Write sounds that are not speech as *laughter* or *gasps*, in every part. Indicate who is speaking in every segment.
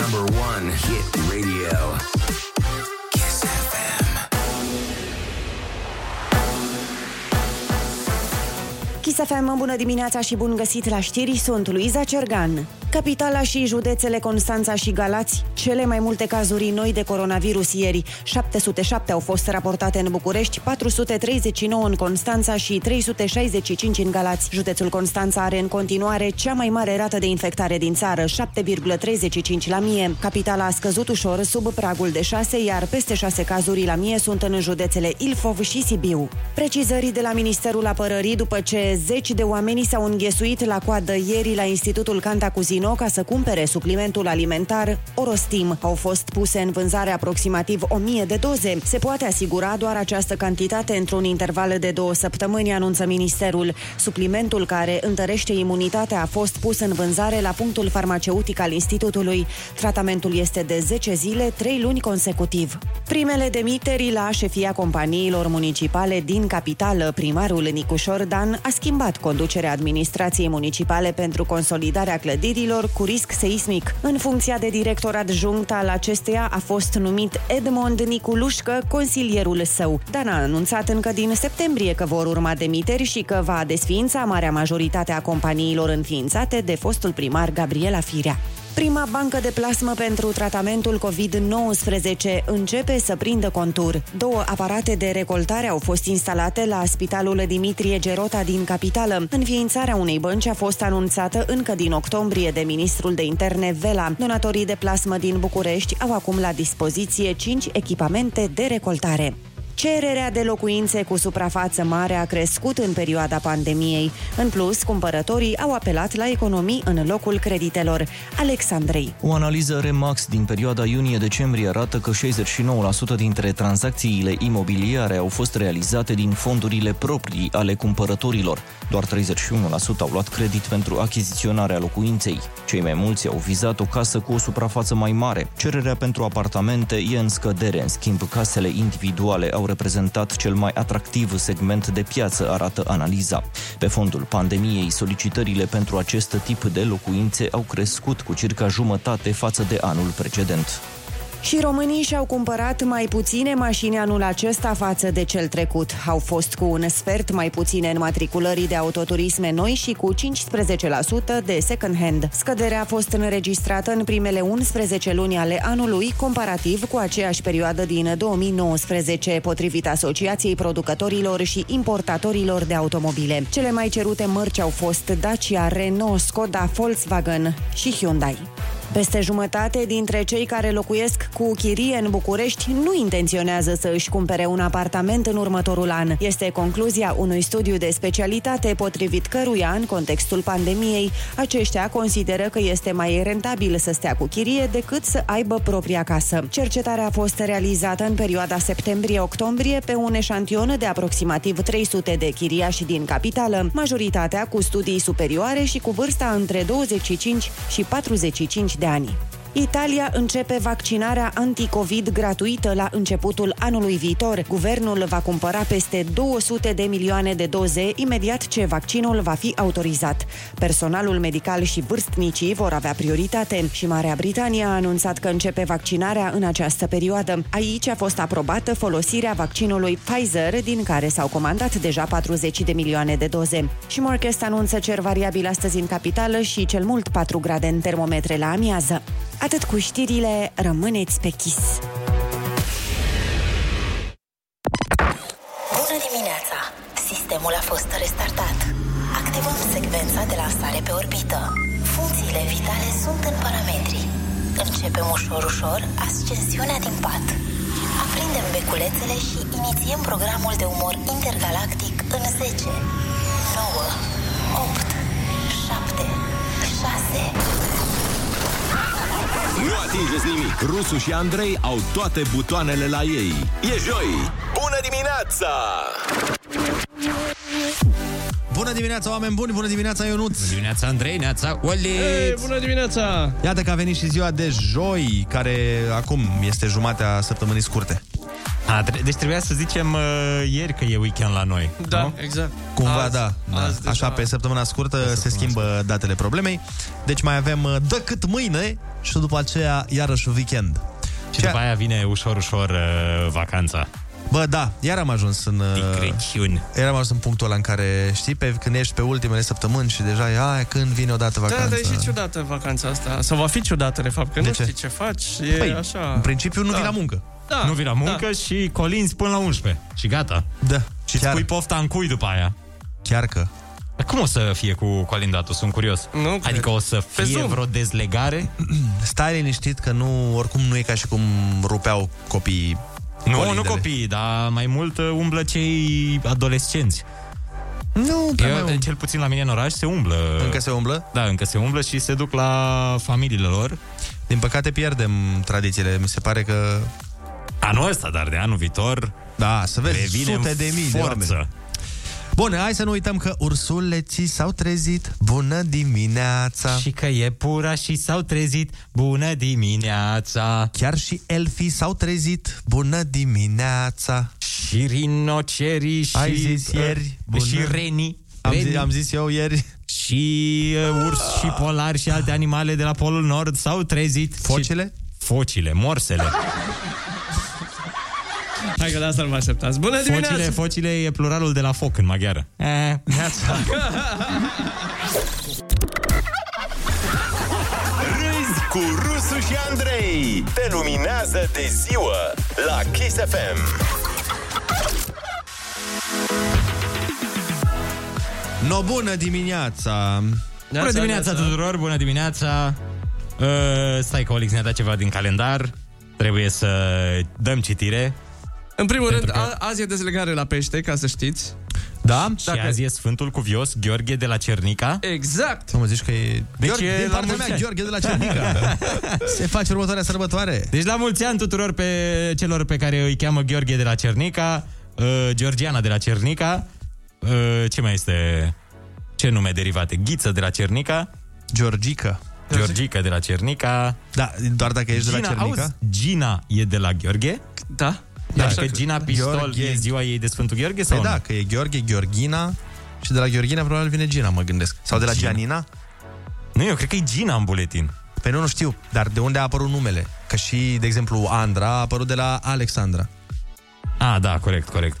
Speaker 1: number one hit radio. Kiss FM.
Speaker 2: Chisafem, bună dimineața și bun găsit la știri, sunt Luiza Cergan. Capitala și județele Constanța și Galați, cele mai multe cazuri noi de coronavirus ieri. 707 au fost raportate în București, 439 în Constanța și 365 în Galați. Județul Constanța are în continuare cea mai mare rată de infectare din țară, 7,35 la mie. Capitala a scăzut ușor sub pragul de 6, iar peste 6 cazuri la mie sunt în județele Ilfov și Sibiu. Precizării de la Ministerul Apărării după ce zeci de oameni s-au înghesuit la coadă ieri la Institutul Cantacuzino ca să cumpere suplimentul alimentar Orostim. Au fost puse în vânzare aproximativ 1000 de doze. Se poate asigura doar această cantitate într-un interval de două săptămâni, anunță Ministerul. Suplimentul care întărește imunitatea a fost pus în vânzare la punctul farmaceutic al Institutului. Tratamentul este de 10 zile, 3 luni consecutiv. Primele demiteri la șefia companiilor municipale din capitală, primarul Nicușor Dan a schimbat conducerea administrației municipale pentru consolidarea clădirilor cu risc seismic. În funcția de director adjunct al acesteia a fost numit Edmond Niculușcă, consilierul său. Dan a anunțat încă din septembrie că vor urma demiteri și că va desființa marea majoritate a companiilor înființate de fostul primar Gabriela Firea. Prima bancă de plasmă pentru tratamentul COVID-19 începe să prindă contur. Două aparate de recoltare au fost instalate la Spitalul Dimitrie Gerota din capitală. Înființarea unei bănci a fost anunțată încă din octombrie de ministrul de interne Vela. Donatorii de plasmă din București au acum la dispoziție 5 echipamente de recoltare. Cererea de locuințe cu suprafață mare a crescut în perioada pandemiei. În plus, cumpărătorii au apelat la economii în locul creditelor. Alexandrei.
Speaker 3: O analiză Remax din perioada iunie-decembrie arată că 69% dintre tranzacțiile imobiliare au fost realizate din fondurile proprii ale cumpărătorilor. Doar 31% au luat credit pentru achiziționarea locuinței. Cei mai mulți au vizat o casă cu o suprafață mai mare. Cererea pentru apartamente e în scădere, în schimb casele individuale au reprezentat cel mai atractiv segment de piață, arată analiza. Pe fondul pandemiei, solicitările pentru acest tip de locuințe au crescut cu circa jumătate față de anul precedent.
Speaker 2: Și românii și-au cumpărat mai puține mașini anul acesta față de cel trecut. Au fost cu un sfert mai puține înmatriculării de autoturisme noi și cu 15% de second-hand. Scăderea a fost înregistrată în primele 11 luni ale anului, comparativ cu aceeași perioadă din 2019, potrivit Asociației Producătorilor și Importatorilor de Automobile. Cele mai cerute mărci au fost Dacia, Renault, Skoda, Volkswagen și Hyundai. Peste jumătate dintre cei care locuiesc cu chirie în București nu intenționează să își cumpere un apartament în următorul an. Este concluzia unui studiu de specialitate potrivit căruia, în contextul pandemiei, aceștia consideră că este mai rentabil să stea cu chirie decât să aibă propria casă. Cercetarea a fost realizată în perioada septembrie-octombrie pe un eșantion de aproximativ 300 de chiriași din capitală, majoritatea cu studii superioare și cu vârsta între 25 și 45 de ani. Italia începe vaccinarea anticovid gratuită la începutul anului viitor. Guvernul va cumpăra peste 200 de milioane de doze imediat ce vaccinul va fi autorizat. Personalul medical și vârstnicii vor avea prioritate și Marea Britanie a anunțat că începe vaccinarea în această perioadă. Aici a fost aprobată folosirea vaccinului Pfizer, din care s-au comandat deja 40 de milioane de doze. Și Morchest anunță cer variabil astăzi în capitală și cel mult 4 grade în termometre la amiază. Atât cu știrile, rămâneți pe chis.
Speaker 4: Bună dimineața! Sistemul a fost restartat. Activăm secvența de lansare pe orbită. Funcțiile vitale sunt în parametri. Începem ușor, ușor ascensiunea din pat. Aprindem beculețele și inițiem programul de umor intergalactic în 10, 9, 8, 7, 6,
Speaker 5: Nu atingeți nimic. Rusu și Andrei au toate butoanele la ei. E joi. Bună dimineața!
Speaker 6: Bună dimineața, oameni buni! Bună dimineața, Ionuț!
Speaker 7: Dimineața Andrei, neața Oli.
Speaker 8: Ei, bună dimineața!
Speaker 6: Iată că a venit și ziua de joi, care acum este jumatea săptămânii scurte.
Speaker 7: A, tre- deci trebuia să zicem uh, ieri că e weekend la noi.
Speaker 8: Da,
Speaker 7: nu?
Speaker 8: exact.
Speaker 6: Cumva,
Speaker 8: Azi-
Speaker 6: da. da.
Speaker 8: azi deja-
Speaker 6: Așa, pe săptămâna scurtă se schimbă datele problemei. Deci mai avem, uh, dă cât mâine, și după aceea iarăși weekend.
Speaker 7: Și după aia vine ușor, ușor uh, vacanța.
Speaker 6: Bă, da, iar am ajuns în... Din
Speaker 7: Crăciun.
Speaker 6: Iar am ajuns în punctul ăla în care, știi, pe, când ești pe ultimele săptămâni și deja e, ai, când vine odată vacanța.
Speaker 8: Da, dar e și ciudată vacanța asta. Sau va fi ciudată, de fapt, că
Speaker 6: De
Speaker 8: nu
Speaker 6: ce?
Speaker 8: știi ce faci. E
Speaker 6: Păi,
Speaker 8: așa...
Speaker 6: în principiu nu vii la muncă. *clears throat*
Speaker 8: Da,
Speaker 7: nu vii la muncă
Speaker 8: da.
Speaker 7: și colinzi până la 11. Și gata.
Speaker 6: Da,
Speaker 7: Și îți pui pofta în cui după aia.
Speaker 6: Chiar că.
Speaker 7: Dar cum o să fie cu colindatul? Sunt curios.
Speaker 8: Nu
Speaker 7: adică
Speaker 8: cred.
Speaker 7: o să
Speaker 8: Pe
Speaker 7: fie
Speaker 8: Zoom.
Speaker 7: vreo dezlegare?
Speaker 6: Stai liniștit că nu, oricum nu e ca și cum rupeau copiii
Speaker 7: Nu,
Speaker 6: colindele.
Speaker 7: nu copiii, dar mai mult uh, umblă cei adolescenți.
Speaker 6: Nu, prea mai
Speaker 7: Eu,
Speaker 6: mult.
Speaker 7: cel puțin la mine în oraș se umblă.
Speaker 6: Încă se umblă?
Speaker 7: Da, încă se umblă și se duc la familiile lor.
Speaker 6: Din păcate pierdem tradițiile. Mi se pare că...
Speaker 7: Anul ăsta, dar de anul viitor,
Speaker 6: Da, să vezi,
Speaker 7: revine
Speaker 6: sute
Speaker 7: în
Speaker 6: de mii de
Speaker 7: forță.
Speaker 6: oameni. Bun, hai să nu uităm că ursuleții s-au trezit. Bună dimineața!
Speaker 7: Și că e pura și s-au trezit Bună dimineața
Speaker 6: Chiar și elfii s-au trezit. Bună dimineața!
Speaker 7: Și rinocerii și, uh,
Speaker 6: Ai zis ieri, bună.
Speaker 7: Și renii
Speaker 6: Am,
Speaker 7: renii
Speaker 6: zi, am zis eu ieri.
Speaker 7: Și uh, urs și polar și alte animale de la Polul Nord s-au trezit
Speaker 6: Focile?
Speaker 7: Și- Focile, morsele
Speaker 8: Hai că la asta nu vă așteptați. Bună dimineața!
Speaker 7: Focile, focile e pluralul de la foc în maghiară Eh, neața.
Speaker 5: Râzi cu Rusu și Andrei. Te luminează de ziua la Kiss FM.
Speaker 6: 'No, bună dimineața!
Speaker 7: Bună dimineața tuturor, bună dimineața uh, Stai că Olix ne-a dat ceva din calendar Trebuie să dăm citire
Speaker 8: În primul rând,
Speaker 7: Pentru că-
Speaker 8: a, azi e dezlegare la pește, ca să știți.
Speaker 7: Da? Și
Speaker 8: Dacă-
Speaker 7: azi e Sfântul Cuvios Gheorghe de la Cernica.
Speaker 8: Exact!
Speaker 6: Să mă zici că e...
Speaker 7: Deci
Speaker 6: Gheorghe,
Speaker 7: e
Speaker 6: din
Speaker 7: la
Speaker 6: partea mea,
Speaker 7: mulți ani.
Speaker 6: Gheorghe de la
Speaker 8: *laughs*
Speaker 6: Cernica. Se face următoarea sărbătoare.
Speaker 7: Deci la mulți ani tuturor pe celor pe care îi cheamă Gheorghe de la Cernica, uh, Georgiana de la Cernica, uh, ce mai este, ce nume derivate? Ghiță de la Cernica,
Speaker 6: Georgica.
Speaker 7: Georgica de la Cernica,
Speaker 6: Da, doar dacă ești de la Cernica.
Speaker 7: auzi, Gina e de la Gheorghe,
Speaker 8: Da?
Speaker 7: da,
Speaker 8: Așa
Speaker 7: adică Gina Pistol
Speaker 6: Gheorghe.
Speaker 7: e ziua ei de Sfântul Gheorghe sau
Speaker 6: Păi da,
Speaker 7: nu?
Speaker 6: că e Gheorghe, Gheorghina și de la Gheorghina probabil vine Gina, mă gândesc. Sau de la
Speaker 7: Gina.
Speaker 6: Gianina?
Speaker 7: Nu, eu cred că e Gina în buletin.
Speaker 6: Pe Păi nu, nu știu, dar de unde a apărut numele? Că și, de exemplu, Andra a apărut de la Alexandra.
Speaker 7: Ah, da, corect, corect.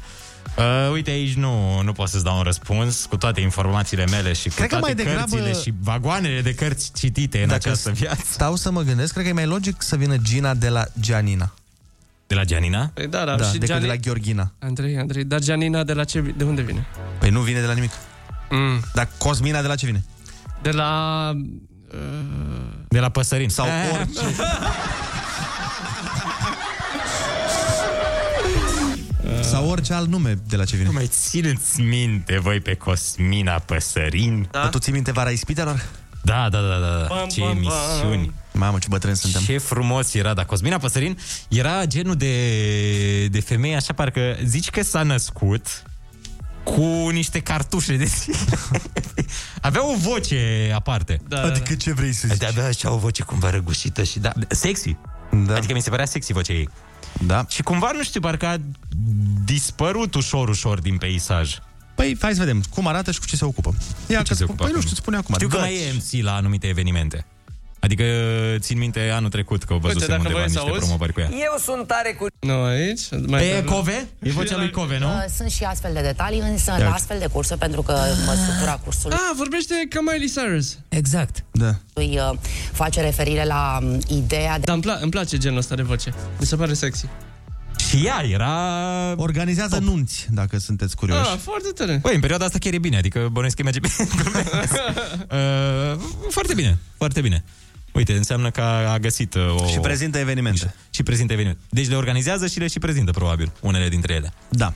Speaker 7: Uh, uite, aici nu, nu pot să-ți dau un răspuns cu toate informațiile mele și cu
Speaker 6: Cred că
Speaker 7: toate
Speaker 6: mai degrabă-
Speaker 7: cărțile și vagoanele de cărți citite în această viață.
Speaker 6: stau să mă gândesc, cred că e mai logic să vină Gina de la Gianina.
Speaker 7: De la Gianina?
Speaker 8: Păi da, dar
Speaker 6: Da,
Speaker 8: da, și
Speaker 6: decât
Speaker 8: Gianni...
Speaker 6: de la Gheorghina.
Speaker 8: Andrei, Andrei, dar Gianina de la ce... De unde vine?
Speaker 6: Păi nu vine de la nimic.
Speaker 8: Mm.
Speaker 6: Dar Cosmina de la ce vine?
Speaker 8: De la...
Speaker 7: De la Păsărin.
Speaker 6: Sau
Speaker 7: Eh,
Speaker 6: orice. Sau orice alt nume de la ce vine.
Speaker 7: Nu mai țineți minte voi pe Cosmina Păsărin?
Speaker 6: Dar Da. tu ții minte vara ispitelor?
Speaker 7: Da, da, da, da. da.
Speaker 8: Bam,
Speaker 7: Ce
Speaker 8: bam, bam.
Speaker 7: emisiuni.
Speaker 6: Mamă, ce bătrâni suntem.
Speaker 7: Ce frumos era, da. Cosmina Păsărin era genul de, de femeie, așa parcă zici că s-a născut cu niște cartușe de Avea o voce aparte.
Speaker 8: Da, da, da.
Speaker 6: ce vrei să
Speaker 7: Adică avea așa o voce cumva răgușită și da, sexy.
Speaker 6: Da.
Speaker 7: Adică mi se părea sexy vocea ei.
Speaker 6: Da.
Speaker 7: Și cumva, nu știu, parcă a dispărut ușor, ușor din peisaj.
Speaker 6: Păi, hai să vedem cum arată și cu ce se ocupă. Ia,
Speaker 7: ce
Speaker 6: că
Speaker 7: se
Speaker 6: se
Speaker 7: ocupă
Speaker 6: păi nu
Speaker 7: acum?
Speaker 6: știu, spune acum.
Speaker 7: Știu că
Speaker 6: Deci,
Speaker 7: mai e MC la anumite evenimente. Adică țin minte anul trecut că o văzusem
Speaker 8: Uite, dacă
Speaker 7: undeva
Speaker 8: vrei să
Speaker 7: niște
Speaker 8: auzi.
Speaker 7: promovări cu ea.
Speaker 8: Nu, aici? Mai Da.
Speaker 7: Pe
Speaker 8: pe co-
Speaker 7: Cove? E vocea lui Cove, nu?
Speaker 9: Uh, Sunt și astfel de detalii, însă la astfel de cursuri, pentru că măsura cursului
Speaker 8: ah, vorbește ca Miley Cyrus.
Speaker 9: Exact.
Speaker 6: Da.
Speaker 9: uh, face referire la um, ideea de...
Speaker 8: Dar îmi, pla- îmi place genul ăsta de voce. Mi se pare sexy.
Speaker 7: Și ea era...
Speaker 6: Organizează nunți, dacă sunteți curioși.
Speaker 8: Ah, foarte tare.
Speaker 7: Băi, în perioada asta chiar e bine, adică bănuiesc că merge *laughs* bine. Glumesc. uh, foarte bine, foarte bine. Uite, înseamnă că a a găsit uh, o...
Speaker 6: Și prezintă evenimente.
Speaker 7: și prezintă eveniment. Deci le organizează și le și prezintă, probabil, unele dintre ele.
Speaker 6: Da.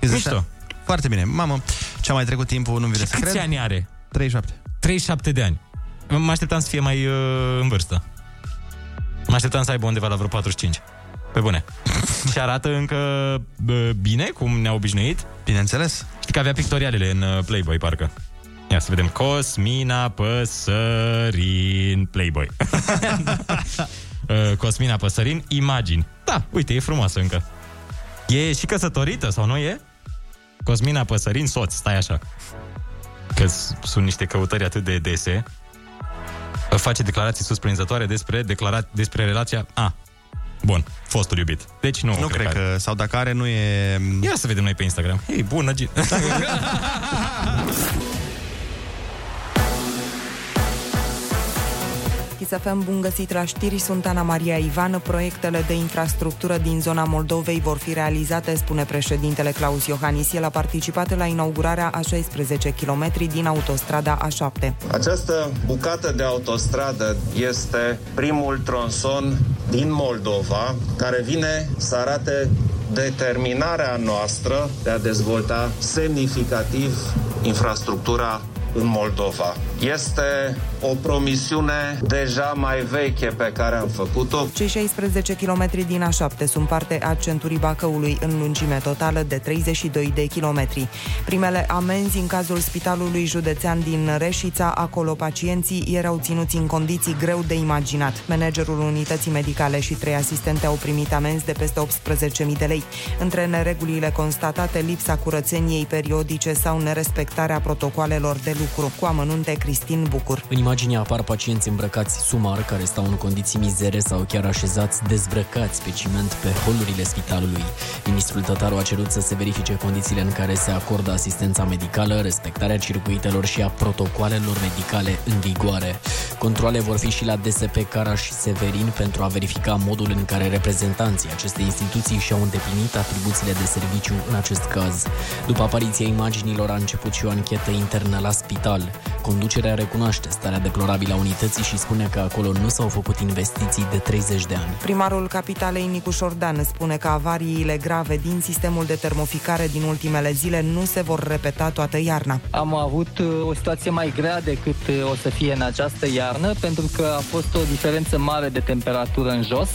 Speaker 7: Mișto.
Speaker 6: Așa. Foarte bine. Mamă, ce-a mai trecut timpul, nu-mi vine să
Speaker 7: Câți
Speaker 6: cred.
Speaker 7: ani are?
Speaker 6: 37.
Speaker 7: 37 de ani. Mă așteptam să fie mai uh, în vârstă. Mă așteptam să aibă undeva la vreo 45. Pe bune. *laughs* și arată încă uh, bine, cum ne-a obișnuit.
Speaker 6: Bineînțeles.
Speaker 7: Știi că avea pictorialele în uh, Playboy, parcă. Ia să vedem. Cosmina Păsărin
Speaker 6: *laughs*
Speaker 7: Playboy. Uh, Cosmina Păsărin, imagini. Da, uite, e frumoasă încă. E și căsătorită, sau nu e? Cosmina Păsărin, soț, stai așa. Că s- sunt niște căutări atât de dese. face declarații surprinzătoare despre, declara- despre relația... A, bun, fostul iubit. Deci nu,
Speaker 6: Nu cred că, sau dacă are, nu e...
Speaker 7: Ia să vedem noi pe Instagram. Ei, bună, Gin.
Speaker 10: Chisafem, bun găsit la știri, sunt Ana Maria Ivan. Proiectele de infrastructură din zona Moldovei vor fi realizate, spune președintele Claus Iohannis. El a participat la inaugurarea a 16 km din autostrada A7.
Speaker 11: Această bucată de autostradă este primul tronson din Moldova care vine să arate determinarea noastră de a dezvolta semnificativ infrastructura în Moldova. Este o promisiune deja mai veche pe care am făcut-o.
Speaker 10: Cei 16 km din A7 sunt parte a centurii Bacăului în lungime totală de 32 de kilometri. Primele amenzi în cazul Spitalului Județean din Reșița, acolo pacienții erau ținuți în condiții greu de imaginat. Managerul unității medicale și trei asistente au primit amenzi de peste 18.000 de lei. Între neregulile constatate, lipsa curățeniei periodice sau nerespectarea protocoalelor de lucru. Cu amănunte, Cristin Bucur.
Speaker 12: În imagine apar pacienți îmbrăcați sumar, care stau în condiții mizere sau chiar așezați dezbrăcați pe ciment pe holurile spitalului. Ministrul Tătaru a cerut să se verifice condițiile în care se acordă asistența medicală, respectarea circuitelor și a protocoalelor medicale în vigoare. Controle vor fi și la DSP Cara și Severin pentru a verifica modul în care reprezentanții acestei instituții și-au îndeplinit atribuțiile de serviciu în acest caz. După apariția imaginilor a început și o anchetă internă la spital. Conducerea recunoaște starea deplorabilă a unității și spune că acolo nu s-au făcut investiții de 30 de ani.
Speaker 10: Primarul capitalei Nicu Șordan spune că avariile grave din sistemul de termoficare din ultimele zile nu se vor repeta toată iarna.
Speaker 13: Am avut uh, o situație mai grea decât uh, o să fie în această iarnă, pentru că a fost o diferență mare de temperatură în jos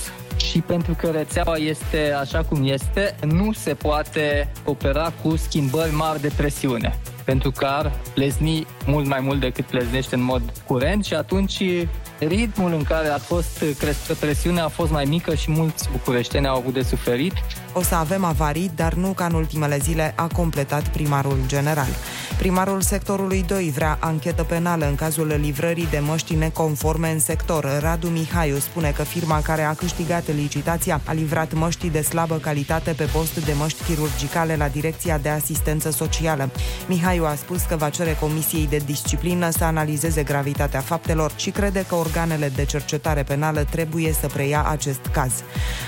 Speaker 13: și pentru că rețeaua este așa cum este, nu se poate opera cu schimbări mari de presiune pentru că ar plezni mult mai mult decât pleznește în mod curent și atunci ritmul în care a fost crescută presiunea a fost mai mică și mulți bucureșteni au avut de suferit.
Speaker 10: O să avem avarii, dar nu ca în ultimele zile, a completat primarul general. Primarul sectorului 2 vrea anchetă penală în cazul livrării de măști neconforme în sector. Radu Mihaiu spune că firma care a câștigat licitația a livrat măști de slabă calitate pe post de măști chirurgicale la Direcția de Asistență Socială. Mihaiu a spus că va cere Comisiei de Disciplină să analizeze gravitatea faptelor și crede că organele de cercetare penală trebuie să preia acest caz.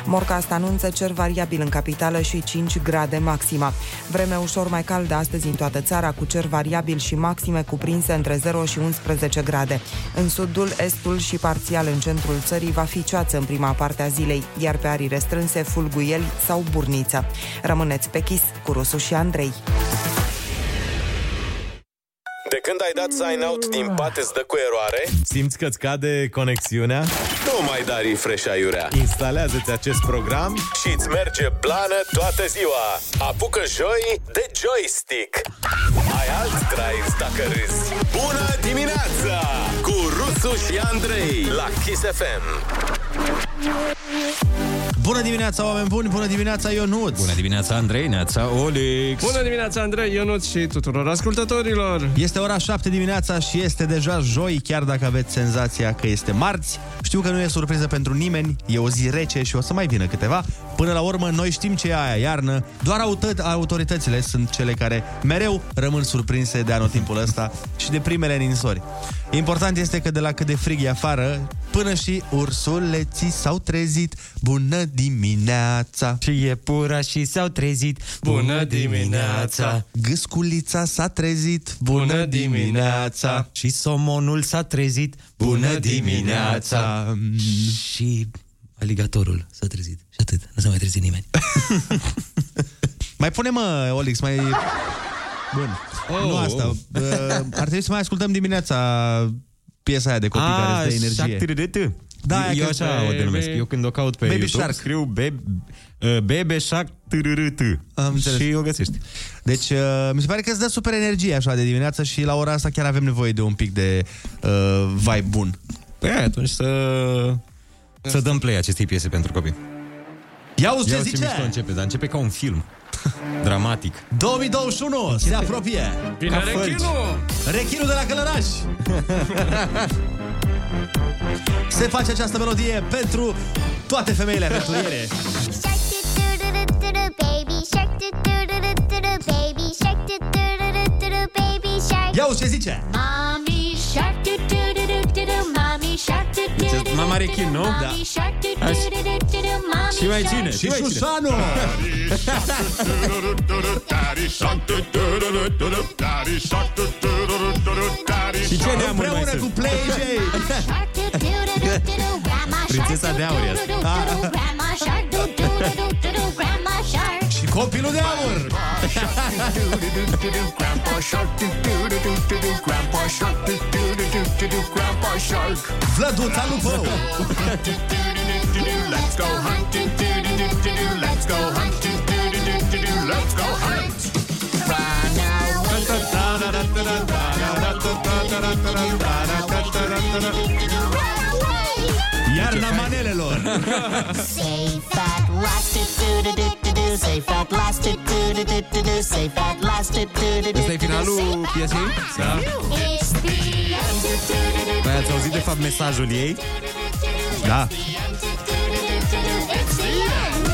Speaker 10: Morcast anunță cer variabil în capitală și 5 grade maxima. Vreme ușor mai caldă astăzi în toată țara, cu cer variabil și maxime cuprinse între 0 și 11 grade. În sudul, estul și parțial în centrul țării va fi ceață în prima parte a zilei, iar pe arii restrânse fulguieli sau burniță. Rămâneți pe chis cu Rusu și Andrei.
Speaker 14: De când ai dat sign out din pat îți dă cu eroare?
Speaker 6: Simți că-ți cade conexiunea?
Speaker 14: Nu mai da refresh aiurea.
Speaker 6: Instalează-ți acest program
Speaker 14: și îți merge blană toată ziua. Apucă joi de joystick. Ai alt drive dacă râzi. Bună dimineața cu Rusu și Andrei la Kiss FM.
Speaker 6: Bună dimineața, oameni buni! Bună dimineața, Ionuț!
Speaker 7: Bună dimineața, Andrei, neața, Olix!
Speaker 8: Bună dimineața, Andrei, Ionuț și tuturor ascultătorilor!
Speaker 6: Este ora 7 dimineața și este deja joi, chiar dacă aveți senzația că este marți. Știu că nu e surpriză pentru nimeni, e o zi rece și o să mai vină câteva. Până la urmă, noi știm ce e aia iarnă, doar aută- autoritățile sunt cele care mereu rămân surprinse de anotimpul ăsta și de primele ninsori. Important este că de la cât de frig e afară, până și ursuleții s-au trezit. Bună dimineața! Și e pura și s-au trezit.
Speaker 8: Bună dimineața!
Speaker 6: Gâsculița s-a trezit. Bună dimineața!
Speaker 15: Și somonul s-a trezit.
Speaker 6: Bună dimineața!
Speaker 15: Și aligatorul s-a trezit. Și atât. Nu s-a mai trezit nimeni.
Speaker 6: Mai pune, mă, Olix, mai... Bun. Oh, nu asta. Oh. Ar trebui să mai ascultăm dimineața piesa aia de copii
Speaker 15: Ah,
Speaker 6: care îți dă energie.
Speaker 15: șactiridâtă.
Speaker 6: Da,
Speaker 15: eu,
Speaker 6: aia
Speaker 15: eu
Speaker 6: cred
Speaker 15: așa
Speaker 6: că
Speaker 15: o
Speaker 6: e-
Speaker 15: denumesc. Eu când o caut pe
Speaker 6: Baby
Speaker 15: YouTube,
Speaker 6: Shark.
Speaker 15: scriu be, uh, Bebe Shark TRRT
Speaker 6: Am înțeles.
Speaker 15: și o găsești.
Speaker 6: Deci, uh, mi se pare că îți dă super energie așa de dimineață și la ora asta chiar avem nevoie de un pic de uh, vibe bun.
Speaker 7: Păi hai, atunci să... Să dăm play acestei piese pentru copii.
Speaker 6: Ia uzi ce
Speaker 7: ce
Speaker 6: zice!
Speaker 7: mișto începe, dar începe ca un
Speaker 6: *laughs*
Speaker 7: film. Dramatic.
Speaker 6: 2021 se apropie!
Speaker 7: Vine
Speaker 6: Ca fălci.
Speaker 7: *laughs* rechinul!
Speaker 6: Rechinul de la Călăraș! se face această melodie pentru toate femeile aventuriere. Ia uite ce zice!
Speaker 8: Deci, mama rechin, nu? Da. Și mai ține, și mai ține.
Speaker 7: Și ce neamuri
Speaker 6: Împreună
Speaker 7: mai
Speaker 6: cu
Speaker 7: sunt?
Speaker 6: Play J.
Speaker 7: *laughs* Prințesa de aur e asta.
Speaker 12: Ah.
Speaker 6: Da. Și copilul de aur. Vlăduța lupău.
Speaker 16: Let's go hunting, do-do-do-do-do. Let's go hunting, do-do-do-do-do. Let's go hunt. Run away.
Speaker 6: Iarna manelelor.
Speaker 16: Safe at last, do-do-do-do-do. Safe at last, do-do-do-do-do. Safe at last, do-do-do-do-do.
Speaker 8: Ăsta e finalul piesei? Da.
Speaker 16: It's the end, do-do-do-do-do.
Speaker 7: Păi ați auzit de fapt mesajul ei?
Speaker 6: Da.
Speaker 16: It's the end.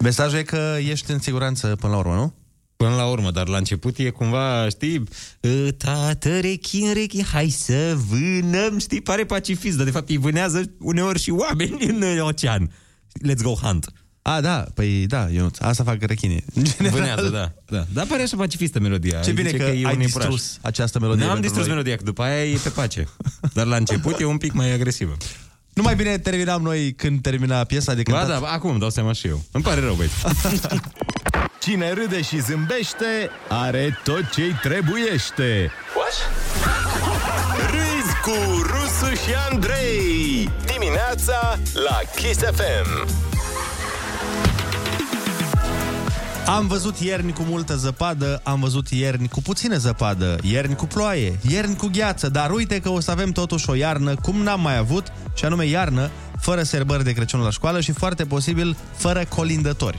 Speaker 6: Mesajul e că ești în siguranță până la urmă, nu?
Speaker 7: Până la urmă, dar la început e cumva, știi, "Ă, tată, rechin, rechin, hai să vânăm, știi, pare pacifist, dar de fapt îi vânează uneori și oameni în uh, ocean. Let's go hunt.
Speaker 6: A, da, păi da, Ionuț, asta fac rechinii. În general.
Speaker 7: Vânează, da, da. Dar pare așa pacifistă melodia.
Speaker 6: Ce
Speaker 7: Ai
Speaker 6: bine
Speaker 7: zice
Speaker 6: că,
Speaker 7: e un
Speaker 6: ai
Speaker 7: iepuraș.
Speaker 6: distrus această melodie.
Speaker 7: N-am
Speaker 6: pentru
Speaker 7: distrus
Speaker 6: noi.
Speaker 7: melodia, că după aia e pe pace. Dar la început e un pic mai agresivă.
Speaker 6: Nu mai bine terminam noi când termina piesa de
Speaker 7: Ba
Speaker 6: cântat.
Speaker 7: da, acum dau seama și eu. Îmi pare rău, băieți.
Speaker 17: *laughs* Cine râde și zâmbește are tot ce-i trebuiește.
Speaker 14: Râzi cu Rusu și Andrei Dimineața la Kiss FM
Speaker 6: Am văzut ierni cu multă zăpadă, am văzut ierni cu puțină zăpadă, ierni cu ploaie, ierni cu gheață, dar uite că o să avem totuși o iarnă cum n-am mai avut, și anume iarnă fără serbări de Crăciun la școală și foarte posibil fără colindători.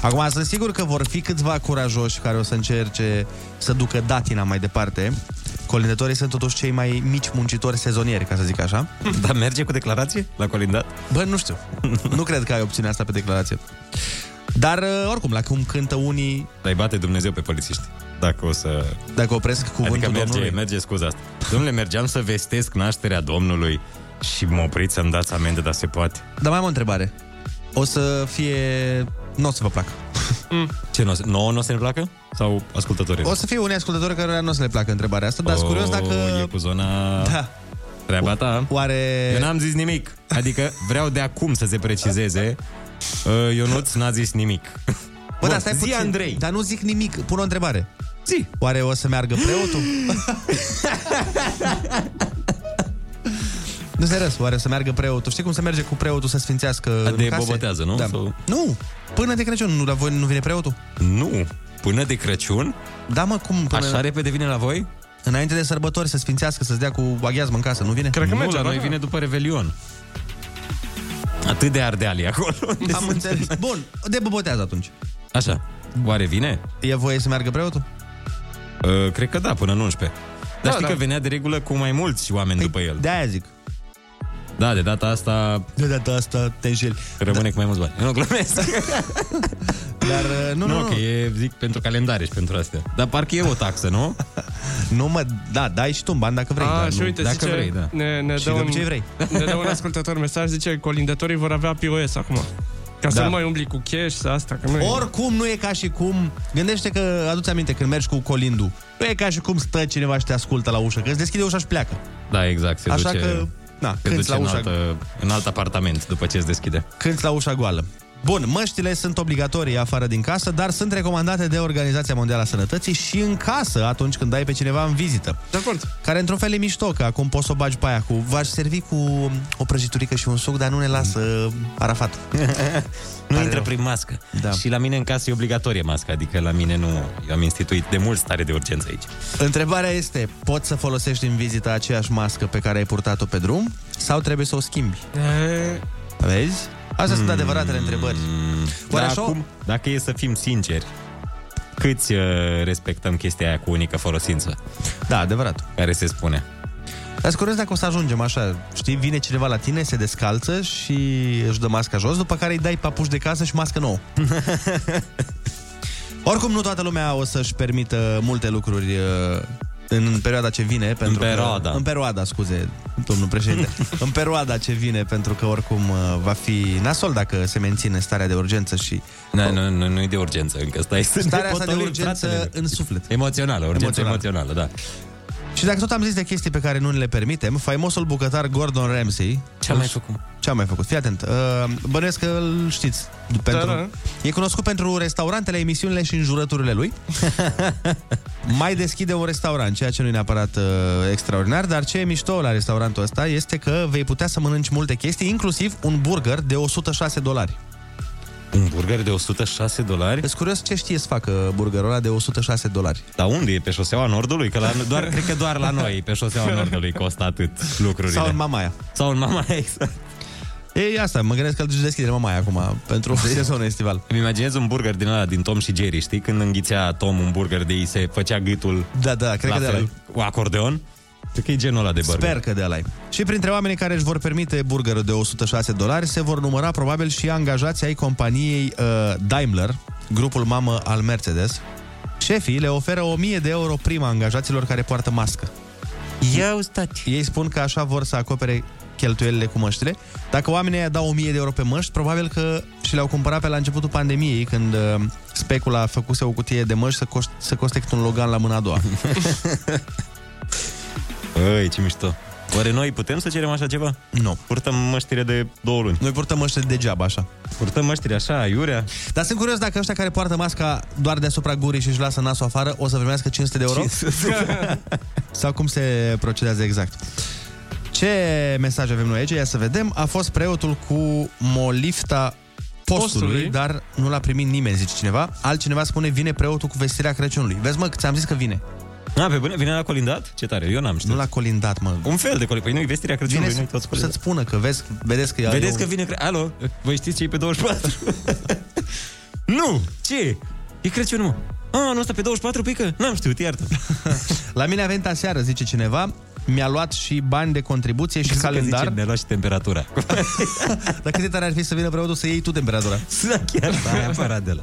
Speaker 6: Acum sunt sigur că vor fi câțiva curajoși care o să încerce să ducă datina mai departe. Colindătorii sunt totuși cei mai mici muncitori sezonieri, ca să zic așa.
Speaker 7: *laughs* Dar merge cu declarație la colindat?
Speaker 6: Bă, nu știu. nu cred că ai obține asta pe declarație. Dar, uh, oricum, la cum cântă unii...
Speaker 7: Dar îi bate Dumnezeu pe polițiști. Dacă o să...
Speaker 6: Dacă opresc cuvântul
Speaker 7: adică merge,
Speaker 6: Domnului.
Speaker 7: merge scuza asta. Domnule, mergeam să vestesc nașterea Domnului și mă opriți să-mi dați amendă, dar se poate.
Speaker 6: Dar mai am o întrebare. O să fie... Nu o să vă placă.
Speaker 7: Ce, nu o să, nouă nu o să ne placă? Sau ascultătorii?
Speaker 6: O să fie unii ascultători care nu o să le placă întrebarea asta, dar sunt curios dacă...
Speaker 7: E cu zona...
Speaker 6: Da.
Speaker 7: Treaba ta.
Speaker 6: Oare...
Speaker 7: Eu n-am zis nimic. Adică vreau de acum să se precizeze. *laughs* Uh, Ionuț n-a zis nimic.
Speaker 6: Bă, dar
Speaker 7: Bun,
Speaker 6: stai
Speaker 7: zi,
Speaker 6: puțin.
Speaker 7: Andrei.
Speaker 6: Dar nu zic nimic, pun o întrebare. Zi. Oare o să meargă
Speaker 7: *laughs*
Speaker 6: preotul? nu serios, oare o să meargă preotul? Știi cum se merge cu preotul să sfințească
Speaker 7: De
Speaker 6: în case?
Speaker 7: bobotează, nu?
Speaker 6: Da.
Speaker 7: Sau-
Speaker 6: Nu, până de Crăciun, nu, la voi nu vine preotul?
Speaker 7: Nu, până de Crăciun?
Speaker 6: Da, mă, cum? Până...
Speaker 7: Așa repede vine la voi?
Speaker 6: Înainte de sărbători să sfințească, să-ți dea cu aghiazmă în casă, nu vine?
Speaker 7: nu, la noi vine după Revelion. Atât de ardeali e acolo.
Speaker 6: Am înțeles.
Speaker 7: *laughs*
Speaker 6: Bun, de bobotează atunci.
Speaker 7: Așa. Oare vine?
Speaker 6: E voie să meargă preotul?
Speaker 7: Uh, cred că da, până în 11. Dar
Speaker 6: Da,
Speaker 7: da, știi
Speaker 6: da.
Speaker 7: da. că venea de regulă cu mai mulți oameni păi, după el.
Speaker 6: De-aia zic.
Speaker 7: Da, de data asta...
Speaker 6: De data asta te înșeli.
Speaker 7: Rămâne da. cu mai mulți bani. Nu, glumesc.
Speaker 6: *laughs* Dar uh, nu, nu, nu.
Speaker 7: că e, zic, pentru calendare și pentru astea. Dar parcă e o taxă, nu?
Speaker 6: *laughs* nu mă, da, dai și tu un ban dacă vrei.
Speaker 8: A,
Speaker 6: dar
Speaker 8: și
Speaker 6: nu,
Speaker 8: uite,
Speaker 6: dacă
Speaker 8: zice,
Speaker 6: vrei, da.
Speaker 8: ne, ne
Speaker 6: Și
Speaker 8: dă
Speaker 6: de
Speaker 8: un,
Speaker 6: obicei vrei.
Speaker 8: Ne dă un ascultător mesaj, zice, colindătorii vor avea POS acum. Ca să
Speaker 6: Da.
Speaker 8: nu mai umbli cu cash, să asta, că nu e-
Speaker 6: Oricum nu e ca și cum Gândește că, aduți aminte, când mergi cu colindu Nu e ca și cum stă cineva și te ascultă la ușă Că îți deschide ușa și pleacă
Speaker 7: Da, exact. Se
Speaker 6: Așa
Speaker 7: duce,
Speaker 6: că, na,
Speaker 7: se
Speaker 6: cânti
Speaker 7: duce
Speaker 6: la
Speaker 7: în,
Speaker 6: ușa-
Speaker 7: altă, în alt apartament după ce îți deschide.
Speaker 6: Cânti la ușa goală Bun, măștile sunt obligatorii afară din casă, dar sunt recomandate de Organizația Mondială a Sănătății și în casă atunci când ai pe cineva în vizită.
Speaker 8: De acord.
Speaker 6: Care într-un fel e mișto, că acum poți să o bagi pe aia cu... V-aș servi cu o prăjiturică și un suc, dar nu ne lasă
Speaker 8: *laughs*
Speaker 6: Arafat.
Speaker 7: Nu intră prin mască. Da. Și la mine în casă e obligatorie masca, adică la mine nu... Eu am instituit de mult stare de urgență aici.
Speaker 6: Întrebarea este, poți să folosești în vizită aceeași mască pe care ai purtat-o pe drum sau trebuie să o schimbi? Vezi? Astea sunt adevăratele întrebări. Oare
Speaker 7: Mm. Dar
Speaker 6: așa o-
Speaker 7: Da, acum, dacă e să fim sinceri, câți uh, respectăm chestia aia cu unică folosință?
Speaker 6: Da, adevărat.
Speaker 7: Care se spune.
Speaker 6: Dar sunt curios dacă o să ajungem așa. Știi, vine cineva la tine, se descalță și își dă masca jos, după care îi dai papuși de casă și mască
Speaker 7: *laughs*
Speaker 6: nouă. Oricum, nu toată lumea o să-și permită multe lucruri uh, în perioada ce vine. Pentru
Speaker 7: perioada.
Speaker 6: Că, în perioada, scuze, domnul
Speaker 7: *laughs*
Speaker 6: președinte. în perioada ce vine, pentru că oricum uh, va fi nasol dacă se menține starea de urgență și...
Speaker 7: Nu, nu, nu, nu e de urgență încă, stai să ne
Speaker 6: Da. Starea asta de
Speaker 7: potolim,
Speaker 6: urgență
Speaker 7: Păi fratele.
Speaker 6: în suflet.
Speaker 7: Emoțională, urgență
Speaker 6: Emoțională.
Speaker 7: emoțională, da.
Speaker 6: Și dacă tot am zis de chestii pe care nu ne le permitem, faimosul bucătar Gordon Ramsay...
Speaker 7: Ce-a mai făcut?
Speaker 6: Ce-a mai făcut? Fii atent. Uh, Bănuiesc că îl știți. Pentru,
Speaker 7: da.
Speaker 6: E cunoscut pentru restaurantele, emisiunile și înjurăturile
Speaker 7: *laughs*
Speaker 6: lui. mai deschide un restaurant, ceea ce nu e neapărat uh, extraordinar, dar ce e mișto la restaurantul ăsta este că vei putea să mănânci multe chestii, inclusiv un burger de 106 dolari.
Speaker 7: Un burger de 106 dolari?
Speaker 6: Sunt curios ce știe să facă burgerul ăla de 106 dolari.
Speaker 7: Dar Da, unde e? Pe șoseaua Nordului? Că Adică la, doar, cred că doar la noi, pe șoseaua Nordului, costă atât lucrurile.
Speaker 6: Sau în Mamaia.
Speaker 7: Sau în Mamaia, exact.
Speaker 6: Ei, asta, mă gândesc că îl deschide Mamaia acum, pentru sezonul estival.
Speaker 7: Îmi imaginez un burger din ăla, din Tom și Jerry, știi? Când înghițea Tom un burger de ei, se făcea gâtul
Speaker 6: Da, da, cred
Speaker 7: la
Speaker 6: că de
Speaker 7: fel.
Speaker 6: ăla-i.
Speaker 7: Cu acordeon? Cred că e genul ăla de burger.
Speaker 6: Sper că de ăla Și printre oamenii care își vor permite burgerul de 106 dolari se vor număra probabil și angajații ai companiei uh, Daimler, grupul mamă al Mercedes. Șefii le oferă 1000 de euro prima angajaților care poartă mască. Eu stați. Ei spun că așa vor să acopere cheltuielile cu măștile. Dacă oamenii aia dau 1000 de euro pe măști, probabil că și le-au cumpărat pe la începutul pandemiei, când uh, specula făcuse o cutie de măști să, cost, să coste cât un logan la mâna a doua.
Speaker 7: Păi, ce mișto. Oare noi putem să cerem așa ceva?
Speaker 6: Nu.
Speaker 7: Purtăm măștire de două luni.
Speaker 6: Noi purtăm măștire degeaba, așa.
Speaker 7: Purtăm măștire așa, aiurea.
Speaker 6: Dar sunt curios dacă ăștia care poartă masca doar deasupra gurii și își lasă nasul afară, o să primească 500 de euro? *laughs*
Speaker 7: 500.
Speaker 6: Sau cum se procedează exact? Ce mesaj avem noi aici? Ia să vedem. A fost preotul cu molifta postului,
Speaker 8: Postului.
Speaker 6: dar nu l-a primit nimeni, zice cineva. Altcineva spune, vine preotul cu vestirea Crăciunului. Vezi, mă, că ți-am zis că vine.
Speaker 7: A, pe bune, vine la colindat? Ce tare, eu n-am știut.
Speaker 6: Nu l-a colindat, mă.
Speaker 7: Un fel de colindat. Păi nu-i vestirea Crăciunului,
Speaker 6: Vine
Speaker 7: nu-i
Speaker 6: să,
Speaker 7: toți
Speaker 6: să-ți
Speaker 7: colindat.
Speaker 6: spună că vezi, vedeți că...
Speaker 7: Vedeți
Speaker 6: e
Speaker 7: că
Speaker 6: un-
Speaker 7: vine... Cre- Alo, voi știți ce e pe 24? nu! Ce? E Crăciun, mă. A, nu ăsta pe 24, pică? Păi N-am știut, iartă.
Speaker 6: *laughs* La mine a venit aseară, zice cineva, mi-a luat și bani de contribuție și
Speaker 7: Crezut că
Speaker 6: calendar.
Speaker 7: Zice, ne-a luat și temperatura.
Speaker 6: *laughs* Dar cât de tare ar fi să vină preotul să iei tu temperatura?
Speaker 7: *laughs* Da, chiar, da, aparat de la.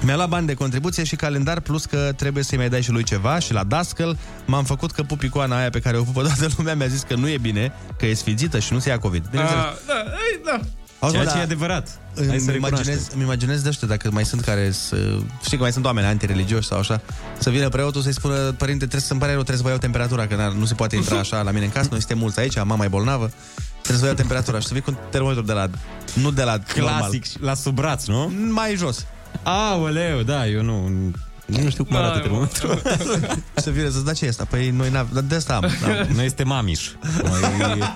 Speaker 6: Mi-a luat bani de contribuție și calendar, plus că trebuie să-i mai dai și lui ceva și la dascăl m-am făcut că pupicoana aia pe care o pupă toată lumea mi-a zis că nu e bine, că e sfizită și nu se ia COVID. Bineînțeles.
Speaker 8: Ah, da, ei, da.
Speaker 6: Auzi,
Speaker 7: Ceea
Speaker 6: mă,
Speaker 7: ce e
Speaker 6: da,
Speaker 7: adevărat. Hai
Speaker 6: Îmi
Speaker 7: să
Speaker 6: imaginez,
Speaker 7: recunoaștem.
Speaker 6: îmi imaginez de ăștia, dacă mai sunt care să, Știi că mai sunt oameni antireligioși sau așa Să vină preotul să-i spună Părinte, trebuie să-mi pare rău, trebuie să vă iau temperatura Că n-ar- nu se poate intra așa la mine în casă Noi suntem mulți aici, mama e bolnavă Trebuie să vă iau temperatura și să vii cu un termometru de la Nu de la normal.
Speaker 7: Clasic, la sub braț, nu?
Speaker 6: Mai jos
Speaker 7: Aoleu, da, eu nu...
Speaker 6: *laughs*
Speaker 7: Nu știu cum arată termometrul.
Speaker 6: Să vină să-ți da ce e asta? Păi noi n-am, dar de asta am.
Speaker 7: *laughs*
Speaker 6: am.
Speaker 7: Noi suntem amiș. Noi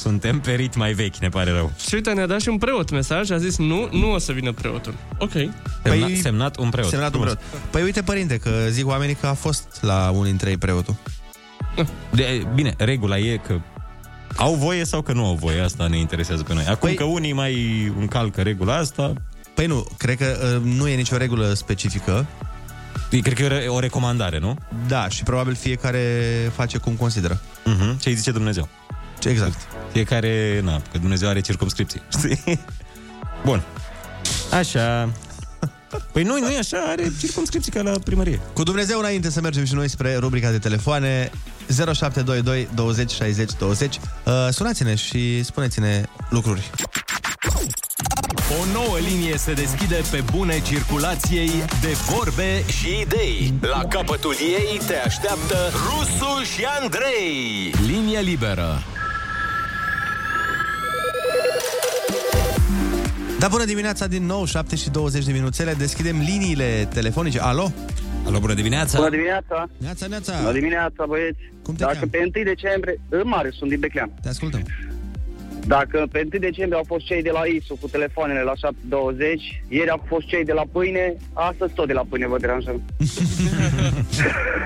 Speaker 7: suntem pe rit mai vechi, ne pare rău.
Speaker 8: Și uite, ne-a dat și un preot mesaj, a zis nu, nu o să vină preotul. Ok.
Speaker 7: Semna, semnat un preot.
Speaker 6: Păi- Semnat un
Speaker 7: Frumos.
Speaker 6: preot. Păi uite, părinte, că zic oamenii că a fost la unul dintre ei preotul.
Speaker 7: De, bine, regula e că au voie sau că nu au voie, asta ne interesează pe noi. Acum păi... că unii mai încalcă regula asta...
Speaker 6: Păi nu, cred că uh, nu e nicio regulă specifică.
Speaker 7: E, cred că e o re- o recomandare, nu?
Speaker 6: Da, și probabil fiecare face cum consideră.
Speaker 7: Uh-huh. Ce îi zice Dumnezeu.
Speaker 6: Ce exact.
Speaker 7: Fiecare, na, că Dumnezeu are circumscripții. *laughs* Știi? Bun. Așa. Păi nu, nu e așa, are circumscripții ca la primărie.
Speaker 6: Cu Dumnezeu înainte să mergem și noi spre rubrica de telefoane 0722 20 60 20. Uh, sunați-ne și spuneți-ne lucruri.
Speaker 5: O nouă linie se deschide pe bune circulației de vorbe și idei.
Speaker 14: La capătul ei te așteaptă Rusu și Andrei.
Speaker 5: Linie liberă.
Speaker 6: Da, bună dimineața din nou, 7 și 20 de minuțele. Deschidem liniile telefonice. Alo?
Speaker 7: Alo, bună dimineața!
Speaker 18: Bună dimineața!
Speaker 6: Neața, neața!
Speaker 18: Bună dimineața, băieți! Cum te Dacă pe 1 decembrie... În mare, sunt din Beclean.
Speaker 6: Te ascultăm. *laughs*
Speaker 18: Dacă pe 1 decembrie au fost cei de la ISU cu telefoanele la 7.20, ieri au fost cei de la pâine, astăzi tot de la pâine vă
Speaker 6: *laughs*
Speaker 18: deranjăm.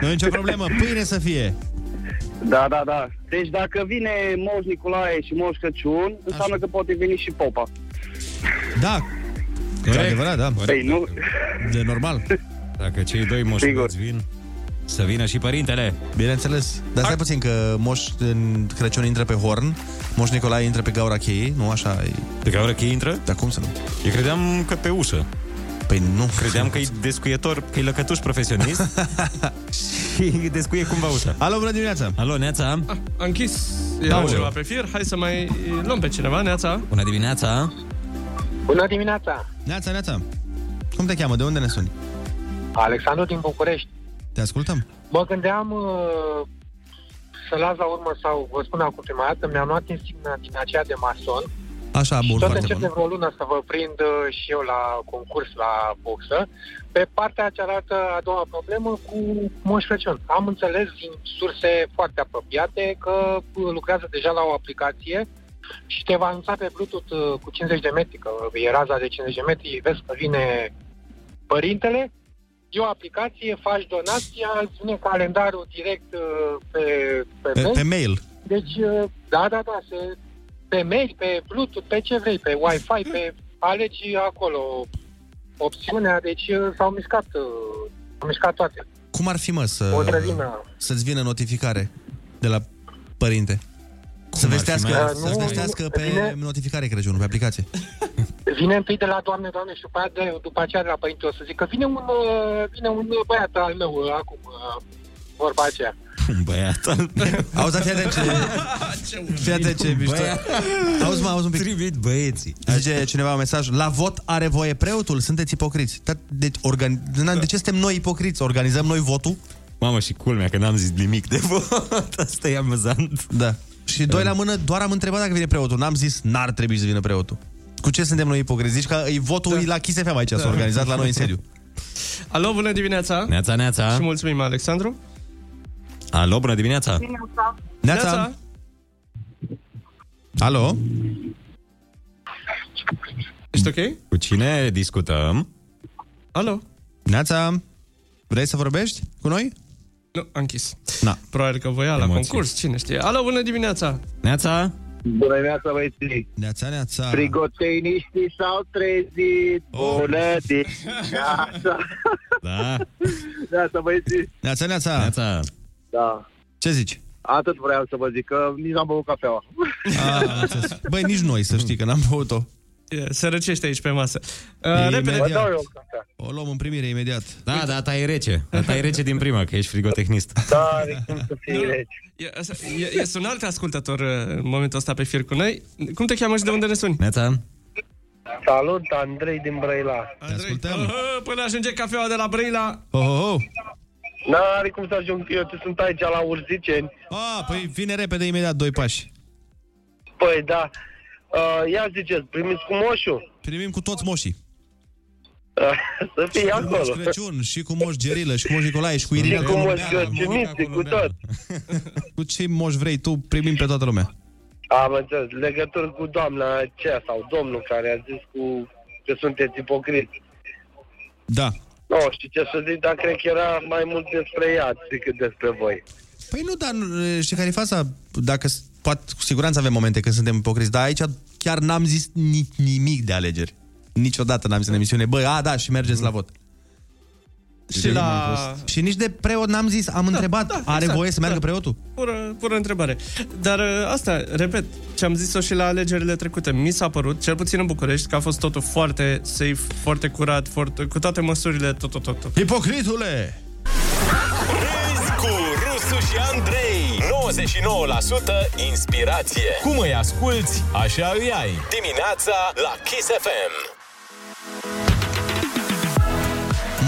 Speaker 6: Nu e nicio problemă, pâine să fie.
Speaker 18: Da, da, da. Deci dacă vine Moș Nicolae și Moș Crăciun, înseamnă că poate veni și Popa.
Speaker 6: Da. E adevărat, da.
Speaker 18: Păi nu...
Speaker 6: De normal.
Speaker 7: Dacă cei doi moșonați vin... Să vină și părintele.
Speaker 6: Bineînțeles. Dar stai puțin că Moș în Crăciun intră pe horn, Moș Nicolae intră pe gaura cheii, nu așa?
Speaker 7: Pe gaura cheii intră?
Speaker 6: Dar cum să nu?
Speaker 7: Eu credeam că pe ușă.
Speaker 6: Păi nu.
Speaker 7: Credeam că e descuietor, că e lăcătuș profesionist *laughs* și descuie cumva ușa.
Speaker 6: Alo, bună dimineața!
Speaker 7: Alo, Neața!
Speaker 8: Ah, A închis. Era
Speaker 7: Da,
Speaker 8: ceva
Speaker 7: bă.
Speaker 8: pe fir. Hai să mai luăm pe cineva, Neața.
Speaker 7: Bună dimineața!
Speaker 19: Bună dimineața!
Speaker 6: Neața, Neața! Cum te cheamă? De unde ne suni?
Speaker 19: Alexandru din București.
Speaker 6: Te ascultăm?
Speaker 19: Mă gândeam uh, să las la urmă sau vă spun acum prima dată, mi-am luat insigna din aceea de mason.
Speaker 6: Așa, Da, bun,
Speaker 19: Tot
Speaker 6: foarte
Speaker 19: încerc de
Speaker 6: bun.
Speaker 19: vreo lună să vă prind uh, și eu la concurs, la boxă. Pe partea cealaltă, a doua problemă, cu Moș Crăciun. Am înțeles din surse foarte apropiate că uh, lucrează deja la o aplicație și te va anunța pe Bluetooth uh, cu 50 de metri, că e raza de 50 de metri, vezi că vine părintele, e o aplicație, faci donația, îți vine calendarul direct uh, pe, pe,
Speaker 6: Pe, pe mail.
Speaker 19: deci, uh, da, da, da, se, pe mail, pe Bluetooth, pe ce vrei, pe Wi-Fi, pe alegi acolo opțiunea, deci uh, s-au mișcat, uh, s-au mișcat toate.
Speaker 6: Cum ar fi, mă,
Speaker 19: O
Speaker 6: să,
Speaker 19: trezimea.
Speaker 6: să-ți vină notificare de la părinte? să
Speaker 19: ar
Speaker 6: vestească,
Speaker 19: fi, mă?
Speaker 6: să
Speaker 19: Nu,
Speaker 6: vestească
Speaker 19: nu,
Speaker 6: pe
Speaker 19: bine.
Speaker 6: notificare Crăciunul, pe aplicație.
Speaker 19: Vine întâi de la Doamne, Doamne, și după, aia de, după aceea de la Părinte o să zic că vine un, uh, vine un băiat al meu uh, acum, uh, vorba aceea.
Speaker 7: Un băiat
Speaker 6: Auzi, dar fii atent ce...
Speaker 7: *laughs*
Speaker 6: Fii atent ce mișto. Auzi, mă, auzi un pic.
Speaker 7: Trimit băieții.
Speaker 6: Zice cineva un mesaj. La vot are voie preotul? Sunteți ipocriți. Dar Deci, organi... de ce suntem noi ipocriți? Organizăm noi votul?
Speaker 7: Mamă, și culmea că n-am zis nimic de vot. *laughs* Asta e amuzant.
Speaker 6: Da. Și doi la mână, doar am întrebat dacă vine preotul. N-am zis, n-ar trebui să vină preotul. Cu ce suntem noi ipocriți? Zici că e votul da. la Kiss FM aici, s-a
Speaker 8: Da.
Speaker 6: organizat la noi în sediu.
Speaker 8: Alo, bună dimineața!
Speaker 7: Neața, neața!
Speaker 8: Și mulțumim, Alexandru!
Speaker 7: Alo, bună dimineața!
Speaker 6: Neața! Alo?
Speaker 8: Ești ok?
Speaker 7: Cu cine discutăm?
Speaker 8: Alo?
Speaker 6: Neața, vrei să vorbești cu noi?
Speaker 8: Nu, am închis.
Speaker 6: Na.
Speaker 8: Probabil că voia la concurs, cine știe. Alo, bună dimineața!
Speaker 7: Neața!
Speaker 20: Bună dimineața, băieții!
Speaker 6: Neața, neața! Oh.
Speaker 20: Frigoteiniștii s-au trezit! Bună
Speaker 6: *laughs*
Speaker 20: dimineața!
Speaker 7: Da.
Speaker 20: Neața, băieții!
Speaker 6: Neața, neața!
Speaker 7: Neața!
Speaker 20: Da.
Speaker 6: Ce zici?
Speaker 20: Atât vreau să vă zic, că nici n-am băut cafeaua.
Speaker 6: Ah, *laughs* Băi, nici noi, să știi că n-am băut-o.
Speaker 8: Se răcește aici pe masă.
Speaker 6: E
Speaker 8: Uh, repede.
Speaker 6: imediat. O luăm în primire imediat.
Speaker 7: Da, da, ta e rece. A Ta e rece din prima, că ești frigotehnist.
Speaker 20: Da, cum să
Speaker 8: Nu. E, asta- e, este un alt ascultător uh, în momentul ăsta pe fir cu noi. Cum te cheamă și de unde ne suni?
Speaker 7: Neața.
Speaker 20: Salut, Andrei din Brăila.
Speaker 6: Te ascultăm.
Speaker 8: Până ajunge cafeaua de la Brăila.
Speaker 6: Oh, oh, oh.
Speaker 20: N-are cum să ajung, eu te sunt aici la Urziceni.
Speaker 6: Ah, păi vine repede imediat, doi pași.
Speaker 20: Păi da, uh, ia ziceți, primiți cu moșul?
Speaker 6: Primim cu toți moșii.
Speaker 20: Uh, să
Speaker 6: Și
Speaker 20: fie
Speaker 6: cu Moș
Speaker 20: acolo.
Speaker 6: Crăciun, și cu Moș Gerilă, și cu Moș Nicolae, și cu
Speaker 20: Și
Speaker 6: Irina
Speaker 20: cu moș
Speaker 6: Călunea,
Speaker 20: Crăciuniții, cu tot.
Speaker 6: *laughs* Cu ce moș vrei tu, primim pe toată lumea.
Speaker 20: Am înțeles, legătură cu doamna aceea sau domnul care a zis cu că sunteți ipocriți.
Speaker 6: Da.
Speaker 20: Nu știu ce să zic, dar cred că era mai mult despre ea decât despre voi.
Speaker 6: Păi nu, dar nu, știi care e faza? Dacă, s- poate, cu siguranță avem momente când suntem ipocriți, dar aici chiar n-am zis ni- nimic de alegeri. Niciodată n-am zis în emisiune, bă, a, da, și mergeți la vot. Și,
Speaker 8: la-
Speaker 6: și nici de preot n-am zis, am da, întrebat, da, are
Speaker 8: exact,
Speaker 6: voie să meargă preotul?
Speaker 8: Pură, pură întrebare. Dar uh, asta, repet, ce am zis-o și la alegerile trecute, mi s-a părut, cel puțin în București, că a fost totul foarte safe, foarte curat, foarte, cu toate măsurile, tot, tot, tot. tot.
Speaker 6: Hipocritule!
Speaker 14: Cu Rusu și Andrei 99% inspirație Cum îi asculti, așa îi ai Dimineața la Kiss FM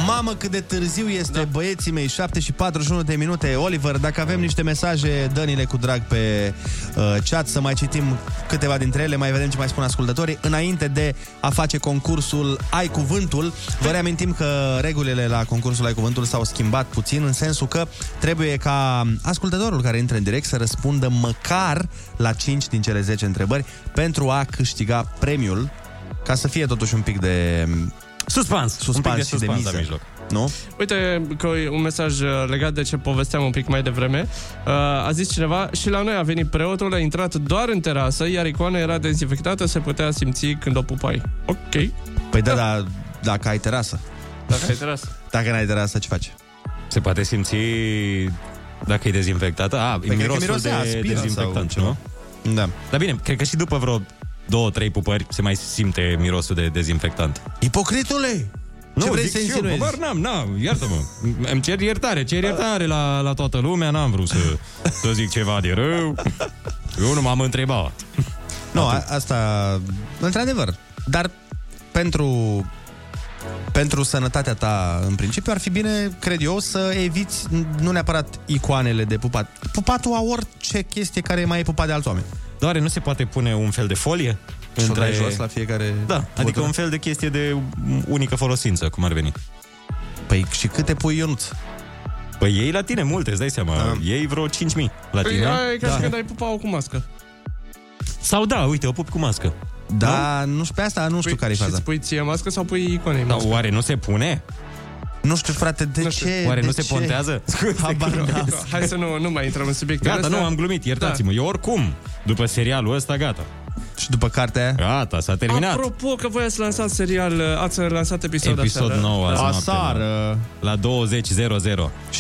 Speaker 6: Mamă cât de târziu este, da. băieții mei, 7 și 41 de minute. Oliver, dacă avem niște mesaje, dă cu drag pe uh, chat să mai citim câteva dintre ele, mai vedem ce mai spun ascultătorii. Înainte de a face concursul Ai Cuvântul, vă reamintim că regulile la concursul Ai Cuvântul s-au schimbat puțin, în sensul că trebuie ca ascultătorul care intră în direct să răspundă măcar la 5 din cele 10 întrebări pentru a câștiga premiul, ca să fie totuși un pic de...
Speaker 7: Suspans,
Speaker 6: suspans
Speaker 8: un pic de
Speaker 6: și de
Speaker 8: suspans
Speaker 6: miză.
Speaker 8: la mijloc.
Speaker 6: Nu?
Speaker 8: Uite că e un mesaj uh, legat de ce povesteam un pic mai devreme. Uh, A zis cineva, și la noi a venit preotul, a intrat doar în terasă, iar icoana era dezinfectată, se putea simți când o pupai. Ok.
Speaker 6: Păi da, da, dacă ai terasă.
Speaker 8: Dacă ai terasă.
Speaker 6: Dacă n-ai terasă, ce faci?
Speaker 7: Se poate simți dacă e dezinfectată. A,
Speaker 6: că
Speaker 7: păi mirosul
Speaker 6: mirosea
Speaker 7: de
Speaker 6: aspiră
Speaker 7: dezinfectant,
Speaker 6: sau
Speaker 7: nu?
Speaker 6: Da.
Speaker 7: Dar bine, cred că și după vreo două, trei pupări se mai simte mirosul de dezinfectant.
Speaker 6: Ipocritule!
Speaker 7: Nu,
Speaker 6: Ce vrei
Speaker 7: zic
Speaker 6: să
Speaker 7: și eu,
Speaker 6: insinuezi?
Speaker 7: habar n-am, n-am, iartă-mă. M- Îmi cer iertare, cer iertare la, la toată lumea, n-am vrut să, să zic ceva de rău. Eu nu m-am întrebat.
Speaker 6: Nu, a, asta, într-adevăr. Dar pentru, pentru sănătatea ta, în principiu, ar fi bine, cred eu, să eviți n- nu neapărat icoanele de pupat. Pupatul a orice chestie care mai e pupat de alți oameni.
Speaker 7: Doare nu se poate pune un fel de folie?
Speaker 6: Și o dai jos la fiecare
Speaker 7: Da, adică
Speaker 6: bătură.
Speaker 7: un fel de chestie de unică folosință, cum ar veni.
Speaker 6: Păi și câte pui Ionuț?
Speaker 7: Păi ei la tine multe, îți dai seama. Da. Ei vreo 5.000 la
Speaker 8: Păi,
Speaker 7: tine.
Speaker 8: aia e ca
Speaker 6: Da.
Speaker 8: și când ai pupa-o cu mască.
Speaker 7: Sau da, uite, o pup cu mască.
Speaker 6: Da, nu, nu știu pe asta, nu știu care e
Speaker 8: Păi Și
Speaker 6: faza.
Speaker 8: îți pui ție mască sau pui iconei
Speaker 7: Da,
Speaker 8: mască?
Speaker 7: oare nu se pune?
Speaker 6: Nu știu, frate, de ce?
Speaker 7: Oare
Speaker 6: de
Speaker 7: nu se
Speaker 6: ce? *laughs*
Speaker 7: pontează?
Speaker 6: Habar n-am.
Speaker 8: *laughs* Hai să nu, nu mai intrăm în subiectul
Speaker 7: Gata, nu, am glumit, iertați-mă. Da. Eu oricum, după serialul ăsta, gata.
Speaker 6: Și după cartea
Speaker 7: Gata, s-a terminat.
Speaker 8: Apropo că voi ați lansat serial, uh, ați lansat da? episod
Speaker 7: Episod
Speaker 8: aseară.
Speaker 7: nou azi noapte, La 20.00.
Speaker 6: uh, Și
Speaker 7: Vă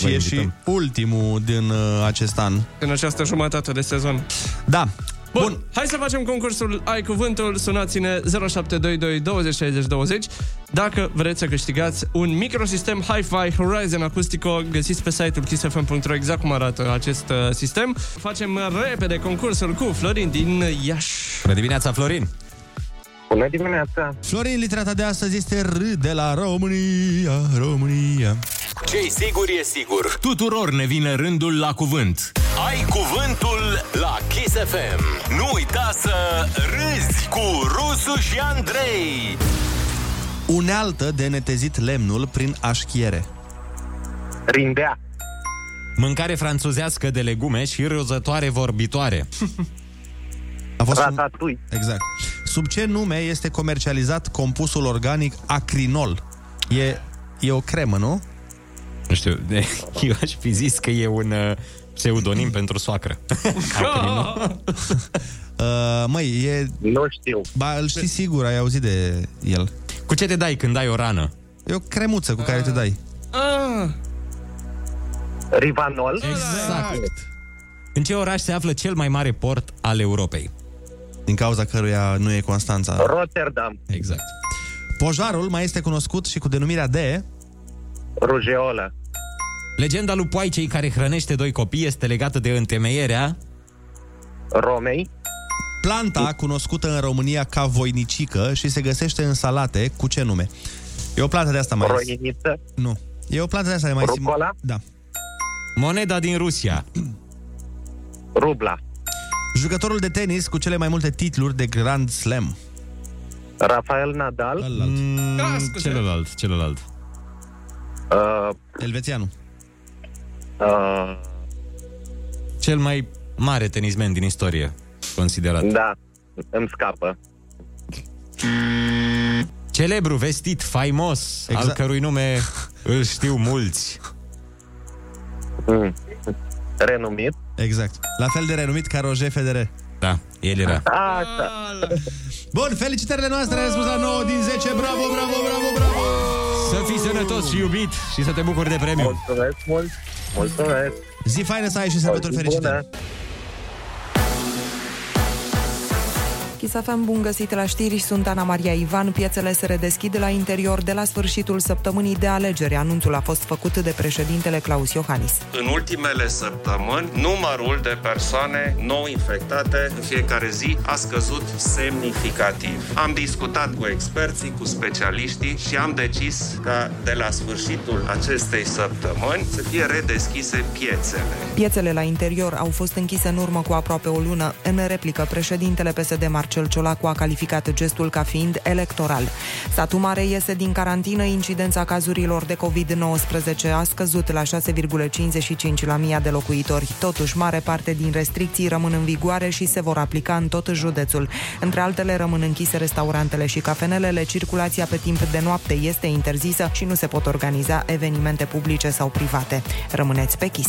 Speaker 6: e
Speaker 7: invităm.
Speaker 6: și ultimul din uh, acest an.
Speaker 7: da.
Speaker 8: În această jumătate de sezon.
Speaker 6: Da.
Speaker 8: Bun. Bun, hai să facem concursul Ai Cuvântul, sunați-ne 0722 20 60 20 dacă vreți să câștigați un microsistem Hi-Fi Horizon Acoustico, găsiți pe site-ul kissfm.ro exact cum arată acest uh, sistem. Facem repede concursul cu Florin din Iași.
Speaker 7: Bună dimineața, Florin!
Speaker 6: Bună dimineața! Florin, litera ta de astăzi este R de la România, România.
Speaker 14: ce sigur e sigur.
Speaker 5: Tuturor ne vine rândul la cuvânt.
Speaker 14: Ai cuvântul la Kiss FM. Nu uita să râzi cu Rusu și Andrei.
Speaker 6: Unealtă de netezit lemnul prin așchiere. Rindea.
Speaker 7: Mâncare franțuzească de legume și rozătoare vorbitoare.
Speaker 6: A fost Ratatui. Un... Exact. Sub ce nume este comercializat compusul organic acrinol? E, e *laughs*
Speaker 7: *laughs*
Speaker 6: o cremă, nu?
Speaker 7: Nu știu, de, *laughs* eu aș fi zis că e un uh, pseudonim pentru soacră. *laughs* Ah!
Speaker 6: *laughs* Uh, măi, e... Nu știu. Ba, îl știi sigur, ai auzit de el.
Speaker 7: Cu ce te dai când ai o rană?
Speaker 6: E o cremuță cu care te dai.
Speaker 8: Ah.
Speaker 20: Rivanol.
Speaker 7: Exact. În ce oraș se află cel mai mare port al Europei?
Speaker 6: Din cauza căruia nu e Constanța.
Speaker 20: Rotterdam.
Speaker 7: Exact.
Speaker 6: Pojarul mai este cunoscut și cu denumirea de...
Speaker 20: Rujeola.
Speaker 7: Legenda lui Poaicei care hrănește doi copii este legată de întemeierea...
Speaker 20: Romei.
Speaker 6: Planta cunoscută în România ca voinicică și se găsește în salate cu ce nume? E o plantă de asta mai...
Speaker 20: Roiniță.
Speaker 6: Nu. E o plantă de asta de mai... Rucola? Da.
Speaker 7: Moneda din Rusia.
Speaker 20: Rubla.
Speaker 6: Jucătorul de tenis cu cele mai multe titluri de Grand Slam.
Speaker 20: Rafael Nadal.
Speaker 7: Mm, celălalt, celălalt.
Speaker 20: Uh,
Speaker 6: Elvețianu.
Speaker 20: uh,
Speaker 7: Cel mai mare tenismen din istorie, considerat.
Speaker 20: da, îmi scapă.
Speaker 7: Celebru vestit, faimos, exact.
Speaker 20: Exact.
Speaker 7: al cărui nume îl știu mulți.
Speaker 20: Mm. Renumit.
Speaker 6: Exact. La fel de renumit ca Roger Federer.
Speaker 7: Da, el era.
Speaker 20: Asta.
Speaker 6: Bun, felicitările noastre, ai răspuns la 9 din 10. Bravo, bravo, bravo, bravo!
Speaker 7: Să fii sănătos și iubit și să te bucuri de premiu.
Speaker 20: Mulțumesc mult. Mulțumesc.
Speaker 6: Zi faină să ai și sărbători fericite.
Speaker 10: Chisafem, bun găsit la știri, sunt Ana Maria Ivan. Piețele se redeschid la interior de la sfârșitul săptămânii de alegeri. Anunțul a fost făcut de președintele Claus Iohannis.
Speaker 11: În ultimele săptămâni, numărul de persoane nou infectate în fiecare zi a scăzut semnificativ. Am discutat cu experții, cu specialiștii și am decis ca de la sfârșitul acestei săptămâni să fie redeschise piețele.
Speaker 10: Piețele la interior au fost închise în urmă cu aproape o lună. În replică, președintele PSD Marcel Ciolacu a calificat gestul ca fiind electoral. Satul Mare iese din carantină, incidența cazurilor de COVID-19 a scăzut la 6,55 la mia de locuitori. Totuși, mare parte din restricții rămân în vigoare și se vor aplica în tot județul. Între altele, rămân închise restaurantele și cafenelele, circulația pe timp de noapte este interzisă și nu se pot organiza evenimente publice sau private. Rămâneți pe chis!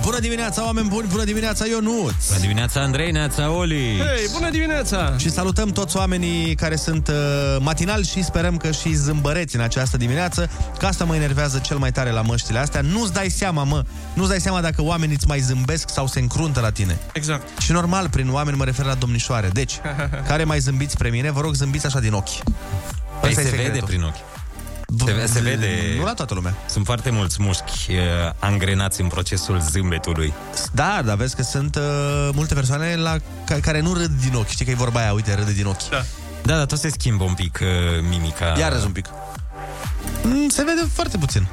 Speaker 6: Bună dimineața, oameni buni! Bună dimineața, Ionuț!
Speaker 7: Bună dimineața, Andrei, neața, Oli!
Speaker 6: Hei, bună dimineața! Și salutăm toți oamenii care sunt uh, matinali și sperăm că și zâmbăreți în această dimineață, că asta mă enervează cel mai tare la măștile astea. Nu-ți dai seama, mă, nu-ți dai seama dacă oamenii îți mai zâmbesc sau se încruntă la tine. Exact. Și normal, prin oameni mă refer la domnișoare. *laughs* Deci, care mai zâmbiți spre mine, vă rog zâmbiți așa din ochi.
Speaker 7: Păi
Speaker 6: Ăsta e
Speaker 7: se vede
Speaker 6: secretul.
Speaker 7: prin ochi. Se, ve- se vede...
Speaker 6: Nu la toată lumea.
Speaker 7: Sunt foarte mulți mușchi uh, angrenați în procesul zâmbetului.
Speaker 6: Da, dar vezi că sunt uh, multe persoane la ca, care nu râd din ochi. Știi că e vorba aia, uite, râde din ochi. Da.
Speaker 7: Da, dar tot se schimbă un pic uh, mimica.
Speaker 6: Ia râzi un pic. Mm, Se vede foarte puțin.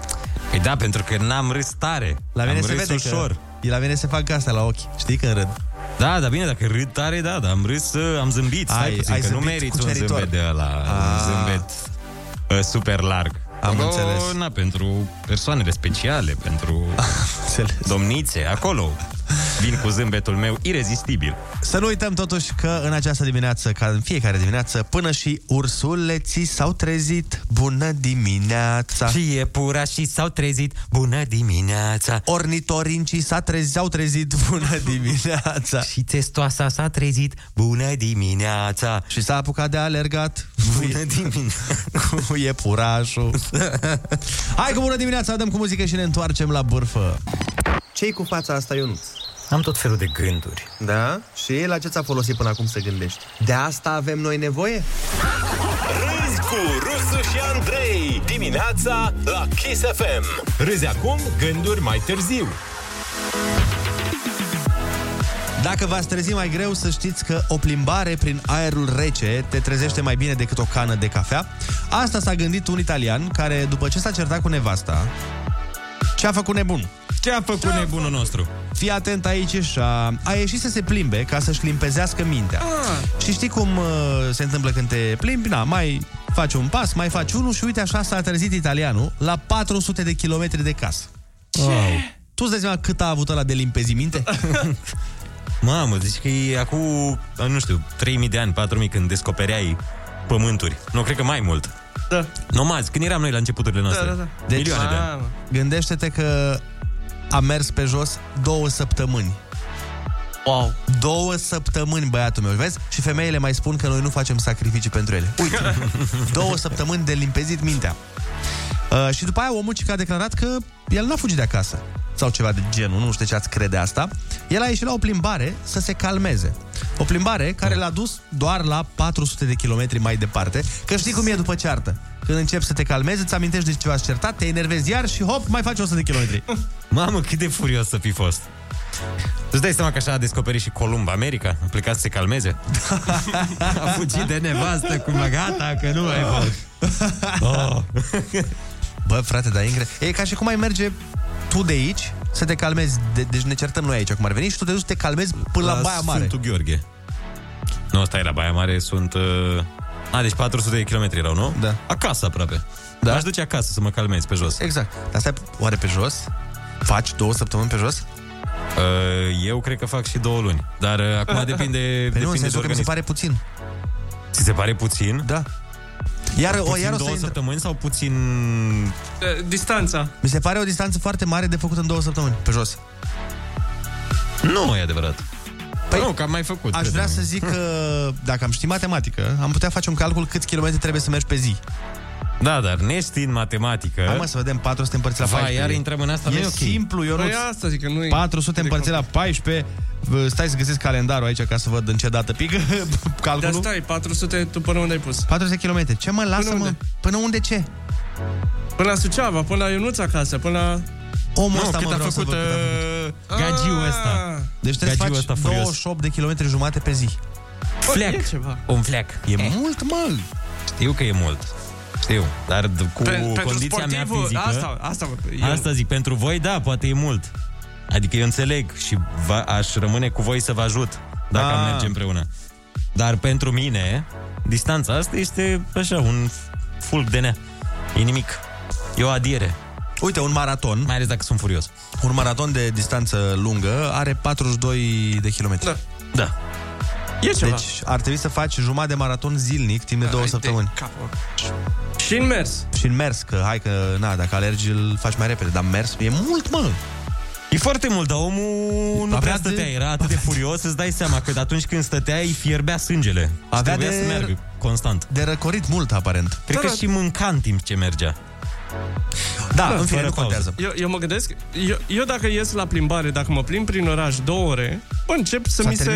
Speaker 7: Păi da, pentru că n-am râs tare.
Speaker 6: La mine
Speaker 7: am
Speaker 6: se
Speaker 7: râs
Speaker 6: vede
Speaker 7: ușor.
Speaker 6: Că, la mine se fac asta la ochi. Știi că râd.
Speaker 7: Da, dar bine, dacă râd tare, da, dar am râs, uh, am zâmbit. Stai
Speaker 6: Ai-
Speaker 7: puțin,
Speaker 6: ai
Speaker 7: că nu
Speaker 6: zâmbit
Speaker 7: meriți un
Speaker 6: cuceritor.
Speaker 7: zâmbet de ăla,
Speaker 6: Ah.
Speaker 7: un zâmbet uh, super larg.
Speaker 6: Am
Speaker 7: Acolo,
Speaker 6: înțeles.
Speaker 7: Na, pentru persoanele speciale,
Speaker 6: *laughs*
Speaker 7: pentru domnițe, acolo vin cu zâmbetul meu irezistibil.
Speaker 6: Să nu uităm totuși că în această dimineață, ca în fiecare dimineață, până și ursuleții s-au trezit. Bună dimineața!
Speaker 7: Și iepurașii s-au trezit. Bună dimineața!
Speaker 6: Ornitorincii s-au trezit, s-au trezit. Bună dimineața!
Speaker 7: *laughs* și testoasa s-a trezit. Bună dimineața!
Speaker 6: Și s-a apucat de alergat. Bună
Speaker 7: dimineața!
Speaker 6: *laughs* Cu iepurașul. Hai cu bună dimineața, dăm cu muzică și ne întoarcem la bârfă.
Speaker 21: ce cu fața asta, Ionuț? Am tot felul de gânduri. Da? Și la ce ți-a folosit până acum să gândești? De asta avem noi nevoie?
Speaker 14: Râzi cu Rusu și Andrei. Dimineața la Kiss FM. Râzi acum, gânduri mai târziu.
Speaker 6: Dacă v-ați trezit mai greu, să știți că o plimbare prin aerul rece te trezește mai bine decât o cană de cafea. Asta s-a gândit un italian care, după ce s-a certat cu nevasta, ce a făcut nebun?
Speaker 7: Ce a făcut nebunul nostru?
Speaker 6: Fii atent aici și a, a ieșit să se plimbe ca să-și limpezească mintea.
Speaker 7: Ah.
Speaker 6: Și știi cum uh, se întâmplă când te plimbi? Na, mai faci un pas, mai faci unul și uite așa s-a trezit italianul la 400 de kilometri de casă. Wow. Tu îți dai seama cât a avut ăla de
Speaker 7: *laughs*
Speaker 6: limpeziminte?
Speaker 7: Mamă, zici că e acum, uh, nu știu, 3000 de ani, 4000 când descopereai pământuri. Nu, cred că mai mult. Da. Nomazi, când eram noi la începuturile noastre.
Speaker 6: Deci,
Speaker 7: Da, Milioane de ani.
Speaker 6: Gândește-te că a mers pe jos două săptămâni. Wow. Două săptămâni, băiatul meu, vezi? Și femeile mai spun că noi nu facem sacrificii pentru ele. Uite,
Speaker 7: *laughs*
Speaker 6: două săptămâni de limpezit mintea. Uh, și după aia omul cică a declarat că el n-a fugit de acasă sau ceva de genul, nu știu ce ați crede asta. El a ieșit la o plimbare să se calmeze. O plimbare care l-a dus doar la 400 de kilometri mai departe, că știi cum e după ceartă. Când începi să te calmezi, îți amintești de ce v-ați certat, te enervezi iar și hop, mai faci 100 de kilometri.
Speaker 7: Mamă, cât de furios să fi fost. Îți dai seama că așa a descoperit și Columb America? A plecat să se calmeze? *laughs* a fugit de nevastă cu mă, gata, că nu mai pot.
Speaker 6: Oh. *laughs* Bă, frate, dar e incre- E ca și cum ai merge tu de aici să te calmezi. De- deci ne certăm noi aici cum ar veni și tu te duci să te calmezi până la, Baia Mare.
Speaker 7: Sfântul Gheorghe. Nu, stai, la Baia Mare sunt... Uh... A, deci 400 de kilometri erau, nu? Da. Acasă aproape. Da. Aș duce acasă să mă calmez pe jos.
Speaker 6: Exact. Dar stai, oare pe jos? Faci două săptămâni pe jos?
Speaker 7: Uh, eu cred că fac și două luni. Dar uh, acum
Speaker 6: *laughs*
Speaker 7: depinde,
Speaker 6: Păi
Speaker 7: depinde
Speaker 6: nu, în
Speaker 7: de
Speaker 6: sensul că mi se
Speaker 7: organism.
Speaker 6: pare puțin.
Speaker 7: Ți se pare puțin?
Speaker 6: Da. Iar, o,
Speaker 7: puțin
Speaker 6: iar o să
Speaker 7: două
Speaker 6: intră...
Speaker 7: săptămâni sau puțin...
Speaker 6: Distanța. Mi se pare o distanță foarte mare de făcut în două săptămâni, pe jos.
Speaker 7: Nu e adevărat. Păi, nu, că am mai făcut.
Speaker 6: Aș
Speaker 7: crede-mă.
Speaker 6: vrea să zic că, dacă am ști matematică, am putea face un calcul câți kilometri trebuie să mergi pe zi.
Speaker 7: Da, dar ne știi în matematică.
Speaker 6: Hai mă să vedem, 400 împărțit la
Speaker 7: Vai,
Speaker 6: 14.
Speaker 7: iar intrăm în asta,
Speaker 6: e
Speaker 7: nu e ok.
Speaker 6: simplu, Ionuț.
Speaker 7: Păi asta zic că nu e
Speaker 6: 400 împărțit la 14. Vă, Stai să găsesc calendarul aici ca să văd în ce dată pică
Speaker 8: Dar
Speaker 6: *laughs* calculul.
Speaker 8: Da, stai, 400, tu până unde ai pus?
Speaker 6: 400 km. Ce mă, lasă-mă. Până unde, până unde ce?
Speaker 8: Până la Suceava, până la Ionuț acasă, până la...
Speaker 6: Omul ăsta, mă, vreau să văd cât a
Speaker 8: uh, gagiu ăsta.
Speaker 6: Deci trebuie
Speaker 7: Gagiu
Speaker 6: să
Speaker 7: ăsta
Speaker 6: faci
Speaker 7: furios.
Speaker 6: 28 de kilometri jumate pe zi.
Speaker 7: Fleac.
Speaker 6: Bă, e
Speaker 7: Un fleac. E mult, mă. Știu că e mult. Știu, dar d- cu
Speaker 8: Pe-
Speaker 7: Pe,
Speaker 8: pentru
Speaker 7: condiția mea
Speaker 8: sportivul,
Speaker 7: fizică...
Speaker 8: asta- asta vă- eu-
Speaker 7: asta zic, pentru voi, da, poate e mult. Adică eu înțeleg și va, aș rămâne cu voi să vă ajut dacă
Speaker 6: Ah.
Speaker 7: am merge împreună. Dar pentru mine, Distanța asta este așa, un fulg de nea. E nimic. E o adiere.
Speaker 6: Uite, un maraton.
Speaker 7: Mai ales dacă sunt furios.
Speaker 6: Un maraton de distanță lungă are 42 de kilometri. Da.
Speaker 7: da.
Speaker 8: E ceva.
Speaker 6: Deci ar trebui să faci jumătate de maraton zilnic timp de două
Speaker 8: Hai de
Speaker 6: săptămâni.
Speaker 8: capul. Și în mers.
Speaker 6: Și în mers, că hai că, na, dacă alergi îl faci mai repede, dar în mers e mult, mă.
Speaker 7: E foarte mult, dar omul nu
Speaker 6: Avea
Speaker 7: prea
Speaker 6: de-
Speaker 7: stătea, era atât de furios, îți dai seama că atunci când stătea îi fierbea sângele. Avea
Speaker 6: Avea
Speaker 7: trebuia
Speaker 6: de-
Speaker 7: să meargă constant.
Speaker 6: De răcorit mult, aparent.
Speaker 7: Cred că și mânca în timp ce mergea.
Speaker 6: Da,
Speaker 7: în fine, nu contează.
Speaker 8: Eu, eu mă gândesc, eu, eu dacă ies la plimbare, dacă mă plimb prin oraș două ore, bă, încep să
Speaker 6: S-a
Speaker 8: mi se...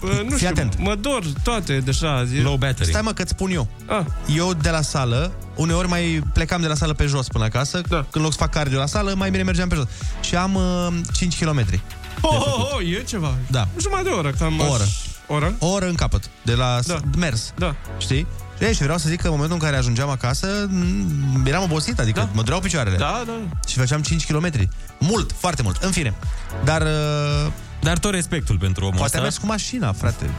Speaker 8: bă, Nu
Speaker 6: Fii
Speaker 8: știu,
Speaker 6: atent.
Speaker 8: mă dor toate deja. zi-
Speaker 6: Stai mă că-ți spun eu.
Speaker 8: Ah.
Speaker 6: Eu de la sală, uneori mai plecam de la sală pe jos până acasă, da. în loc să fac cardio la sală, mai bine mergeam pe jos. Și am uh, 5 km.
Speaker 8: Oh, oh, oh, e ceva.
Speaker 6: Da.
Speaker 8: Jumătate de oră, cam
Speaker 6: O oră.
Speaker 8: Oră?
Speaker 6: O oră în capăt, de la da. mers.
Speaker 8: Da.
Speaker 6: Știi? E, și vreau să zic că în momentul în care ajungeam acasă, m- eram obosit, adică da. mă dureau picioarele.
Speaker 8: Da, da.
Speaker 6: Și făceam 5 km. Mult, foarte mult. În fine. Dar... Uh,
Speaker 7: Dar tot respectul pentru omul
Speaker 6: poate a
Speaker 7: ăsta.
Speaker 6: mers cu mașina, frate.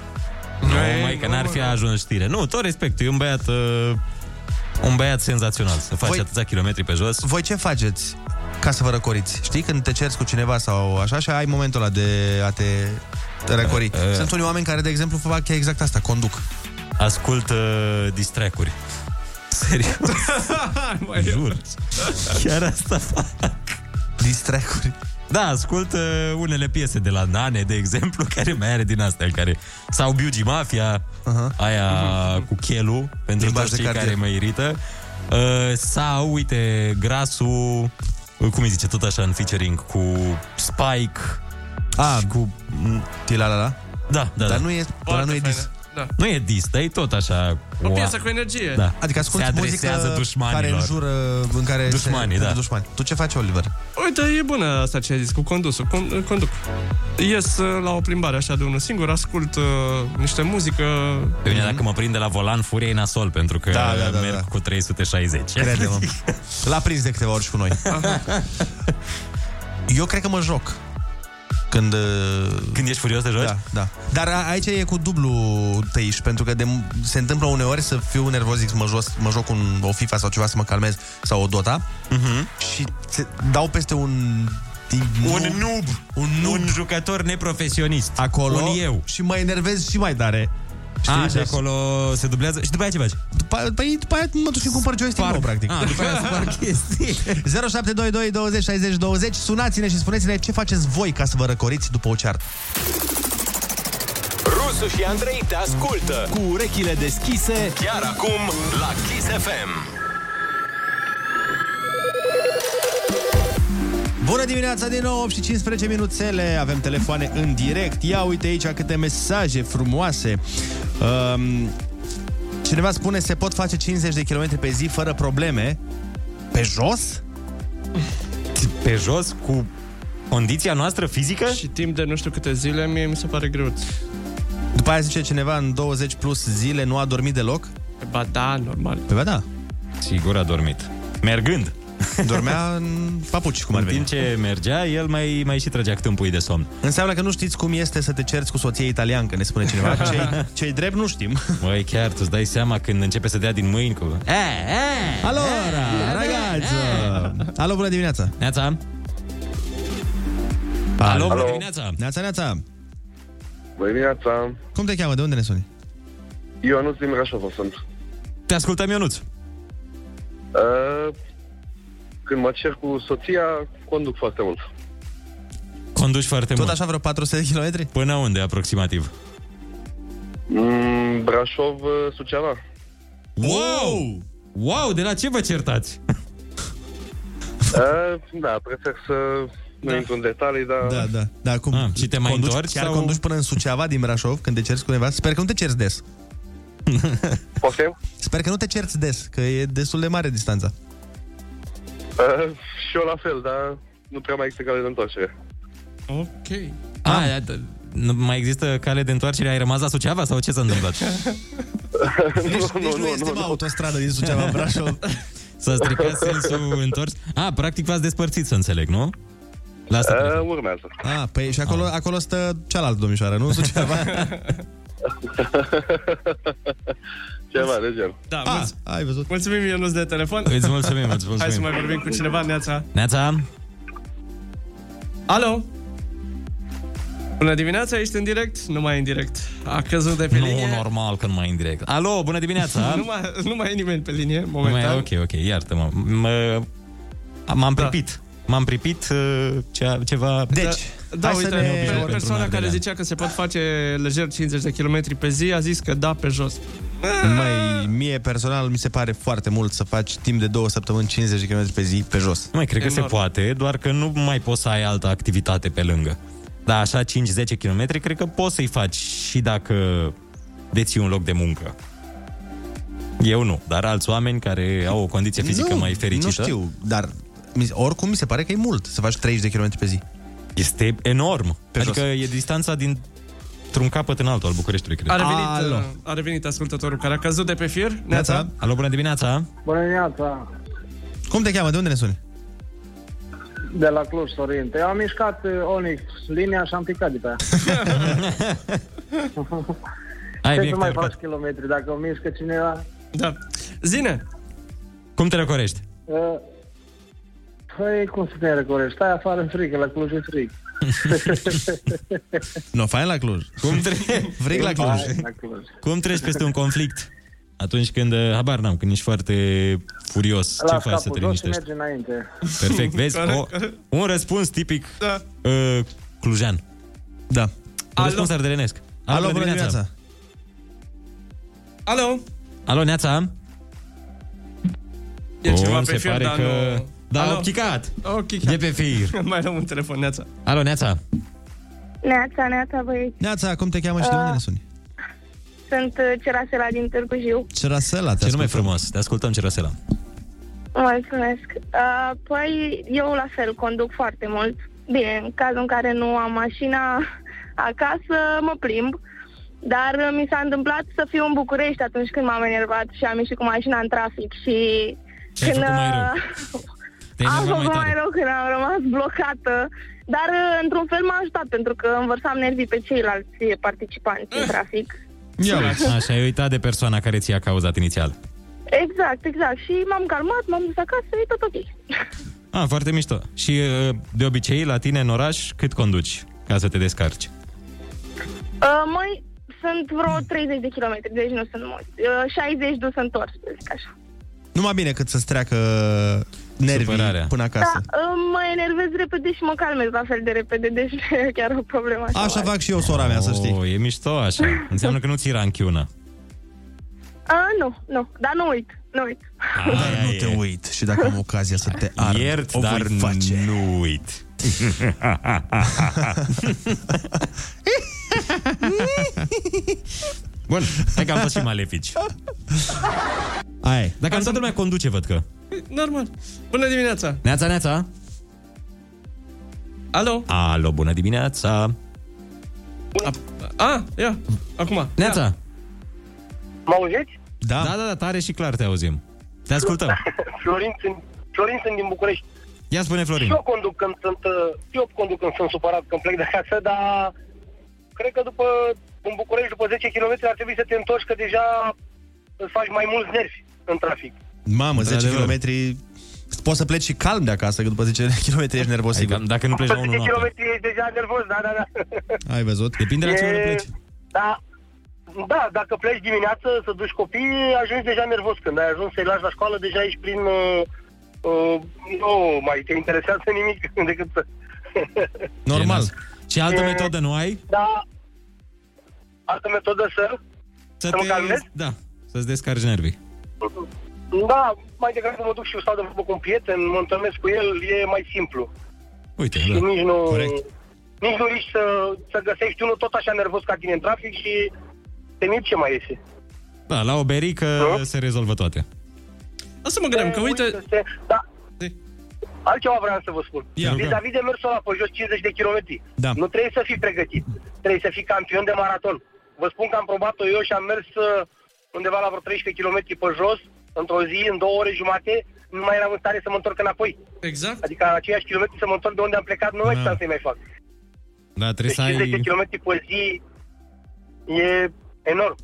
Speaker 7: Nu, mai că n-ar fi ajuns știre. Nu, tot respectul, e un băiat... Uh, un băiat senzațional, să faci
Speaker 6: Voi-
Speaker 7: atâția kilometri pe jos.
Speaker 6: Voi ce faceți ca să vă răcoriți? Știi când te cerți cu cineva sau așa și ai momentul ăla de a te răcori.
Speaker 7: E, e.
Speaker 6: Sunt unii oameni care, de exemplu, fac chiar exact asta, conduc.
Speaker 7: Ascult uh, distracuri. Serios.
Speaker 6: *laughs*
Speaker 8: Mai
Speaker 7: Jur. Chiar asta fac.
Speaker 6: Distracuri.
Speaker 7: Da, ascult uh, unele piese de la Nane, de exemplu, *laughs* care mai are din astea, care... Sau Biugi Mafia, uh-huh. aia cu chelu,
Speaker 6: Mhm.
Speaker 7: pentru
Speaker 6: Limbaj
Speaker 7: toți
Speaker 6: de
Speaker 7: cei
Speaker 6: cartier.
Speaker 7: care mă irită. Uh, sau, uite, Grasul, uh, cum îi zice, tot așa în featuring, cu Spike.
Speaker 6: Ah,
Speaker 7: cu... mm,
Speaker 6: Tila la la?
Speaker 7: Da, da,
Speaker 6: Dar
Speaker 7: da.
Speaker 6: nu e-
Speaker 8: Foarte ăla nu e dis. faină, da.
Speaker 7: Nu e dis, dar e tot așa...
Speaker 8: O piesă cu energie.
Speaker 7: Da.
Speaker 6: Adică asculti
Speaker 7: Se adresează
Speaker 6: muzică care
Speaker 7: dușmanilor.
Speaker 6: înjură, în care
Speaker 7: Dușmanii,
Speaker 6: se,
Speaker 7: da.
Speaker 6: dușmani. Tu ce faci, Oliver?
Speaker 8: Uite, e bună asta ce ai zis, cu condusul. Con- conduc. Ies uh, la o plimbare așa de unul singur, ascult uh, niște muzică.
Speaker 7: Pe mine dacă mă prinde la volan, furia e nasol, pentru că da, da, da, merg da. cu 360. *laughs*
Speaker 6: Crede-mă. L-a prins de câteva ori și cu noi. Eu cred că mă joc. Când...
Speaker 7: Când ești furios de joci?
Speaker 6: Da, da. Dar a- aici e cu dublu tăiș, pentru că de, se întâmplă uneori să fiu nervos, zic, mă, jos, mă joc un, o FIFA sau ceva să mă calmez, sau o Dota, uh-huh. și se, dau peste un...
Speaker 7: Mhm. Un noob.
Speaker 6: Un noob.
Speaker 7: Un jucător neprofesionist.
Speaker 6: Acolo.
Speaker 7: Un eu.
Speaker 6: Și mă enervez și mai tare. Știi?
Speaker 7: A, și
Speaker 6: Deci-
Speaker 7: acolo se dublează. Și după aia ce faci?
Speaker 6: După, păi, după aia mă duc și cumpăr joystick nou, practic.
Speaker 7: Ah, după aia
Speaker 6: *laughs*
Speaker 7: spar chestii.
Speaker 6: 0722 20 60 20 Sunați-ne și spuneți-ne ce faceți voi ca să vă răcoriți după o ceartă.
Speaker 14: Rusu și Andrei te ascultă cu urechile deschise chiar acum la Kiss FM.
Speaker 6: Bună dimineața din nou, 8 și 15 minuțele, avem telefoane în direct. Ia uite aici câte mesaje frumoase. Um, cineva spune, se pot face 50 de km pe zi fără probleme. Pe jos?
Speaker 7: Pe jos cu condiția noastră fizică?
Speaker 8: Și timp de nu știu câte zile, mie mi se pare greu.
Speaker 6: După aia zice cineva, în 20 plus zile nu a dormit deloc?
Speaker 8: Ba da, normal.
Speaker 6: Pe ba da.
Speaker 7: Sigur a dormit. Mergând. *laughs*
Speaker 6: Dormea în papuci, cum ar
Speaker 7: În
Speaker 6: veni.
Speaker 7: timp ce mergea, el mai, mai și trăgea câte un pui de somn.
Speaker 6: Înseamnă că nu știți cum este să te cerți cu soția italiancă, ne spune
Speaker 7: *laughs*
Speaker 6: cineva. Cei, cei drept nu știm.
Speaker 7: Măi, chiar tu-ți dai seama când începe să dea din mâini cu... E, e, eh,
Speaker 6: Allora, ragazzo! Alo, bună dimineața!
Speaker 7: Neața!
Speaker 6: Alo,
Speaker 7: bună dimineața!
Speaker 6: Neața, neața!
Speaker 20: Bună dimineața!
Speaker 6: Cum te cheamă? De unde ne suni?
Speaker 20: Eu nu din Brașov sunt.
Speaker 7: Te ascultăm, Ionuț.
Speaker 20: Uh, când mă cer cu soția, conduc foarte mult.
Speaker 7: Conduci foarte Tot mult. Tot
Speaker 6: așa vreo 400 de kilometri?
Speaker 7: Până unde, aproximativ?
Speaker 20: Mm, Brașov, uh, Suceava.
Speaker 7: Wow! Wow, de la ce vă certați?
Speaker 20: *laughs* Uh, da, prefer să nu intru în detalii, dar...
Speaker 6: Da, da. Da, cum?
Speaker 7: Ah, și te mai
Speaker 6: conduci,
Speaker 7: întorci
Speaker 6: Chiar
Speaker 7: sau-
Speaker 6: conduci până în Suceava din Brașov când te cerți cu cineva? Sper că nu te cerți *laughs* des.
Speaker 20: Poftim?
Speaker 6: Sper că nu te cerți des, că e destul de mare distanța.
Speaker 20: Uh, și eu la fel, dar nu prea mai există cale de întoarcere.
Speaker 8: Ok.
Speaker 7: Ah, da, da. nu mai există cale de întoarcere? Ai rămas la Suceava sau ce s-a întâmplat?
Speaker 8: *laughs*
Speaker 20: Nici,
Speaker 6: nici *laughs* nu, este mă, autostradă din Suceava în Brașov.
Speaker 7: *laughs* S-a stricat sensul întors? Ah, practic v-ați despărțit, să înțeleg, nu? La asta
Speaker 20: urmează.
Speaker 7: Ah.
Speaker 6: *laughs* Ah, păi și acolo, acolo stă cealaltă domnișoară, nu? Suceava.
Speaker 20: Ceva de genul.
Speaker 8: Da, mulț-
Speaker 6: ai văzut.
Speaker 8: Mulțumim, Ionuț, de telefon.
Speaker 7: Ah, Îți mulțumim, îți mulțumim.
Speaker 8: *laughs* Hai să mai vorbim cu cineva, Neața.
Speaker 7: Neața?
Speaker 8: Alo? Bună dimineața, ești în direct? Nu mai e în direct. A căzut de pe
Speaker 7: Nu,
Speaker 8: linie.
Speaker 7: normal că nu mai e în direct. Alo, bună dimineața!
Speaker 8: *laughs* Nu mai, nu mai e nimeni pe linie,
Speaker 7: Nu
Speaker 8: momentan.
Speaker 7: mai e, ok, ok, iartă-mă. Mă, m-am pripit. M-am pripit uh, cea, ceva...
Speaker 8: da, da uite, pe
Speaker 7: pentru un
Speaker 8: persoana care
Speaker 7: ardelean.
Speaker 8: zicea că se pot face lejer 50 de km pe zi a zis că da pe jos.
Speaker 6: Mai mie personal mi se pare foarte mult să faci timp de două săptămâni 50 de km pe zi pe jos.
Speaker 7: Nu mai cred că se poate, doar că nu mai poți să ai altă activitate pe lângă. Dar așa 5-10 km cred că poți să-i faci și dacă deții un loc de muncă. Eu nu, dar alți oameni care au o condiție fizică
Speaker 6: nu,
Speaker 7: mai fericită.
Speaker 6: Nu știu, dar mi- oricum mi se pare că e mult să faci 30 de km pe zi.
Speaker 7: Este enorm.
Speaker 6: Pe
Speaker 7: adică
Speaker 6: jos.
Speaker 7: e distanța dintr-un capăt în altul al Bucureștiului, cred.
Speaker 8: A revenit, uh, a revenit ascultătorul care a căzut de pe fir. Neața.
Speaker 7: Alo, bună dimineața!
Speaker 20: Bună dimineața!
Speaker 6: Cum te cheamă? De unde ne suni?
Speaker 20: De la Cluj, Sorin. Eu am mișcat uh, Onyx linia și am picat de pe aia.
Speaker 7: Ai,
Speaker 20: Ce
Speaker 7: bine că
Speaker 20: să mai
Speaker 7: te-ai
Speaker 20: faci kilometri dacă o mișcă cineva?
Speaker 8: Da. Zine!
Speaker 7: Cum te răcorești?
Speaker 20: Uh, Păi, cum să te recorești? Stai afară în frică, la Cluj e
Speaker 7: *laughs*
Speaker 20: frig.
Speaker 6: No, fain la Cluj.
Speaker 7: Cum treci? Vrei la Cluj.
Speaker 20: Hai, La Cluj.
Speaker 7: Cum treci peste un conflict? Atunci când, uh, habar n-am, când ești foarte furios,
Speaker 20: Las
Speaker 7: ce faci să te
Speaker 20: capul jos și
Speaker 7: liniștești?
Speaker 20: mergi înainte.
Speaker 7: Perfect, vezi? O, un răspuns tipic da. uh, clujan.
Speaker 6: Da. Un
Speaker 7: Alo. răspuns ardelenesc.
Speaker 6: Alo, bună dimineața.
Speaker 8: Alo!
Speaker 7: Alo, Neața!
Speaker 8: E ceva
Speaker 7: Bun,
Speaker 8: pe
Speaker 7: se
Speaker 8: fir,
Speaker 7: pare
Speaker 8: dar
Speaker 7: că-
Speaker 8: nu...
Speaker 7: Da,
Speaker 8: Alo?
Speaker 7: au chicat.
Speaker 8: Au chicat.
Speaker 7: E pe fir.
Speaker 8: *laughs* Mai luăm un telefon, Neața.
Speaker 7: Alo, Neața!
Speaker 1: Neața, neața, băieți.
Speaker 6: Neața, cum te cheamă și de
Speaker 1: Ah.
Speaker 6: unde ne suni?
Speaker 1: Sunt uh, Cerasela din Târgu Jiu.
Speaker 6: Cerasela,
Speaker 7: te Ce nume frumos, te ascultăm Cerasela.
Speaker 1: Mulțumesc. Uh, păi, eu la fel conduc foarte mult. Bine, în cazul în care nu am mașina *laughs* acasă, mă plimb. Dar uh, mi s-a întâmplat să fiu în București atunci când m-am enervat și am ieșit cu mașina în trafic și... uh,
Speaker 7: Ce-ai făcut mai rău?
Speaker 1: *laughs*
Speaker 7: Te-ai
Speaker 1: am
Speaker 7: enervat mai
Speaker 1: făcut
Speaker 7: tare.
Speaker 1: mai rău când am rămas blocată, dar uh, într-un fel m-a ajutat pentru că învărsam nervii pe ceilalți participanți
Speaker 7: Eh.
Speaker 1: în trafic.
Speaker 7: Așa, ai uitat de persoana care ți-a cauzat inițial.
Speaker 1: Exact, exact. Și m-am calmat, m-am dus acasă, e tot ok.
Speaker 7: Ah, foarte mișto. Și uh, de obicei, la tine în oraș, cât conduci ca să te descarci?
Speaker 1: Uh, mai sunt vreo 30 de kilometri, deci nu sunt mulți. Uh, 60 dus întors, să zic așa.
Speaker 6: Numai bine cât să-ți treacă nervii până acasă.
Speaker 1: Da, uh, mă enervez repede și mă calmez la fel de repede, deci *laughs* nu e chiar o problemă așa.
Speaker 6: Așa
Speaker 1: mare.
Speaker 6: fac și eu, sora mea, să știi.
Speaker 7: Oh, e mișto așa. Înseamnă că nu ți-i ranchiună.
Speaker 1: Uh, nu, nu, dar nu uit, nu uit.
Speaker 6: Dar nu te uit și
Speaker 20: Da.
Speaker 6: dacă am ocazia să te arm,
Speaker 7: Iert,
Speaker 6: o voi
Speaker 7: dar
Speaker 6: face. *laughs*
Speaker 7: nu uit. Bun, hai că am fost și malefici.
Speaker 6: Ai.
Speaker 7: Dacă am toată lumea conduce, văd că.
Speaker 8: Normal. Bună dimineața!
Speaker 7: Neața, neața.
Speaker 8: Alo?
Speaker 7: Alo, bună dimineața.
Speaker 8: A, ia, acum.
Speaker 7: Neața.
Speaker 20: Mă auziți?
Speaker 7: Da. da, da, da, tare și clar te auzim. Te
Speaker 3: *laughs*
Speaker 7: ascultăm.
Speaker 20: Florin sunt, Florin sunt din București.
Speaker 7: Ia spune, Florin.
Speaker 20: Și eu conduc când sunt, uh, eu conduc când sunt supărat când plec de acasă, dar cred că după, în București, după 10 km ar trebui să te întorci, că deja îți faci mai mulți nervi în trafic.
Speaker 6: Mamă, 10
Speaker 7: Într-adevăr.
Speaker 6: km Poți să pleci și calm de acasă, că după *laughs* 10 km ești nervos
Speaker 7: Adică,
Speaker 6: sigur.
Speaker 7: dacă nu pleci la
Speaker 20: 10
Speaker 7: unul noapte.
Speaker 20: km ești deja nervos, da, da, da.
Speaker 6: Ai văzut? Depinde
Speaker 20: E, Da, da, dacă pleci dimineață să duci copiii, ajungi deja nervos. Când ai ajuns să-i lași la școală, deja ești prin... Uh, uh, nu mai te interesează nimic *laughs* decât să...
Speaker 7: Normal. Și altă
Speaker 20: E,
Speaker 7: metodă nu ai?
Speaker 20: Da. Altă metodă să...
Speaker 7: Să
Speaker 20: mă calmez?
Speaker 7: Da, să-ți descarci nervii.
Speaker 20: Da, mai degrabă mă duc și stau de vorbă cu un prieten, mă întâlnesc cu el, e mai simplu.
Speaker 7: Uite,
Speaker 20: Și
Speaker 7: da.
Speaker 20: nici nu...
Speaker 7: Corect.
Speaker 20: Nici nu riști să, să găsești unul tot așa nervos ca tine în trafic și te miri ce mai iese.
Speaker 7: Da, la o berică se rezolvă toate.
Speaker 8: Asta mă gândeam, că uite...
Speaker 20: Se, da. Altceva vreau să vă spun.
Speaker 7: Ia, rugăm.
Speaker 20: Vis-a-vis de mersul ăla pe jos 50 de kilometri.
Speaker 7: Da.
Speaker 20: Nu trebuie să fii pregătit. Trebuie să fii campion de maraton. Vă spun că am probat-o eu și am mers uh, undeva la vreo 13 km pe jos, într-o zi, în două ore jumate, nu mai eram în stare să mă întorc înapoi.
Speaker 8: Exact. Da.
Speaker 20: Adică aceiași kilometri să mă întorc de unde am plecat, nu mai puteam să-i mai fac.
Speaker 7: Da, trebuie
Speaker 20: Deci
Speaker 7: să
Speaker 20: 50 de
Speaker 7: ai...
Speaker 20: km pe zi e enorm.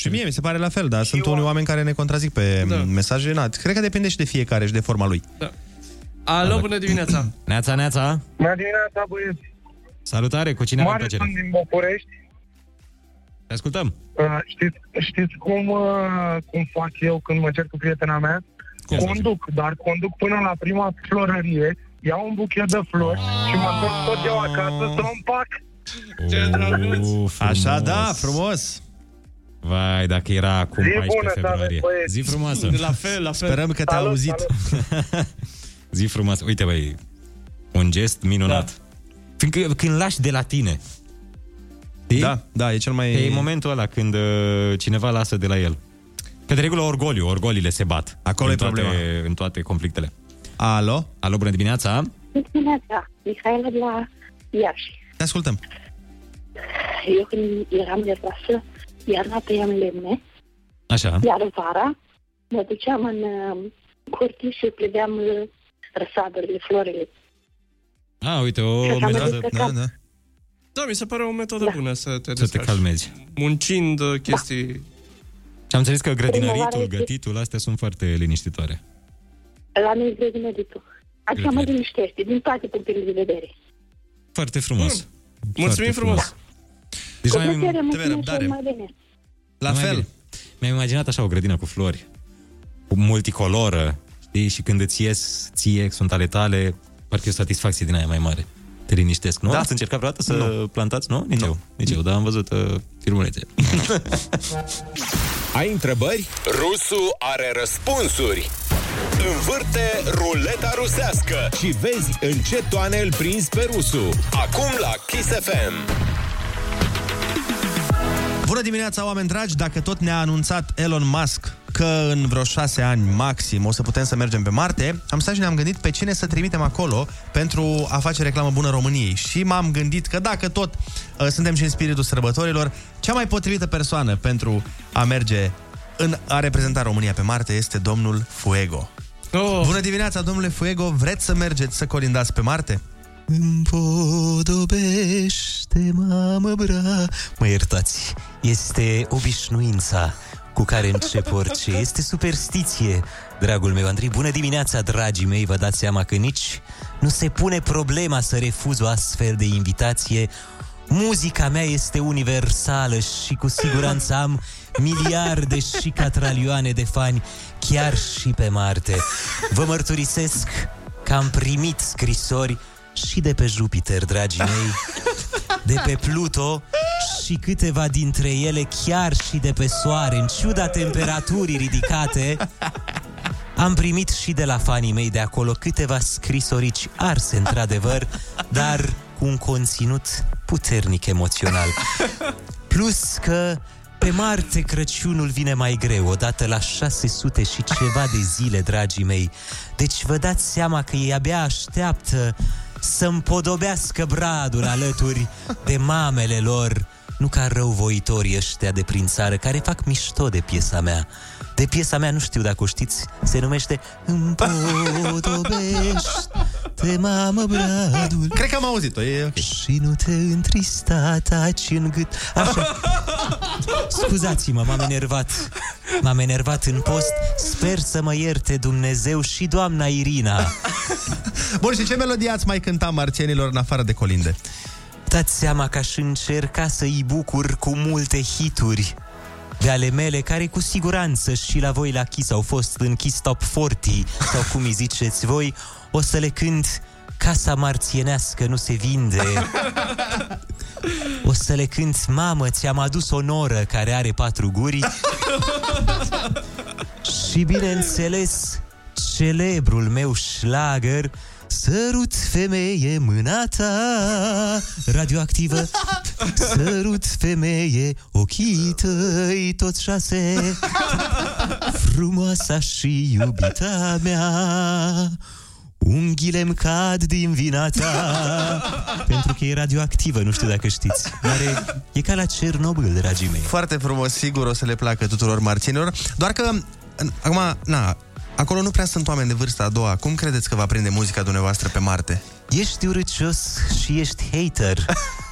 Speaker 6: Și mie mi se pare la fel, dar sunt unii oameni care ne contrazic pe da. mesaje. Na, cred că depinde și de fiecare și de forma lui.
Speaker 8: Da. Alo, bună dimineața!
Speaker 7: Neața, neața!
Speaker 3: Bună dimineața, băieți!
Speaker 7: Salutare, cu cine avem
Speaker 3: Mare
Speaker 7: plăcere?
Speaker 3: sunt din București.
Speaker 7: Te ascultăm.
Speaker 3: Uh, știți, știți cum, uh, cum fac eu când mă cer cu prietena mea? Conduc, dar conduc până la prima florărie, iau un buchet de flori și mă duc tot eu acasă să îmi pac.
Speaker 8: Ce drăguț!
Speaker 6: Așa, da, frumos!
Speaker 7: Vai, dacă era acum
Speaker 3: Zi
Speaker 7: 14
Speaker 3: bună să aveți,
Speaker 7: februarie.
Speaker 3: băieți.
Speaker 7: Zi frumoasă.
Speaker 8: La fel, la fel.
Speaker 6: Sperăm că te-a
Speaker 7: Salut,
Speaker 6: auzit.
Speaker 14: *laughs*
Speaker 7: Zi frumoasă. Uite, băi, un gest minunat. Da. Fiindcă când lași de la tine.
Speaker 6: Da, da, e cel mai...
Speaker 7: E momentul ăla când uh, cineva lasă de la el. Că de regulă orgoliu, orgolile se bat.
Speaker 6: Acolo
Speaker 7: în
Speaker 6: e
Speaker 7: toate,
Speaker 6: problema.
Speaker 7: În toate conflictele.
Speaker 6: Alo?
Speaker 7: Alo, bună dimineața.
Speaker 22: Dimineața, da. Mihaela de la Iași.
Speaker 6: Te ascultăm.
Speaker 22: Eu când eram de vasă, iarna tăiam lemne,
Speaker 6: Da.
Speaker 7: Așa.
Speaker 22: iar vara mă duceam în uh, curte și pledeam uh, răsadurile, florile.
Speaker 7: A, uite, o
Speaker 22: Așa,
Speaker 7: metodă.
Speaker 22: mă duc acasă. Da,
Speaker 8: Da, mi se pare o metodă da. bună să te
Speaker 7: Să te
Speaker 8: desfaci.
Speaker 7: calmezi.
Speaker 8: Muncind uh, chestii...
Speaker 7: Și am înțeles că grădinăritul,
Speaker 22: Primăvara este-
Speaker 7: gătitul, astea sunt foarte liniștitoare.
Speaker 22: La noi greu din meditul. Așa mă liniștește, din toate punctele de vedere.
Speaker 7: Foarte frumos.
Speaker 8: Mulțumim frumos.
Speaker 7: Deci
Speaker 22: Cu
Speaker 7: noi avem-
Speaker 22: plăcere,
Speaker 7: Te vedem,
Speaker 22: mulțumesc
Speaker 7: dare.
Speaker 22: și mai bine.
Speaker 6: La
Speaker 7: fel. Mi-am imaginat așa o grădină cu flori, cu multicoloră, știi? Și când îți ies ție, sunt ale tale, parcă e o satisfacție din aia mai mare. Te liniștesc, nu?
Speaker 6: Da.
Speaker 7: Ați încercat vreodată să
Speaker 6: Nu.
Speaker 7: plantați, nu? Nici eu. Nici eu, dar am văzut uh,
Speaker 6: *laughs*
Speaker 7: filmulețe.
Speaker 14: Ai întrebări? Rusu are răspunsuri. Învârte ruleta rusească și vezi în ce toane îl prins pe Rusu. Acum la Kiss FM.
Speaker 6: Bună dimineața, oameni dragi! Dacă tot ne-a anunțat Elon Musk că în vreo șase ani maxim o să putem să mergem pe Marte, am stat și ne-am gândit pe cine să trimitem acolo pentru a face reclamă bună României. Și m-am gândit că dacă tot uh, suntem și în spiritul sărbătorilor, cea mai potrivită persoană pentru a merge în a reprezenta România pe Marte este domnul Fuego.
Speaker 8: Oh.
Speaker 6: Bună dimineața, domnule Fuego! Vreți să mergeți să colindați pe Marte?
Speaker 23: Împodobește, mamă, bra... Mă iertați, este obișnuința cu care încep orice. Este superstiție, dragul meu Andrei. Bună dimineața, dragii mei, vă dați seama că nici nu se pune problema să refuz o astfel de invitație. Muzica mea este universală și cu siguranță am miliarde și catralioane de fani chiar și pe Marte. Vă mărturisesc că am primit scrisori și de pe Jupiter, dragii mei, de pe Pluto și câteva dintre ele chiar și de pe Soare, în ciuda temperaturii ridicate. Am primit și de la fanii mei de acolo câteva scrisorici arse, într-adevăr, dar cu un conținut puternic emoțional. Plus că pe Marte Crăciunul vine mai greu, odată la 600 și ceva de zile, dragii mei. Deci vă dați seama că ei abia așteaptă să împodobească bradul alături de mamele lor, nu ca răuvoitorii ăștia de prin țară, care fac mișto de piesa mea. De piesa mea, nu știu dacă o știți, se numește Împodobește, mamă, bradul
Speaker 6: Cred că am auzit-o, e ok.
Speaker 23: Și nu te întrista, taci în gât Așa Scuzați-mă, m-am enervat M-am enervat în post Sper să mă ierte Dumnezeu și doamna Irina
Speaker 6: Bun, și ce melodie ați mai cântat marțienilor în afară de colinde?
Speaker 23: Dați seama că aș încerca să-i bucur cu multe hituri de ale mele, care cu siguranță și la voi la Kiss au fost în Kiss Top 40, sau cum îi ziceți voi, o să le cânt Casa marțienească nu se vinde. O să le cânt Mamă, ți-am adus o noră care are patru guri și bineînțeles celebrul meu șlagăr Sărut femeie mâna ta radioactivă Sărut femeie ochii tăi toți șase Frumoasa și iubita mea Unghiile-mi cad din vina ta Pentru că e radioactivă, nu știu dacă știți Are, *gasps* E ca la Cernobâl, dragii mei
Speaker 6: Foarte frumos, sigur o să le placă tuturor marțenilor. Doar că, în- acum, na, acolo nu prea sunt oameni de vârsta a doua. Cum credeți că va prinde muzica dumneavoastră pe Marte?
Speaker 23: Ești urâcios și ești hater,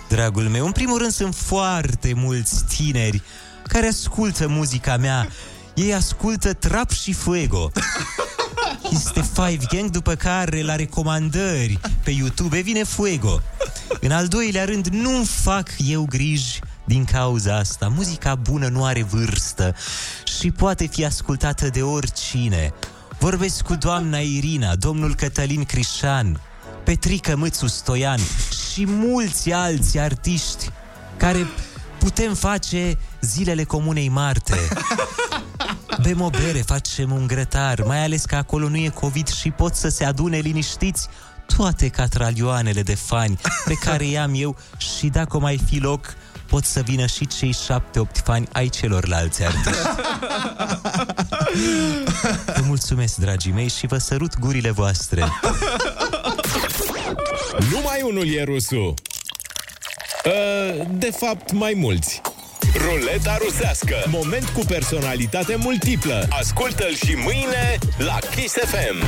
Speaker 23: dragul meu. În primul rând sunt foarte mulți tineri care ascultă muzica mea. Ei ascultă Trap și Fuego. Este Five Gang, după care la recomandări pe YouTube vine Fuego. În al doilea rând, nu fac eu griji din cauza asta. Muzica bună nu are vârstă și poate fi ascultată de oricine. Vorbesc cu doamna Irina, domnul Cătălin Crișan, Petrică Mățu Stoian și mulți alți artiști care putem face zilele comunei Marte. Bem o bere, facem un grătar, mai ales că acolo nu e COVID și pot să se adune liniștiți toate catralioanele de fani pe care i-am eu și dacă o mai fi loc, pot să vină și cei șapte-opt fani ai celorlalți artiști. Vă mulțumesc, dragii mei, și vă sărut gurile voastre.
Speaker 14: Numai unul e rusul. Uh, De fapt, mai mulți. Ruleta rusească. Moment cu personalitate multiplă. Ascultă-l și mâine la Kiss FM.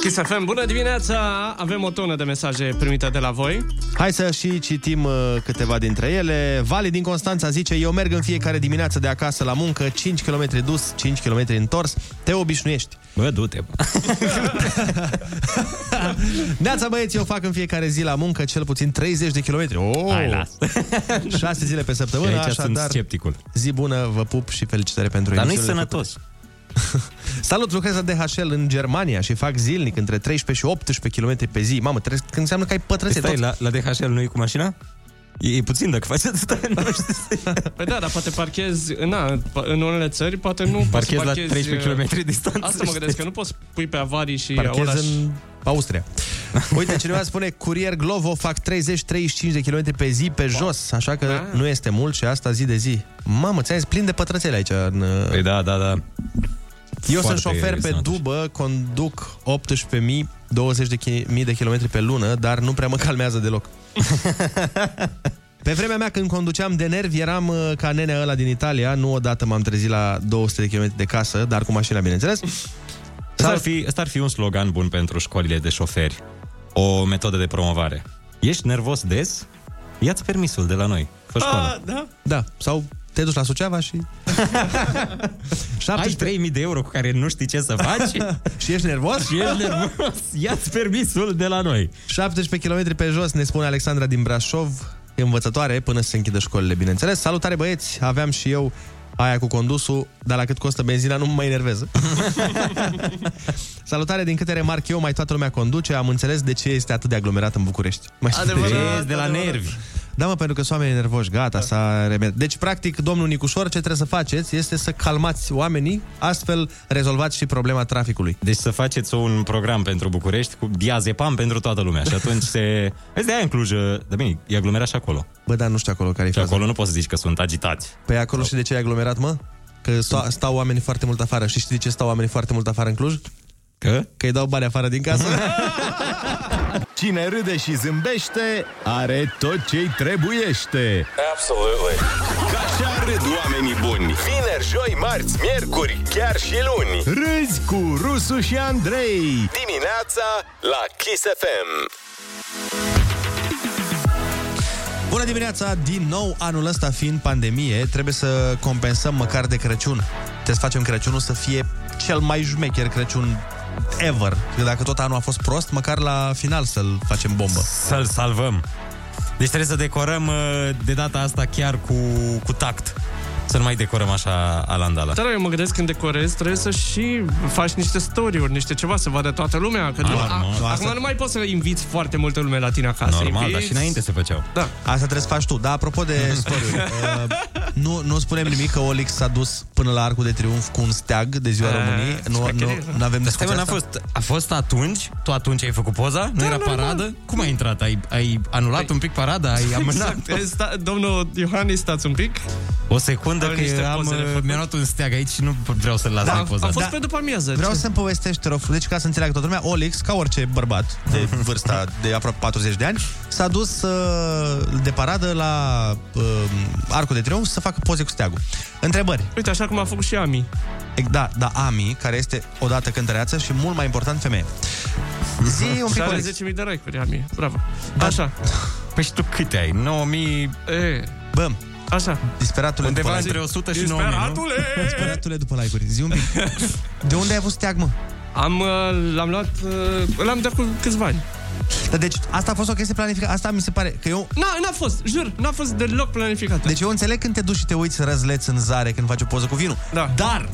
Speaker 8: Kiss FM, bună dimineața! Avem o tonă de mesaje primite de la voi.
Speaker 6: Hai să și citim uh, câteva dintre ele. Vali din Constanța zice Eu merg în fiecare dimineață de acasă la muncă 5 km dus, 5 km întors Te obișnuiești
Speaker 23: Bă, du-te
Speaker 6: *laughs* Neața băieți, eu fac în fiecare zi la muncă Cel puțin 30 de kilometri oh!
Speaker 23: Hai, las.
Speaker 6: 6 zile pe
Speaker 23: Și
Speaker 6: săptămână
Speaker 23: aici sunt
Speaker 6: așadar,
Speaker 23: scepticul.
Speaker 6: Zi bună, vă pup și felicitări pentru
Speaker 23: Dar nu-i
Speaker 6: emisiunile
Speaker 23: sănătos.
Speaker 6: făcute. *laughs* Salut, lucrez la DHL în Germania și fac zilnic între 13 și 18 km pe zi. Mamă, trebuie, că înseamnă că ai pătrățe
Speaker 23: Păi Stai,
Speaker 6: tot.
Speaker 23: la, la DHL nu e cu mașina? E, e puțin dacă faci atâta.
Speaker 6: *laughs*
Speaker 8: Păi da, dar poate parchezi, na, în unele țări poate nu poți să
Speaker 23: Parchezi la 13
Speaker 8: uh,
Speaker 23: km distanță,
Speaker 8: Asta mă gândesc, că nu poți pui pe avarii și oraș.
Speaker 6: Parchez în Austria. Uite, cineva spune, curier Glovo fac 30-35 de km pe zi pe jos, așa că nu este mult și asta zi de zi. Mamă, ți-am zis, plin de pătrățele aici. În... Păi
Speaker 23: da, da, da.
Speaker 6: Eu
Speaker 23: Foarte
Speaker 6: sunt șofer pe
Speaker 23: sănătos.
Speaker 6: dubă, conduc 18.000, 20.000 de chi- mii de kilometri pe lună, dar nu prea mă calmează
Speaker 23: *laughs*
Speaker 6: deloc. Pe vremea mea când conduceam de nervi eram uh, ca nenea ăla din Italia, nu odată m-am trezit la 200 de km de casă, dar cu mașina, bineînțeles.
Speaker 23: Asta ar, fi, asta ar fi un slogan bun pentru școlile de șoferi. O metodă de promovare. Ești nervos des? Ia-ți permisul de la noi. Fă școală.
Speaker 8: da?
Speaker 6: Da, sau te duci la Suceava și...
Speaker 23: Ai 3000 de euro cu care nu știi ce să faci?
Speaker 6: *laughs* și ești nervos?
Speaker 23: și ești nervos. Ia-ți permisul de la noi.
Speaker 6: 17 km pe jos, ne spune Alexandra din Brașov, e învățătoare până se închidă școlile, bineînțeles. Salutare băieți, aveam și eu aia cu condusul, dar la cât costă benzina nu mă mai
Speaker 23: *laughs*
Speaker 6: enervează. Salutare, din câte remarc eu, mai toată lumea conduce, am înțeles de ce este atât de aglomerat în București. Mai știu
Speaker 23: Adevărat,
Speaker 6: de,
Speaker 23: Vezi, de la adevărat. nervi.
Speaker 6: Da, mă, pentru că sunt oamenii nervoși, gata, s-a remediat. Deci, practic, domnul Nicușor, ce trebuie să faceți este să calmați oamenii, astfel rezolvați și problema traficului.
Speaker 23: Deci să faceți un program pentru București cu diazepam pentru toată lumea și atunci se... Vezi, de-aia în Cluj, de bine, e aglomerat și acolo.
Speaker 6: Bă, dar nu știu acolo care e
Speaker 23: Și acolo nu poți să zici că sunt agitați.
Speaker 6: Păi acolo și de ce e aglomerat, mă? Că stau, stau oamenii foarte mult afară. Și știi de ce stau oamenii foarte mult afară în Cluj?
Speaker 23: Că?
Speaker 6: Că îi dau bani afară din casă.
Speaker 17: Cine râde și zâmbește are tot ce-i trebuiește.
Speaker 14: Absolutely. Ca așa râd oamenii buni. Vineri, joi, marți, miercuri, chiar și luni.
Speaker 17: Râzi cu Rusu și Andrei.
Speaker 14: Dimineața la Kiss FM.
Speaker 6: Bună dimineața! Din nou, anul ăsta fiind pandemie, trebuie să compensăm măcar de Crăciun. Trebuie să facem Crăciunul să fie cel mai șmecher Crăciun ever. Că dacă tot anul a fost prost, măcar la final să-l facem bombă.
Speaker 23: Să-l salvăm. Deci trebuie să decorăm uh, de data asta chiar cu, cu tact. Să nu mai decorăm așa alandala.
Speaker 8: Dar eu mă gândesc când decorezi, trebuie să și faci niște story-uri, niște ceva, să vadă toată lumea. Că nu, a,
Speaker 23: Normal.
Speaker 8: acum nu mai poți să inviți foarte multă lume la tine acasă.
Speaker 23: Normal,
Speaker 8: inviți...
Speaker 23: dar și înainte se făceau.
Speaker 8: Da.
Speaker 6: Asta trebuie să faci tu. Dar apropo
Speaker 23: *laughs*
Speaker 6: de story uh, nu, nu spunem nimic că Olix s-a dus până la Arcul de Triunf cu un steag de
Speaker 7: Eh,
Speaker 6: ziua
Speaker 23: A,
Speaker 6: României. Nu,
Speaker 23: sper că
Speaker 6: nu, nu avem
Speaker 23: Dar
Speaker 6: discuția
Speaker 23: stai, mă, n-a
Speaker 6: asta.
Speaker 23: fost, a fost atunci? Tu atunci ai făcut poza? Nu
Speaker 8: Da,
Speaker 23: era
Speaker 8: normal.
Speaker 23: paradă? Cum ai intrat? Ai, ai anulat
Speaker 6: Păi-
Speaker 23: un pic parada? Ai amânat?
Speaker 6: *laughs*
Speaker 8: Exact. E, Sta, domnul Iohannis, stați un pic.
Speaker 23: O secundă
Speaker 8: Am
Speaker 23: că
Speaker 8: niște
Speaker 23: eram,
Speaker 7: uh,
Speaker 8: pozele făcute.
Speaker 23: mi-a uh, luat un steag aici și nu vreau să-l las
Speaker 6: Da,
Speaker 23: da,
Speaker 6: am-
Speaker 23: poza.
Speaker 6: am fost
Speaker 23: da.
Speaker 6: pe
Speaker 8: după amiază.
Speaker 6: Vreau să-mi povestești, te rog, deci ca să înțeleagă toată lumea, Olix, ca orice bărbat de vârsta de aproape 40 de ani, s-a dus uh, de paradă la uh, Arcul de Triunf să facă poze cu steagul. Întrebări.
Speaker 8: Uite, așa cum a făcut și Ami.
Speaker 6: Da, da, Ami, care este odată cântăreață și mult mai important femeie. Zi un pic,
Speaker 8: Și
Speaker 6: Da.
Speaker 8: are
Speaker 6: Olix.
Speaker 8: 10.000 de like-uri, Ami. Bravo. Așa.
Speaker 23: Păi și tu câte ai? 9000...
Speaker 8: E,
Speaker 6: Bă,
Speaker 8: Așa.
Speaker 6: Disperatule
Speaker 7: Undeva
Speaker 6: după
Speaker 7: între
Speaker 6: like-uri.
Speaker 7: 100 și 9000, nu? Disperatule!
Speaker 6: Disperatule după like-uri. Zi un
Speaker 8: *laughs*
Speaker 6: pic. De unde ai avut steag, mă?
Speaker 8: Am, uh, l-am luat, uh, l-am dat cu câțiva ani.
Speaker 6: Dar deci asta a fost o chestie planificată. Asta mi se pare că eu...
Speaker 8: Na, n-a fost, jur, n-a fost deloc planificată.
Speaker 6: Deci eu înțeleg când te duci și te uiți răzleț în zare când faci o poză cu vinul. Da.
Speaker 8: *laughs*
Speaker 6: Dar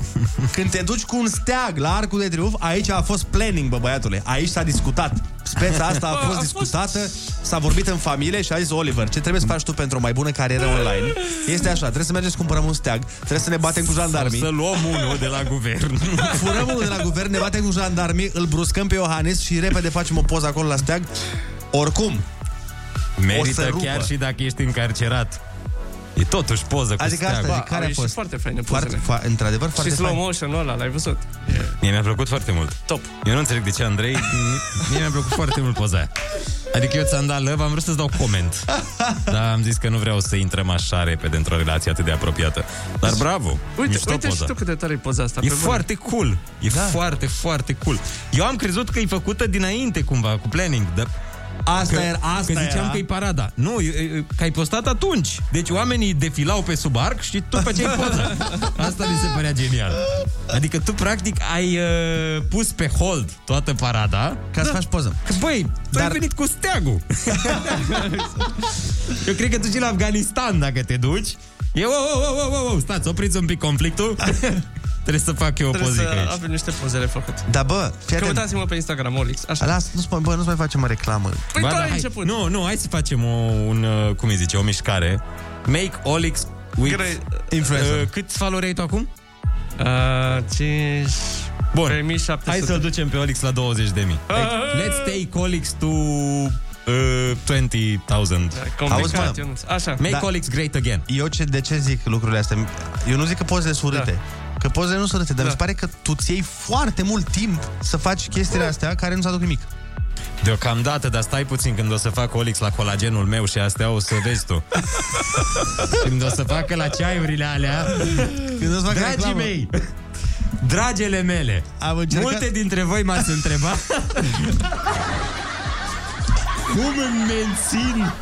Speaker 6: când te duci cu un steag la Arcul de Triunf, aici a fost planning, bă băiatule. Aici s-a discutat. Speța asta
Speaker 8: Bă,
Speaker 6: a
Speaker 8: a
Speaker 6: fost
Speaker 8: fost-
Speaker 6: discutată, s-a vorbit în familie și a zis Oliver, ce trebuie să faci tu pentru o mai bună carieră online? Este așa, trebuie să mergem să cumpărăm un steag, trebuie să ne batem cu jandarmii.
Speaker 7: Să luăm unul de la
Speaker 23: *laughs*
Speaker 7: guvern.
Speaker 6: *laughs* Furăm unul de la guvern, ne batem cu jandarmii, îl bruscăm pe Iohannis și repede facem o poză acolo la steag. Oricum, o să
Speaker 7: Merită
Speaker 6: rupă.
Speaker 7: chiar și dacă ești încarcerat. E totuși poză cu
Speaker 6: Adică asta,
Speaker 7: steagul.
Speaker 6: adică care a fost?
Speaker 8: foarte faine
Speaker 6: Foarte, fa- într-adevăr, foarte
Speaker 8: și slow
Speaker 6: fain.
Speaker 8: motion ăla, l-ai văzut?
Speaker 7: Mie mi-a plăcut foarte mult. Top. Eu nu înțeleg de ce, Andrei. Mie mi-a plăcut foarte mult poza aia. Adică eu ți-am dat love, am vrut să-ți dau coment. Dar am zis că nu vreau să intrăm așa repede într-o relație atât de apropiată. Dar bravo,
Speaker 8: Deci, Uite,
Speaker 7: mișto
Speaker 8: uite
Speaker 7: poza.
Speaker 8: și tu cât de tare e poza asta.
Speaker 7: E
Speaker 8: pe bune.
Speaker 7: foarte cool. E da. foarte, foarte cool. Eu am crezut că e făcută dinainte cumva, cu planning, dar...
Speaker 6: Asta
Speaker 7: că,
Speaker 6: era- asta
Speaker 7: Că ziceam
Speaker 6: era.
Speaker 7: că e parada. Nu, e- e- că ai postat atunci. Deci oamenii defilau pe sub arc și tu făceai *laughs* poza. Asta mi se părea genial. Adică tu practic ai uh, pus pe hold toată parada. Da.
Speaker 6: Ca să faci poză.
Speaker 7: Că, băi, tu Dar... ai venit cu *laughs* steagul. Eu cred că tu și la Afganistan dacă te duci. E, wow, wow, wow, wow, wow, stați, opriți un pic *laughs* conflictul. Trebuie să fac eu o
Speaker 8: Trebuie să
Speaker 7: pozică aici.
Speaker 8: avem niște pozele făcute.
Speaker 6: Da, bă, fii atent.
Speaker 8: Căutați-mă pe Instagram, Olix. Așa.
Speaker 6: Lasă, nu-ți mai, bă, nu-ți mai facem reclamă.
Speaker 8: Păi tu ai
Speaker 7: da, hai,
Speaker 8: început.
Speaker 7: Nu, nu, hai să facem o, un, uh, cum îi zice, o mișcare. Make Olix with...
Speaker 8: Gre-
Speaker 7: Uh, cât followeri ai tu acum?
Speaker 8: Uh, 5...
Speaker 7: Bun.
Speaker 8: 3700.
Speaker 7: Hai să-l ducem pe Olix la 20 de mii. Let's take Olix to uh, 20.000.
Speaker 6: Auzi, mă,
Speaker 7: Make
Speaker 8: Da.
Speaker 7: Olix great again.
Speaker 6: Eu ce, de ce zic lucrurile astea? Eu nu zic că pozele sunt urâte. Da. Că pozele nu sunt urâte, dar da. mi se pare că tu ți iei foarte mult timp să faci chestiile astea care nu-ți aduc nimic.
Speaker 7: Deocamdată, dar stai puțin când o să fac Olix la colagenul meu și astea o să vezi
Speaker 8: *laughs*
Speaker 7: tu. când o să facă la ceaiurile alea,
Speaker 6: Când o să facă
Speaker 7: dragii
Speaker 6: reclamă. *laughs*
Speaker 7: mei, dragele mele,
Speaker 6: Am încercat-
Speaker 7: multe dintre voi m-ați întrebat
Speaker 6: *laughs*
Speaker 7: cum îmi *laughs* mențin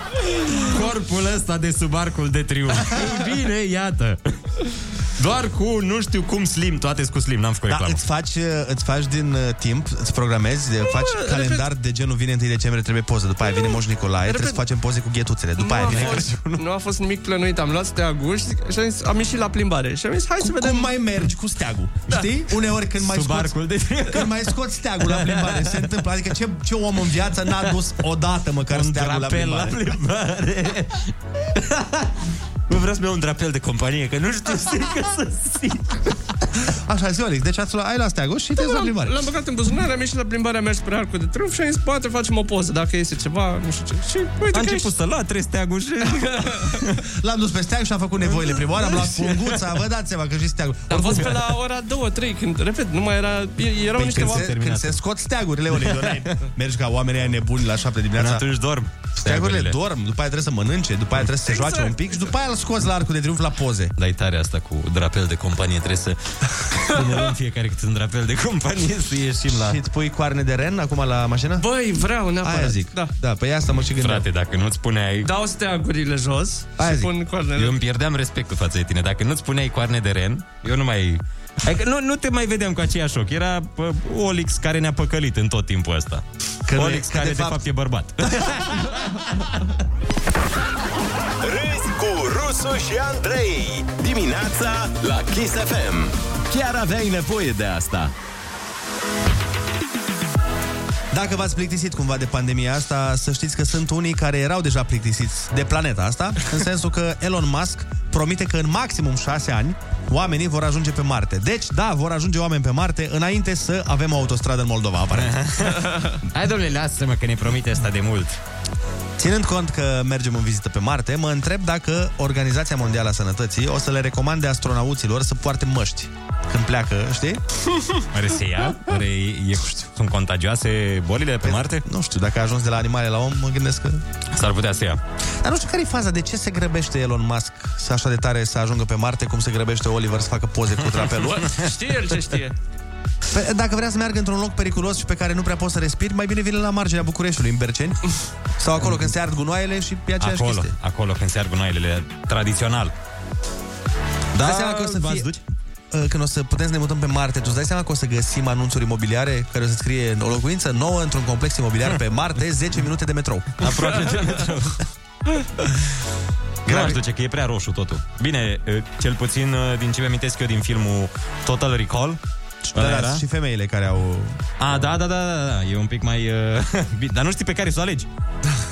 Speaker 7: corpul ăsta de sub arcul de
Speaker 6: *laughs*
Speaker 7: triumf. Ei bine, iată. Doar cu, nu știu cum, slim, toate sunt cu slim, n-am făcut
Speaker 6: Da,
Speaker 7: reclamă.
Speaker 6: îți faci, uh, îți faci din uh, timp, îți programezi, uh, faci
Speaker 7: repet.
Speaker 6: calendar de genul vine 1 decembrie, trebuie poză, după aia vine Moș Nicolae,
Speaker 8: Repet.
Speaker 6: trebuie să facem poze cu ghetuțele, după
Speaker 8: Nu
Speaker 6: aia
Speaker 8: a,
Speaker 6: vine
Speaker 8: fost, nu a fost nimic plănuit, am luat steagul și, și am, zis, am ieșit la plimbare și am zis hai să vedem. Cum
Speaker 6: mai mergi cu steagul? Da. Știi? Uneori când mai
Speaker 8: Sub
Speaker 6: scoți,
Speaker 8: arcul de-
Speaker 6: când mai scoți steagul la plimbare, se întâmplă. Adică
Speaker 8: *laughs*
Speaker 6: ce, ce om în viață n-a dus odată măcar
Speaker 7: Un
Speaker 6: steagul la
Speaker 7: drapel
Speaker 6: plimbare? *laughs*
Speaker 7: la plimbare. Nu vreau să-mi iau un drapel de companie, că nu știu că
Speaker 6: *laughs*
Speaker 7: să zic.
Speaker 6: Așa, zi, Olic, deci ați luat, ai la steagul și te duci la
Speaker 8: Da, L-am,
Speaker 6: plimbare.
Speaker 8: l-am băgat în buzunar, am ieșit la plimbare, am mers spre arcul de triunf și am zis, poate facem o poză, dacă este ceva, nu știu ce. Și uite
Speaker 7: A
Speaker 8: că
Speaker 7: început să latre steagul
Speaker 8: *laughs*
Speaker 7: și...
Speaker 6: L-am dus pe steag și am făcut nevoile prima oară, am luat punguța, vă dați seama că și steagul.
Speaker 8: Am fost pe la ora 2-3, când, repet, nu mai era, e- erau
Speaker 6: Păi
Speaker 8: niște
Speaker 6: când, se,
Speaker 8: oameni.
Speaker 6: când se scot steagurile,
Speaker 8: *laughs*
Speaker 7: *laughs*
Speaker 6: Olic, Dorai, mergi ca oamenii aia nebuni la 7 dimineața.
Speaker 7: Până atunci dorm.
Speaker 6: Steagurile
Speaker 7: Steagurile.
Speaker 6: dorm, după aia trebuie să mănânce, după aia trebuie să se
Speaker 8: Exact.
Speaker 6: joace un pic și după aia îl scoți la arcul de triunf la poze.
Speaker 7: Dar e tare asta cu drapel de companie, trebuie *laughs* să punem în fiecare cât un drapel de companie să ieșim la...
Speaker 6: Și îți pui coarne de ren acum la mașină?
Speaker 8: Băi, vreau neapărat.
Speaker 6: Aia zic. Da. da, pe asta mă și gândeam.
Speaker 7: Păi, Frate, dacă nu-ți puneai...
Speaker 8: Dau steagurile jos
Speaker 7: Aia
Speaker 8: și
Speaker 7: zic.
Speaker 8: pun coarnele.
Speaker 7: Eu îmi pierdeam respectul față de tine. Dacă nu-ți puneai coarne de ren, eu nu mai... Adică nu, nu te mai vedeam cu aceeași ochi. Era bă, Olix care ne-a păcălit în tot timpul ăsta.
Speaker 6: Că nu e-
Speaker 7: Olix
Speaker 6: că
Speaker 7: care
Speaker 6: de
Speaker 7: de fapt,
Speaker 6: fapt
Speaker 7: e
Speaker 6: *laughs*
Speaker 7: bărbat.
Speaker 14: Râzi cu Rusu și Andrei Dimineața la Kiss FM
Speaker 17: Chiar aveai nevoie de asta.
Speaker 6: Dacă v-ați plictisit cumva de pandemia asta, să știți că sunt unii care erau deja plictisiți de planeta asta, în sensul că Elon Musk promite că în maximum 6 ani oamenii vor ajunge pe Marte. Deci, da, vor ajunge oameni pe Marte înainte să avem o autostradă în Moldova,
Speaker 8: *laughs*
Speaker 6: aparent.
Speaker 7: Hai, domnule, lasă-mă că ne promite asta de mult.
Speaker 6: Ținând cont că mergem în vizită pe Marte, mă întreb dacă Organizația Mondială a Sănătății o să le recomande astronauților să poarte măști când pleacă, știi?
Speaker 7: Oare se ia? Oare e, e, sunt contagioase bolile pe Marte?
Speaker 6: Nu știu, dacă a ajuns de la animale la om, mă gândesc că...
Speaker 7: S-ar putea să ia.
Speaker 6: Dar nu știu care e faza, de ce se grăbește Elon Musk să așa de
Speaker 7: *laughs*
Speaker 6: tare să ajungă pe Marte, cum se grăbește Oliver să facă poze cu drapelul?
Speaker 8: Știe el ce știe.
Speaker 6: Pe- Dacă vrea să meargă într-un loc periculos și pe care nu prea poți să respiri, mai bine vine la marginea Bucureștiului, în Berceni, sau acolo când se ard gunoaiele și e aceeași
Speaker 7: acolo,
Speaker 6: chestie.
Speaker 7: acolo când se arg gunoaiele, tradițional.
Speaker 6: Da, dai seama că o să fie... Uh, Când o să putem să ne mutăm pe Marte, tu îți dai seama că o să găsim anunțuri imobiliare care o să scrie o locuință nouă într-un complex imobiliar pe Marte, 10 minute de metrou.
Speaker 7: Aproape de metrou. Greu aș duce, că e prea roșu totul. Bine, e, cel puțin e, din ce mi-amintesc eu din filmul Total Recall. ăla
Speaker 6: Da,
Speaker 7: era?
Speaker 6: da, și femeile care au...
Speaker 7: A, da, da, da, da, da, e *laughs* un pic mai... Uh, bine, dar nu știi pe care să o alegi.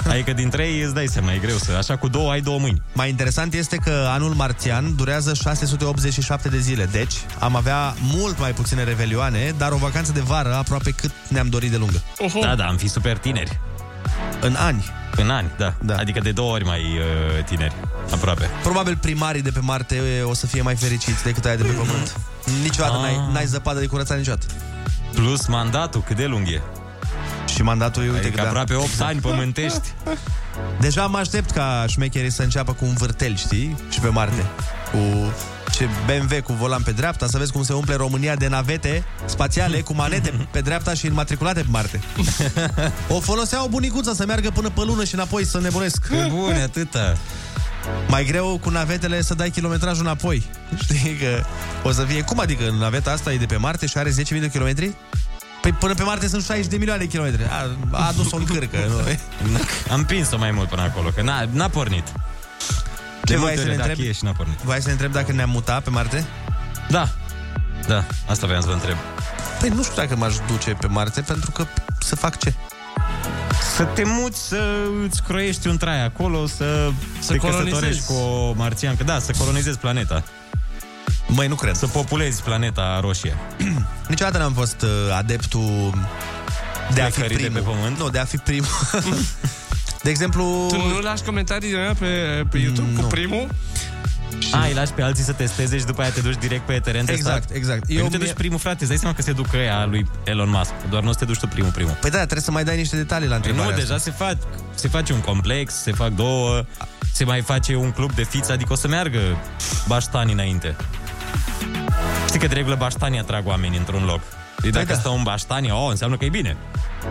Speaker 7: Adică din trei îți dai seama, e greu să... Așa cu două ai două mâini.
Speaker 6: Mai interesant este că anul marțian durează 687 de zile, deci am avea mult mai puține revelioane, dar o vacanță de vară aproape cât ne-am dorit de lungă.
Speaker 7: Da, da, am fi super tineri.
Speaker 6: În ani.
Speaker 7: În ani, da. da. Adică de două ori mai uh, tineri, aproape.
Speaker 6: Probabil primarii de pe Marte e, o să fie mai fericiți decât aia de pe Pământ. Niciodată n-ai, n-ai zăpadă de curățat niciodată.
Speaker 7: Ah. Plus mandatul, cât de lung e.
Speaker 6: Și mandatul e, uite,
Speaker 7: adică
Speaker 6: că da.
Speaker 7: aproape 8 ani pământești.
Speaker 6: *laughs* Deja mă aștept ca șmecherii să înceapă cu un vârtel, știi? Și pe Marte. Cu ce BMW cu volan pe dreapta, să vezi cum se umple România de navete spațiale cu manete pe dreapta și înmatriculate pe
Speaker 7: *laughs*
Speaker 6: Marte. O foloseau bunicuța să meargă până pe lună și înapoi să nebunesc.
Speaker 7: Pe bune, atâta.
Speaker 6: Mai greu cu navetele să dai kilometrajul înapoi. *laughs* Știi că o să fie... Cum adică naveta asta e de pe Marte și are 10.000 de kilometri? Păi până pe Marte sunt 60 de milioane de kilometri. A, a adus-o în cârcă.
Speaker 7: *laughs*
Speaker 6: Nu?
Speaker 7: Am pins-o mai mult până acolo, că n-a, n-a pornit.
Speaker 6: Ce
Speaker 7: de
Speaker 6: voiai
Speaker 7: multe
Speaker 6: să ne
Speaker 7: ori, dacă
Speaker 6: întreb?
Speaker 7: e și n-a pornit.
Speaker 6: Vai să ne întreb dacă ne-am mutat pe Marte?
Speaker 7: Da. Da, asta vreau să vă întreb.
Speaker 6: Păi nu știu dacă m-aș duce pe Marte, pentru că să fac ce? *clears throat*
Speaker 7: Să te muți, să îți croiești un trai acolo, să,
Speaker 6: Să
Speaker 7: te
Speaker 6: colonizezi.
Speaker 7: căsătorești cu o marțiancă. Da, să colonizezi planeta.
Speaker 6: Măi, nu cred.
Speaker 7: Să populezi planeta roșie.
Speaker 6: Niciodată n-am fost uh, adeptul de a fi
Speaker 7: Plecării de
Speaker 6: primul. pe pământ? Nu, de a fi
Speaker 7: *laughs*
Speaker 6: primul. de exemplu...
Speaker 8: Tu nu lași comentarii din alea pe, pe YouTube cu primul?
Speaker 7: A, îi lași pe alții să testeze și după aia te duci direct pe teren
Speaker 6: Exact,
Speaker 7: testat.
Speaker 6: exact.
Speaker 7: Păi
Speaker 6: Eu
Speaker 7: nu te
Speaker 6: mie-
Speaker 7: duci primul, frate, îți dai seama că se duc ăia lui Elon Musk. Doar nu o să te duci tu primul, primul.
Speaker 6: Păi da, trebuie să mai dai niște detalii la
Speaker 7: Păi
Speaker 6: întrebarea
Speaker 7: nu,
Speaker 6: asta.
Speaker 7: deja se, fac, se face un complex, se fac două, se mai face un club de fiți, adică o să meargă baștanii înainte. Știi că de regulă baștanii atrag oamenii într-un loc. Deci dacă stau în baștanii, oh, înseamnă că e bine.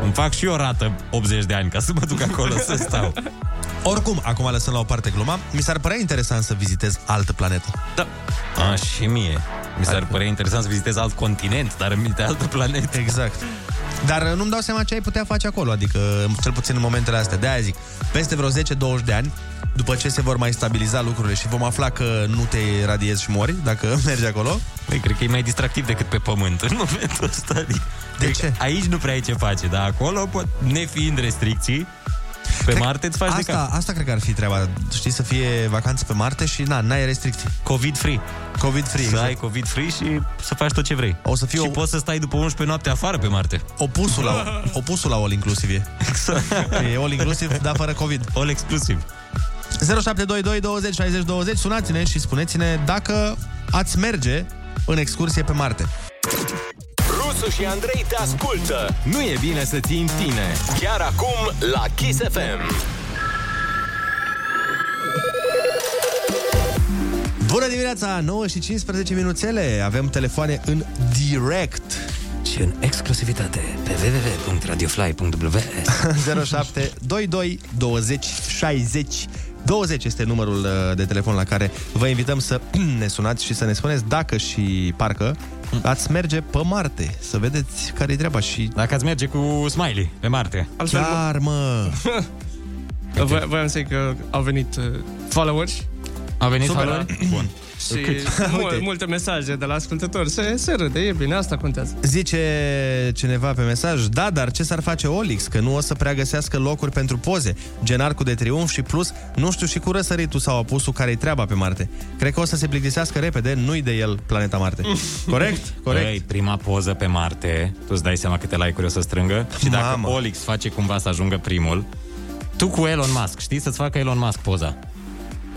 Speaker 7: Îmi fac și eu rată 80 de ani ca să mă duc acolo să stau.
Speaker 6: Oricum, acum lăsăm la o parte gluma, mi s-ar părea interesant să vizitez altă planetă.
Speaker 7: Da. A, și mie. Mi s-ar părea interesant să vizitez alt continent, dar în de altă planetă.
Speaker 6: Exact. Dar uh, nu-mi dau seama ce ai putea face acolo, adică cel puțin în momentele astea. De-aia zic, peste vreo 10-20 de ani, după ce se vor mai stabiliza lucrurile și vom afla că nu te radiezi și mori dacă *laughs* mergi acolo.
Speaker 7: Păi, cred că e mai distractiv decât pe pământ în momentul ăsta. Adică, de ce? Aici nu prea ai ce face, dar acolo, pot, nefiind restricții, pe Marte îți faci de cap.
Speaker 6: Asta, asta cred că ar fi treaba, știi, să fie vacanțe pe Marte și na, n-ai restricții.
Speaker 7: COVID-free.
Speaker 6: COVID-free,
Speaker 7: Să
Speaker 6: exact.
Speaker 7: ai COVID-free și să faci tot ce vrei.
Speaker 6: O să fie
Speaker 7: și
Speaker 6: o-
Speaker 7: poți să stai după 11 noapte afară pe Marte.
Speaker 6: Opusul la, opusul la all inclusiv e. Exact. E all inclusiv, dar fără COVID.
Speaker 7: All exclusiv.
Speaker 6: 0722 20 60 20 Sunați-ne și spuneți-ne dacă ați merge în excursie pe Marte.
Speaker 14: Rusu și Andrei te ascultă. Nu e bine să ții în tine. Chiar acum la Kiss FM.
Speaker 6: Bună dimineața, 9 și 15 minuțele. Avem telefoane în direct.
Speaker 15: Și în exclusivitate pe www.radiofly.ws
Speaker 6: 07 22 20 60 20 este numărul uh, de telefon la care vă invităm să *clears throat* ne sunați și să ne spuneți dacă și parcă ați merge pe Marte, să vedeți care e treaba și
Speaker 7: Dacă ați merge cu Smiley pe Marte.
Speaker 8: Altfel,
Speaker 6: chiar, mă.
Speaker 8: *laughs* Voi, voiam să zic că au venit uh, followers.
Speaker 7: A venit
Speaker 8: Super,
Speaker 7: followeri?
Speaker 8: *clears throat* da.
Speaker 7: Bun.
Speaker 8: Și
Speaker 7: Cât?
Speaker 6: *laughs*
Speaker 8: mul, multe mesaje de la ascultători. Se, se râde, e bine, asta contează.
Speaker 6: Zice cineva pe mesaj, da, dar ce s-ar face Olix? Că nu o să prea găsească locuri pentru poze. Genarcu de triumf și plus, nu știu și cu răsăritul sau apusul care-i treaba pe Marte. Cred că o să se plictisească repede, nu-i de el planeta
Speaker 7: *laughs*
Speaker 6: Marte. Corect? Corect.
Speaker 7: Băi, prima poză pe Marte, tu îți dai seama câte like-uri o să strângă și dacă Mama. Olix face cumva să ajungă primul, tu cu Elon Musk, știi, să-ți facă Elon Musk poza.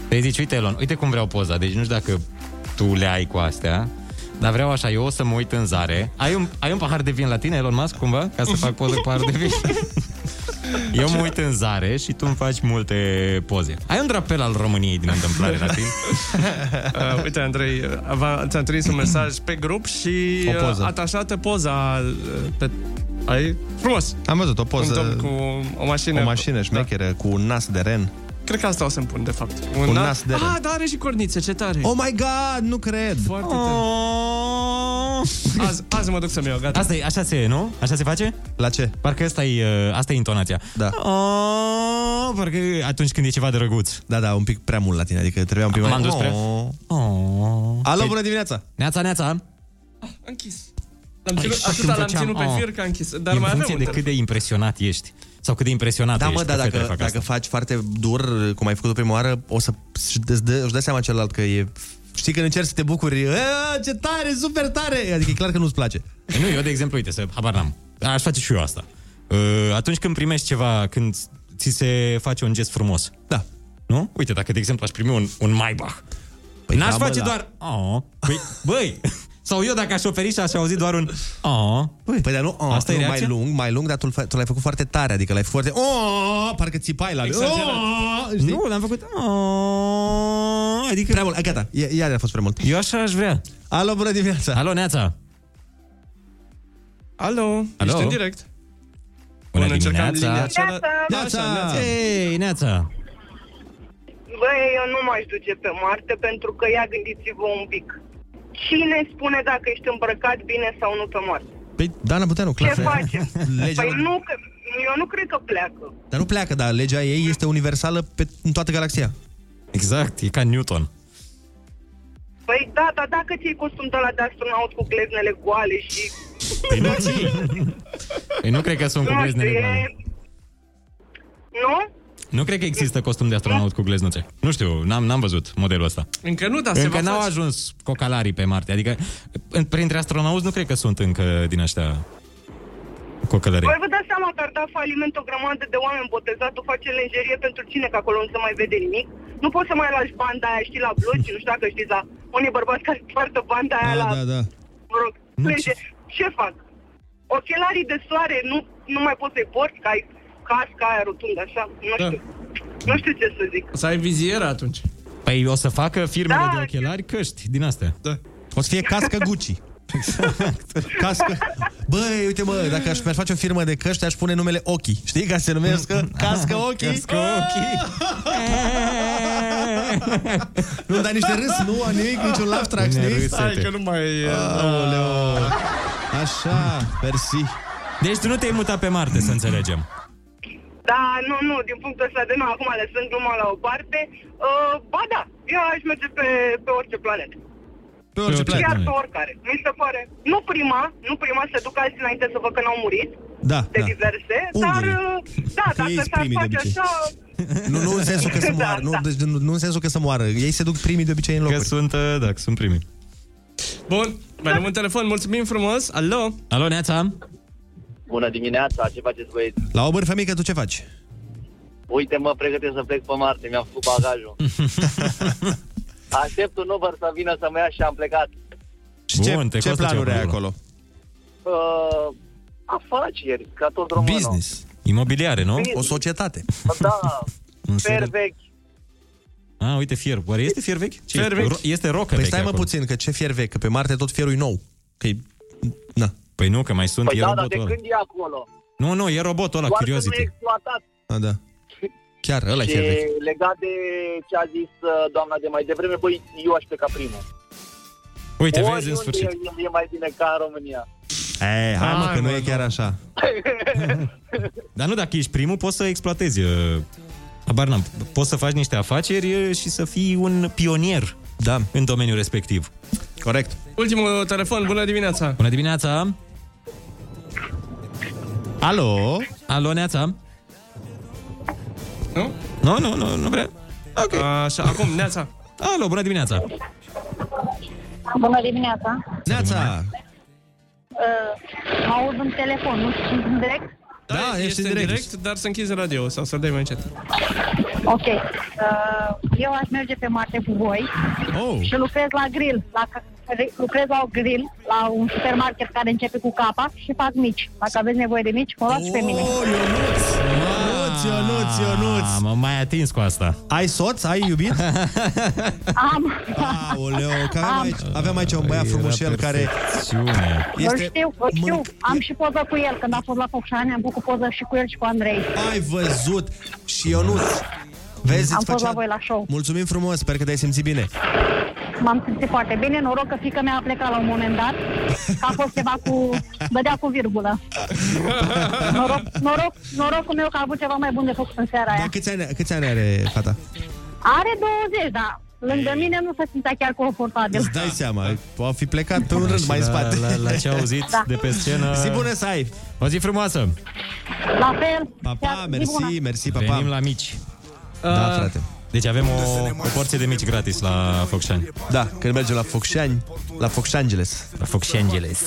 Speaker 7: Te zici, uite Elon, uite cum vreau poza, deci nu știu dacă tu le ai cu astea, dar vreau așa, eu o să mă uit în zare. Ai un, ai un pahar de vin la tine, Elon Musk, cumva? Ca să fac poză cu pahar de vin? Eu mă uit în zare și tu îmi faci multe poze. Ai un drapel al României din întâmplare, la tine?
Speaker 8: Uh, uite, Andrei, uh, v- ți-am trimis un mesaj pe grup și
Speaker 7: O poză.
Speaker 8: uh, atașată poza uh, pe... Ai? Frumos!
Speaker 6: Am văzut o poză
Speaker 8: Un domn cu o mașină.
Speaker 6: O mașină șmecheră da. cu un nas de ren.
Speaker 8: Cred că asta o să-mi pun, de fapt.
Speaker 6: Un
Speaker 8: da-
Speaker 6: nas de ren.
Speaker 8: Ah, da, are și cornițe, ce tare!
Speaker 6: Oh my god, nu cred!
Speaker 8: Foarte tare. Azi, azi mă duc să-mi iau, gata.
Speaker 7: Asta e, așa se, nu? Așa se face?
Speaker 6: La ce?
Speaker 7: Parcă asta e, uh, asta e intonația.
Speaker 6: Da.
Speaker 7: Oh, parcă atunci când e ceva de răguț.
Speaker 6: Da, da, un pic prea mult la tine, adică trebuia un pic mai...
Speaker 7: M-am dus prea...
Speaker 6: Oh. Păi,
Speaker 7: Oh.
Speaker 6: Alo, bună dimineața!
Speaker 7: Neața, neața!
Speaker 8: Închis. L-am
Speaker 7: Ai,
Speaker 8: ținut,
Speaker 7: și
Speaker 8: atâta
Speaker 7: îmi
Speaker 8: l-am
Speaker 7: făceam,
Speaker 8: ținut pe
Speaker 7: oh.
Speaker 8: fir că am închis. Dar
Speaker 7: în
Speaker 8: mai
Speaker 7: funcție
Speaker 8: avem
Speaker 7: de cât de impresionat ești sau cât de impresionat
Speaker 6: Da,
Speaker 7: ești.
Speaker 6: mă, da,
Speaker 7: că fetele
Speaker 6: dacă,
Speaker 7: fac
Speaker 6: dacă
Speaker 7: asta.
Speaker 6: faci foarte dur, cum ai făcut-o prima oară, o să îți dă, își dă seama celălalt că e... Știi când încerci să te bucuri, "E, ce tare, super tare! Adică e clar că nu-ți place.
Speaker 7: Nu, eu, de exemplu, uite, să habar n-am. Aș face și eu asta. Uh, Atunci când primești ceva, când ți se face un gest frumos.
Speaker 6: Da.
Speaker 7: Nu? Uite, dacă, de exemplu, aș primi un, un Maybach. Păi N-aș
Speaker 6: da, mă,
Speaker 7: face
Speaker 6: da.
Speaker 7: doar... Oh. Păi, băi! Sau eu, dacă aș oferi și aș auzi doar un... Oh.
Speaker 6: Păi, păi dar nu, oh,
Speaker 7: Asta e
Speaker 6: nu mai
Speaker 7: reacția?
Speaker 6: lung, mai lung, dar tu, l fa- tu l-ai făcut foarte tare, adică l-ai făcut foarte... Oh, parcă țipai la...
Speaker 7: Exagerat. Nu, l-am făcut... Oh, adică...
Speaker 6: Prea mult, gata, i- iar a fost prea mult.
Speaker 7: Eu așa aș vrea.
Speaker 6: Alo, bună dimineața!
Speaker 7: Alo, Neața!
Speaker 8: Alo,
Speaker 7: Alo?
Speaker 8: ești în direct.
Speaker 7: Bună,
Speaker 8: Bun, încercam linia
Speaker 7: dimineața!
Speaker 8: cealaltă.
Speaker 7: Neața!
Speaker 8: Așa, Neața.
Speaker 7: Ei, Neața!
Speaker 24: Băi, eu nu m-aș duce pe Marte pentru că ia gândiți-vă un pic. Cine spune dacă ești îmbrăcat bine sau nu pe Marte?
Speaker 6: Păi, Dana Buteanu, clar.
Speaker 24: Ce
Speaker 7: *laughs*
Speaker 24: face?
Speaker 6: Legea,
Speaker 24: Păi nu, că, eu nu cred că pleacă.
Speaker 6: Dar nu pleacă, dar legea ei este universală pe, în toată galaxia.
Speaker 7: Exact, e ca Newton.
Speaker 24: Păi da, dar dacă ți-ai costum de la de astronaut cu gleznele goale și...
Speaker 7: Păi nu ții. Păi nu cred că sunt cu
Speaker 24: Nu
Speaker 7: gleznele
Speaker 24: știu,
Speaker 7: goale.
Speaker 24: Da, e- Nu?
Speaker 7: Nu cred că există costum de astronaut cu gleznuțe. Nu știu, n-am, n-am văzut modelul ăsta.
Speaker 8: Încă nu, dar Da, se
Speaker 7: încă
Speaker 8: va
Speaker 7: n-au
Speaker 8: face.
Speaker 7: ajuns cocalarii pe Marte. Adică, în- printre astronauți nu cred că sunt încă din ăștia cocălării.
Speaker 24: Voi vă dați seama că ar da faliment o grămadă de oameni botezat, tu face lenjerie pentru cine, că acolo nu se mai vede nimic. Nu poți să mai lași banda aia, știi, la bloci, nu știu dacă știți, la unii bărbați care poartă banda aia la...
Speaker 6: da.
Speaker 24: Mă rog, plânge. Ce fac? Ochelarii de soare nu, nu mai poți să-i porți, că ai casca aia rotundă, așa, nu
Speaker 6: Da.
Speaker 24: știu. Nu știu ce să zic.
Speaker 8: Să ai vizieră atunci.
Speaker 7: Păi o să facă firmele
Speaker 24: Da,
Speaker 7: de ochelari căști din astea.
Speaker 8: Da.
Speaker 6: O să fie cască Gucci. Cască. Băi, uite mă, dacă aș, mi-aș face o firmă de căști, aș pune numele Ochi. Știi, ca să se
Speaker 7: *laughs*
Speaker 6: numească Cască Ochi.
Speaker 7: Cască Ochi.
Speaker 6: *laughs* nu dai niște râs, nu? Nimic, niciun laugh track,
Speaker 7: Ne
Speaker 6: știi?
Speaker 7: râsete. Hai că nu
Speaker 8: mai...
Speaker 6: Aoleo. Așa, mersi.
Speaker 7: Deci tu nu te-ai mutat pe Marte, să înțelegem.
Speaker 24: Da, nu, nu, din punctul ăsta de nu, acum lăsând gluma la o parte, uh, ba da, eu aș merge pe, pe orice planetă.
Speaker 6: Pe orice
Speaker 24: Chiar
Speaker 6: planetă.
Speaker 24: pe oricare. Mi se pare. Nu prima, nu prima, să duc alții înainte să văd că n-au murit
Speaker 6: Da,
Speaker 24: de
Speaker 6: da.
Speaker 24: diverse, dar
Speaker 6: Ungurii.
Speaker 24: uh, da,
Speaker 6: Că ei
Speaker 24: dacă
Speaker 6: sunt
Speaker 24: s-ar
Speaker 6: primii de
Speaker 24: face
Speaker 6: obicei.
Speaker 24: așa,
Speaker 6: Nu, nu în sensul că să moară, nu, deci, nu, nu în sensul că să moară. Ei se duc primii de obicei în locuri. Că
Speaker 7: sunt, da, sunt primii.
Speaker 8: Bun, mai luăm un telefon, mulțumim frumos. Alo?
Speaker 7: Alo, Neața?
Speaker 20: Bună dimineața, ce faceți băieți?
Speaker 6: La o bârfă mică, tu ce faci?
Speaker 20: Uite, mă pregătesc să plec pe Marte, mi-am făcut bagajul. Aștept un Uber să vină să mă ia și am plecat.
Speaker 6: Și ce,
Speaker 20: Bun, te
Speaker 6: ce
Speaker 20: costă
Speaker 6: planuri
Speaker 20: ceva
Speaker 6: ai
Speaker 20: pe
Speaker 6: acolo?
Speaker 20: Uh, afaceri, ca tot românul.
Speaker 6: Business.
Speaker 7: Imobiliare, nu?
Speaker 20: Business. O
Speaker 6: societate.
Speaker 7: *laughs*
Speaker 20: Da,
Speaker 7: Un
Speaker 20: fer
Speaker 7: fel de-
Speaker 20: vechi.
Speaker 7: Ah, uite, fier. Oare este fier vechi? Ce
Speaker 6: Fier
Speaker 7: este?
Speaker 6: vechi.
Speaker 7: Ro- Este rocă
Speaker 6: Păi
Speaker 7: veche
Speaker 6: stai mă
Speaker 7: acolo.
Speaker 6: puțin, că ce fier vechi? Că pe Marte tot fierul e nou. Că Na.
Speaker 7: Păi nu, că mai sunt,
Speaker 20: Păi
Speaker 7: e
Speaker 20: da, dar de
Speaker 7: robotul ăla.
Speaker 20: când e acolo?
Speaker 7: Nu, nu, e robotul ăla,
Speaker 20: Doar că nu
Speaker 7: Curiosity.
Speaker 20: e exploatat.
Speaker 6: A, da. Chiar, ăla e
Speaker 20: Și
Speaker 6: fier vechi.
Speaker 20: legat de ce a zis uh, doamna de mai devreme, băi, eu aș pleca primul.
Speaker 7: Uite, vezi
Speaker 20: Oriunde
Speaker 7: în sfârșit.
Speaker 20: E, e mai bine ca în România.
Speaker 7: *laughs*
Speaker 6: E, hai mă, că nu e chiar așa.
Speaker 7: Dar nu, dacă ești primul, poți să exploatezi. uh, Habar n-am. Poți să faci niște afaceri uh, și să fii un pionier
Speaker 6: da.
Speaker 7: în domeniul respectiv.
Speaker 6: Corect.
Speaker 8: Ultimul telefon, bună dimineața.
Speaker 7: Bună dimineața!
Speaker 6: Alo?
Speaker 7: Alo, Neața?
Speaker 8: Nu?
Speaker 7: Nu, nu, nu, nu vrea. Ok.
Speaker 8: Așa, acum, Neața.
Speaker 7: Alo, bună dimineața!
Speaker 22: Bună dimineața!
Speaker 6: Neața!
Speaker 22: Uh, mă aud în telefon, nu știu în direct?
Speaker 8: Da, da ești, în direct. dar să închizi radio sau să-l dai mai încet.
Speaker 22: Ok. Uh, eu aș merge pe Marte cu voi
Speaker 8: Oh.
Speaker 22: și lucrez la grill. La, re- lucrez la o grill, la un supermarket care începe cu capa și fac mici. Dacă aveți nevoie de mici, mă luați oh, pe mine.
Speaker 6: Ionuț! Ionuț, Ionuț, Ionuț.
Speaker 7: Mă mai atins cu asta.
Speaker 6: Ai soț? Ai iubit?
Speaker 22: Am.
Speaker 6: Aoleo, că aveam
Speaker 22: Am.
Speaker 6: aici, aveam aici un băiat frumușel care...
Speaker 22: Este... Îl știu, îl știu. Am și poză cu el. Când a fost la Focșani, am făcut poză și cu el și cu Andrei.
Speaker 6: Ai văzut și Ionuț. Vezi,
Speaker 22: am
Speaker 6: îți
Speaker 22: fost la
Speaker 6: făcea...
Speaker 22: voi la show.
Speaker 6: Mulțumim frumos, sper că te-ai simțit bine.
Speaker 22: M-am simțit foarte bine. Noroc că fiica mea a plecat la un moment dat. Că a fost ceva cu... Dădea cu virgulă. Noroc, noroc, norocul meu că a avut ceva mai bun de făcut în seara aia.
Speaker 6: Câți ani, câți ani are fata?
Speaker 22: Are 20, da. Lângă mine nu se simțea chiar confortabil.
Speaker 6: Îți dai seama, a fi plecat pe un rând mai în
Speaker 7: Da, la-
Speaker 6: spate.
Speaker 7: la- la ce a auzit Da. de pe scenă.
Speaker 6: Zi bună să ai!
Speaker 7: O zi frumoasă!
Speaker 22: La fel.
Speaker 6: Pa, pa, Ah, mersi, mersi, pa, pa.
Speaker 7: Venim la mici.
Speaker 6: Da, frate.
Speaker 7: Deci avem o, o porție de mici gratis la Focșani.
Speaker 6: Da, când mergem la Focșani, la Focșangeles.
Speaker 7: La Focșangeles.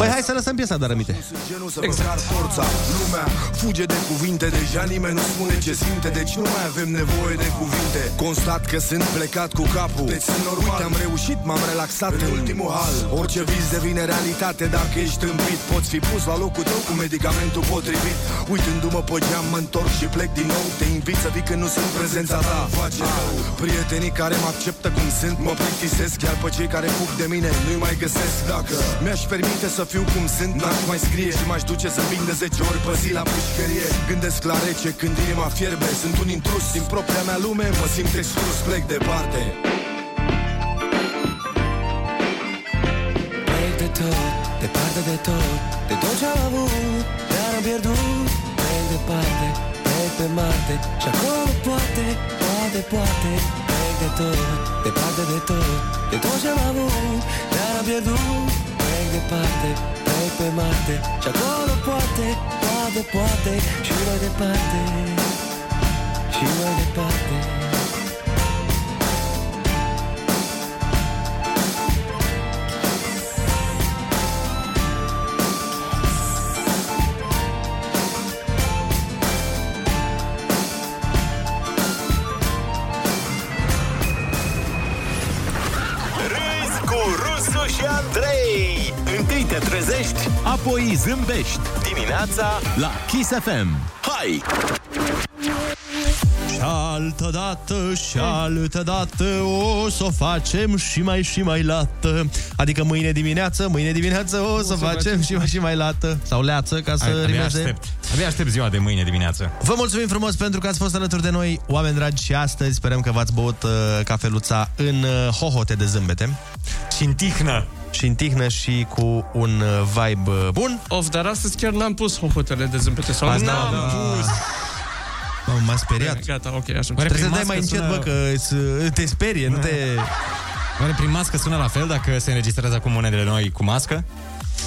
Speaker 6: Păi hai să lăsăm piesa, dar aminte.
Speaker 12: Genul să exact. forța Lumea fuge de cuvinte Deja nimeni nu spune ce simte Deci nu mai avem nevoie de cuvinte Constat că sunt plecat cu capul Deci sunt normal Uite, am reușit, m-am relaxat în ultimul hal Orice vis devine realitate Dacă ești tâmpit Poți fi pus la locul tău cu medicamentul potrivit Uitându-mă pe geam, mă întorc și plec din nou Te invit să vii când nu sunt prezența ta Face rău Prietenii care mă acceptă cum sunt Mă plictisesc Iar pe cei care fug de mine Nu-i mai găsesc Dacă mi-aș permite să fiu cum sunt N-aș mai scrie și m-aș duce să vin de 10 ori pe zi la pușcărie Gândesc la rece când inima fierbe Sunt un intrus din propria mea lume Mă simt exclus, plec departe
Speaker 13: Plec de tot, departe de tot De tot ce-am avut, dar am pierdut Plec departe, plec pe Marte Și acolo poate, poate, poate Plec de tot, departe de tot De tot ce-am avut, dar am pierdut Plec departe, plec pe Marte Și acolo poate, poate, poate Și mai departe Și mai departe
Speaker 14: Râzi cu Rusu și Andrei Întâi te trezești
Speaker 17: Apoi zâmbești
Speaker 14: dimineața
Speaker 17: la Kiss FM.
Speaker 14: Hai!
Speaker 6: Și altă dată, și altă dată O să o facem și mai și mai lată Adică mâine dimineață, mâine dimineață O, să, facem, și mai și mai lată Sau leață, ca să
Speaker 7: Hai, abia
Speaker 6: rimeze
Speaker 7: aștept. Abia aștept ziua de mâine dimineață.
Speaker 6: Vă mulțumim frumos pentru că ați fost alături de noi, oameni dragi, și astăzi sperăm că v-ați băut uh, cafeluța în uh, hohote de zâmbete.
Speaker 7: Și în tihnă.
Speaker 6: Și în tihnă și cu un uh, vibe uh, bun.
Speaker 8: Of, dar astăzi chiar n-am pus hohotele de zâmbete sau
Speaker 6: Azi n-am,
Speaker 8: n-am
Speaker 6: da.
Speaker 8: pus.
Speaker 6: Mamă, m-a speriat.
Speaker 8: Bine, gata, ok, așa.
Speaker 6: Trebuie să dai mai încet, bă, că s- te sperie, nu te...
Speaker 7: Oare prin mască sună la fel dacă se înregistrează acum monedele noi cu mască?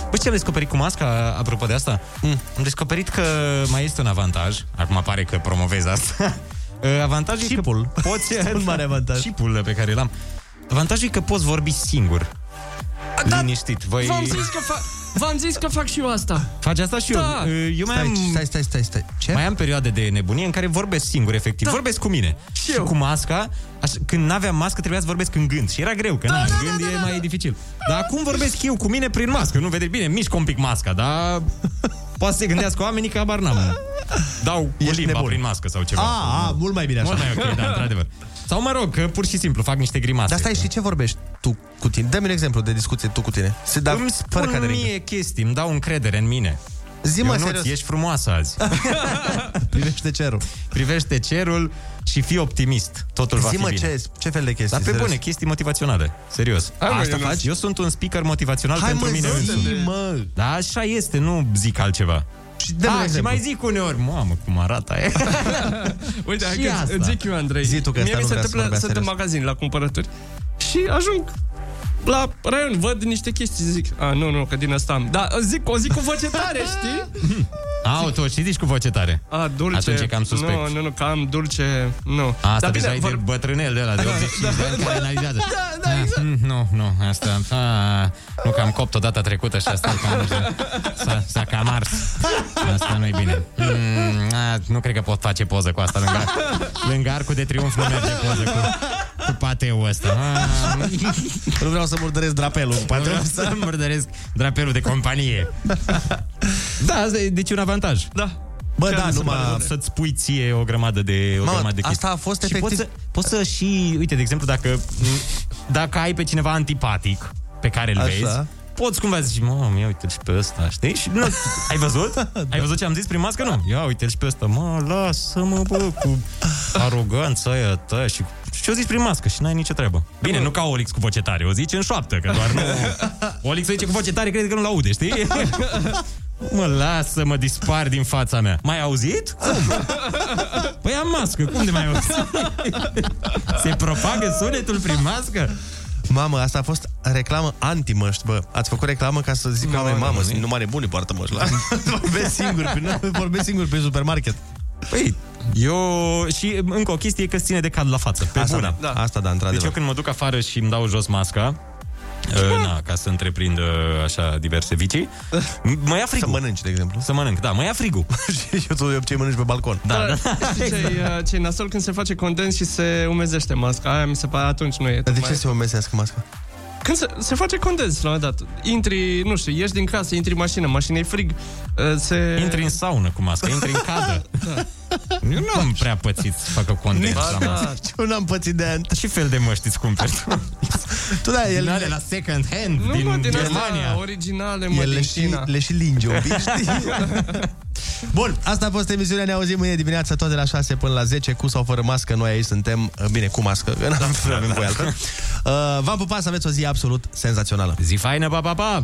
Speaker 7: Bă, ce am descoperit cu masca, apropo de asta? Mm. Am descoperit că mai este un avantaj. Acum pare că promovez asta. *laughs* Uh, Avantajul Chipul. Că poți...
Speaker 6: *laughs*
Speaker 7: un mare avantaj. Chipul pe care l-am. Avantajul e că poți vorbi singur. Da. Liniștit. Voi...
Speaker 8: V-am zis că fac... V-am zis că fac și eu asta.
Speaker 7: Faci asta și
Speaker 8: Da.
Speaker 7: eu. Eu mai
Speaker 8: Stai,
Speaker 7: am...
Speaker 8: stai,
Speaker 6: stai, stai. Ce?
Speaker 7: Mai am perioade de nebunie în care vorbesc singur, efectiv. Da. Vorbesc cu mine. Și, și cu masca. Aș, când n-aveam mască, trebuia să vorbesc în gând. Și era greu, că da, na, da, gând da, da, e mai dificil. Dar acum vorbesc eu cu mine prin mască. Nu vedeți bine, mișc un pic masca, dar... Poate să se gândească oamenii că abar n-am. Dau cu limba
Speaker 6: nebun.
Speaker 7: prin mască sau ceva.
Speaker 6: A, a, mult mai bine așa.
Speaker 7: Mult mai ok, da,
Speaker 6: *laughs*
Speaker 7: într-adevăr. Sau mă rog, că pur și simplu fac niște grimase.
Speaker 6: Dar stai, și ce vorbești tu cu tine? Dă-mi un exemplu de discuție tu cu tine. Se da,
Speaker 7: îmi
Speaker 6: fără
Speaker 7: spun
Speaker 6: cadering.
Speaker 7: mie chestii, îmi dau încredere în mine.
Speaker 6: Zi-mă,
Speaker 7: Ionuț,
Speaker 6: serios.
Speaker 7: ești frumoasă azi.
Speaker 6: *laughs* Privește cerul.
Speaker 7: Privește cerul și fii optimist. Totul va fi
Speaker 6: Zi-mă
Speaker 7: bine.
Speaker 6: ce, ce fel de chestii.
Speaker 7: Dar pe
Speaker 6: serios.
Speaker 7: bune, chestii motivaționale. Serios.
Speaker 6: Hai, mă,
Speaker 7: Asta
Speaker 6: Ionuț.
Speaker 7: faci? Eu sunt un speaker motivațional
Speaker 6: Hai,
Speaker 7: pentru
Speaker 6: mă,
Speaker 7: mine
Speaker 6: zi,
Speaker 7: însumi.
Speaker 6: mă.
Speaker 7: Da, așa este, nu zic altceva. Și,
Speaker 6: dă-mi un
Speaker 7: da, și
Speaker 6: exemplu.
Speaker 7: mai zic uneori, mamă, cum arată aia.
Speaker 8: Uite, hai
Speaker 7: Și
Speaker 8: că
Speaker 7: asta.
Speaker 8: îți zic eu, Andrei.
Speaker 7: Zi tu că ăsta
Speaker 8: Mie mi
Speaker 7: nu
Speaker 8: se
Speaker 7: vrea să
Speaker 8: întâmplă
Speaker 7: vorbească
Speaker 8: să dăm
Speaker 7: serios.
Speaker 8: magazin la cumpărături și ajung la raion, văd niște chestii, zic, a, nu, nu, că din asta am. Dar zic, o zic cu voce tare, știi?
Speaker 7: Au, tu și zici cu voce tare.
Speaker 8: A, dulce.
Speaker 7: Atunci e cam suspect.
Speaker 8: Nu, nu, nu, cam dulce, nu.
Speaker 7: Asta
Speaker 8: Dar
Speaker 7: deja e de bătrânel de ăla de 85 de ani care analizează.
Speaker 8: Da,
Speaker 7: da, exact. Nu, nu, asta... A, nu că am copt o dată trecută și asta cam, s-a, s-a cam ars. Asta nu-i bine. Mm, a, nu cred că pot face poză cu asta lângă, *laughs* lângă arcul de triumf nu merge poză cu, cu pateul ăsta. A,
Speaker 6: nu vreau să murdăresc drapelul cu
Speaker 7: pateul ăsta. să murdăresc drapelul de companie. Da, asta e deci un avantaj.
Speaker 8: Da.
Speaker 7: Bă,
Speaker 23: da, numai-
Speaker 7: Să-ți pui ție o grămadă de, o
Speaker 23: Mamă,
Speaker 7: grămadă de chestii.
Speaker 23: asta a fost
Speaker 7: și
Speaker 23: efectiv-
Speaker 7: Poți să, poți să și, uite, de exemplu, dacă, dacă ai pe cineva antipatic, pe care îl
Speaker 23: Așa.
Speaker 7: vezi, poți cumva să zici, mă, ia uite și pe ăsta, știi? Și, nu, ai văzut? Ai văzut ce am zis prin mască? Nu. Ia uite și pe ăsta, mă, lasă-mă, bă, cu aroganța aia ta și și o zici prin mască și n-ai nicio treabă. Bine, nu ca Olix cu voce tare, o zici în șoaptă, că doar nu... Olix o zice cu voce tare, crede că nu-l aude, știi? Mă lasă, mă dispar din fața mea. Mai auzit? Cum? Păi am mască, cum de mai auzit? Se propagă sunetul prin mască?
Speaker 6: Mamă, asta a fost reclamă anti-măști, bă. Ați făcut reclamă ca să zic oameni, mamă, sunt numai nebunii poartă măști la... *laughs* vorbesc singur, prin, vorbesc singur prin supermarket.
Speaker 7: Păi, eu... Și încă o chestie e că ține de cad la față, pe
Speaker 6: Asta
Speaker 7: bună.
Speaker 6: da, asta da, într-adevăr.
Speaker 7: Deci eu când mă duc afară și îmi dau jos
Speaker 6: *laughs*
Speaker 7: masca, uh, na, ca să întreprind uh, așa diverse vicii, m- mă ia frigul. Să
Speaker 6: mănânci, de exemplu.
Speaker 7: Să mănânc, da, mă ia frigul.
Speaker 6: *laughs* și eu tot de obicei mănânci pe balcon.
Speaker 7: Da, da.
Speaker 8: Știi ce-i, uh, ce-i nasol când se face condens și se umezește masca? Aia mi se pare atunci nu e.
Speaker 6: Dar de ce se umezească masca?
Speaker 8: Când se, se face condens la un moment dat. Intri, nu știu, ieși din casă, intri în mașină, mașina e frig, uh, se...
Speaker 7: Intri în saună cu masca, intri în
Speaker 8: *laughs*
Speaker 7: cadă. Eu nu am prea pățit să facă condens
Speaker 6: Nici-
Speaker 7: la masă.
Speaker 6: nici *laughs* Eu n-am pățit de ani.
Speaker 7: Ce fel de
Speaker 6: *laughs*
Speaker 7: măști îți cumperi tu?
Speaker 6: Tu da, el...
Speaker 7: Din alea la second hand,
Speaker 8: Nu,
Speaker 7: din,
Speaker 8: mă, din
Speaker 7: Germania.
Speaker 8: astea originale, mă,
Speaker 6: El
Speaker 8: din
Speaker 6: le și,
Speaker 8: China.
Speaker 6: le și linge un pic,
Speaker 8: *laughs*
Speaker 6: știi? Bun, asta a fost emisiunea, ne auzim mâine dimineața toate la 6 până la 10, cu sau fără mască, noi aici suntem, eh, bine, cu mască, *laughs* Eh, că n-avem voie altfel. Uh, V-am pupat să aveți o zi absolut senzațională.
Speaker 7: Zi faină, pa, pa, pa!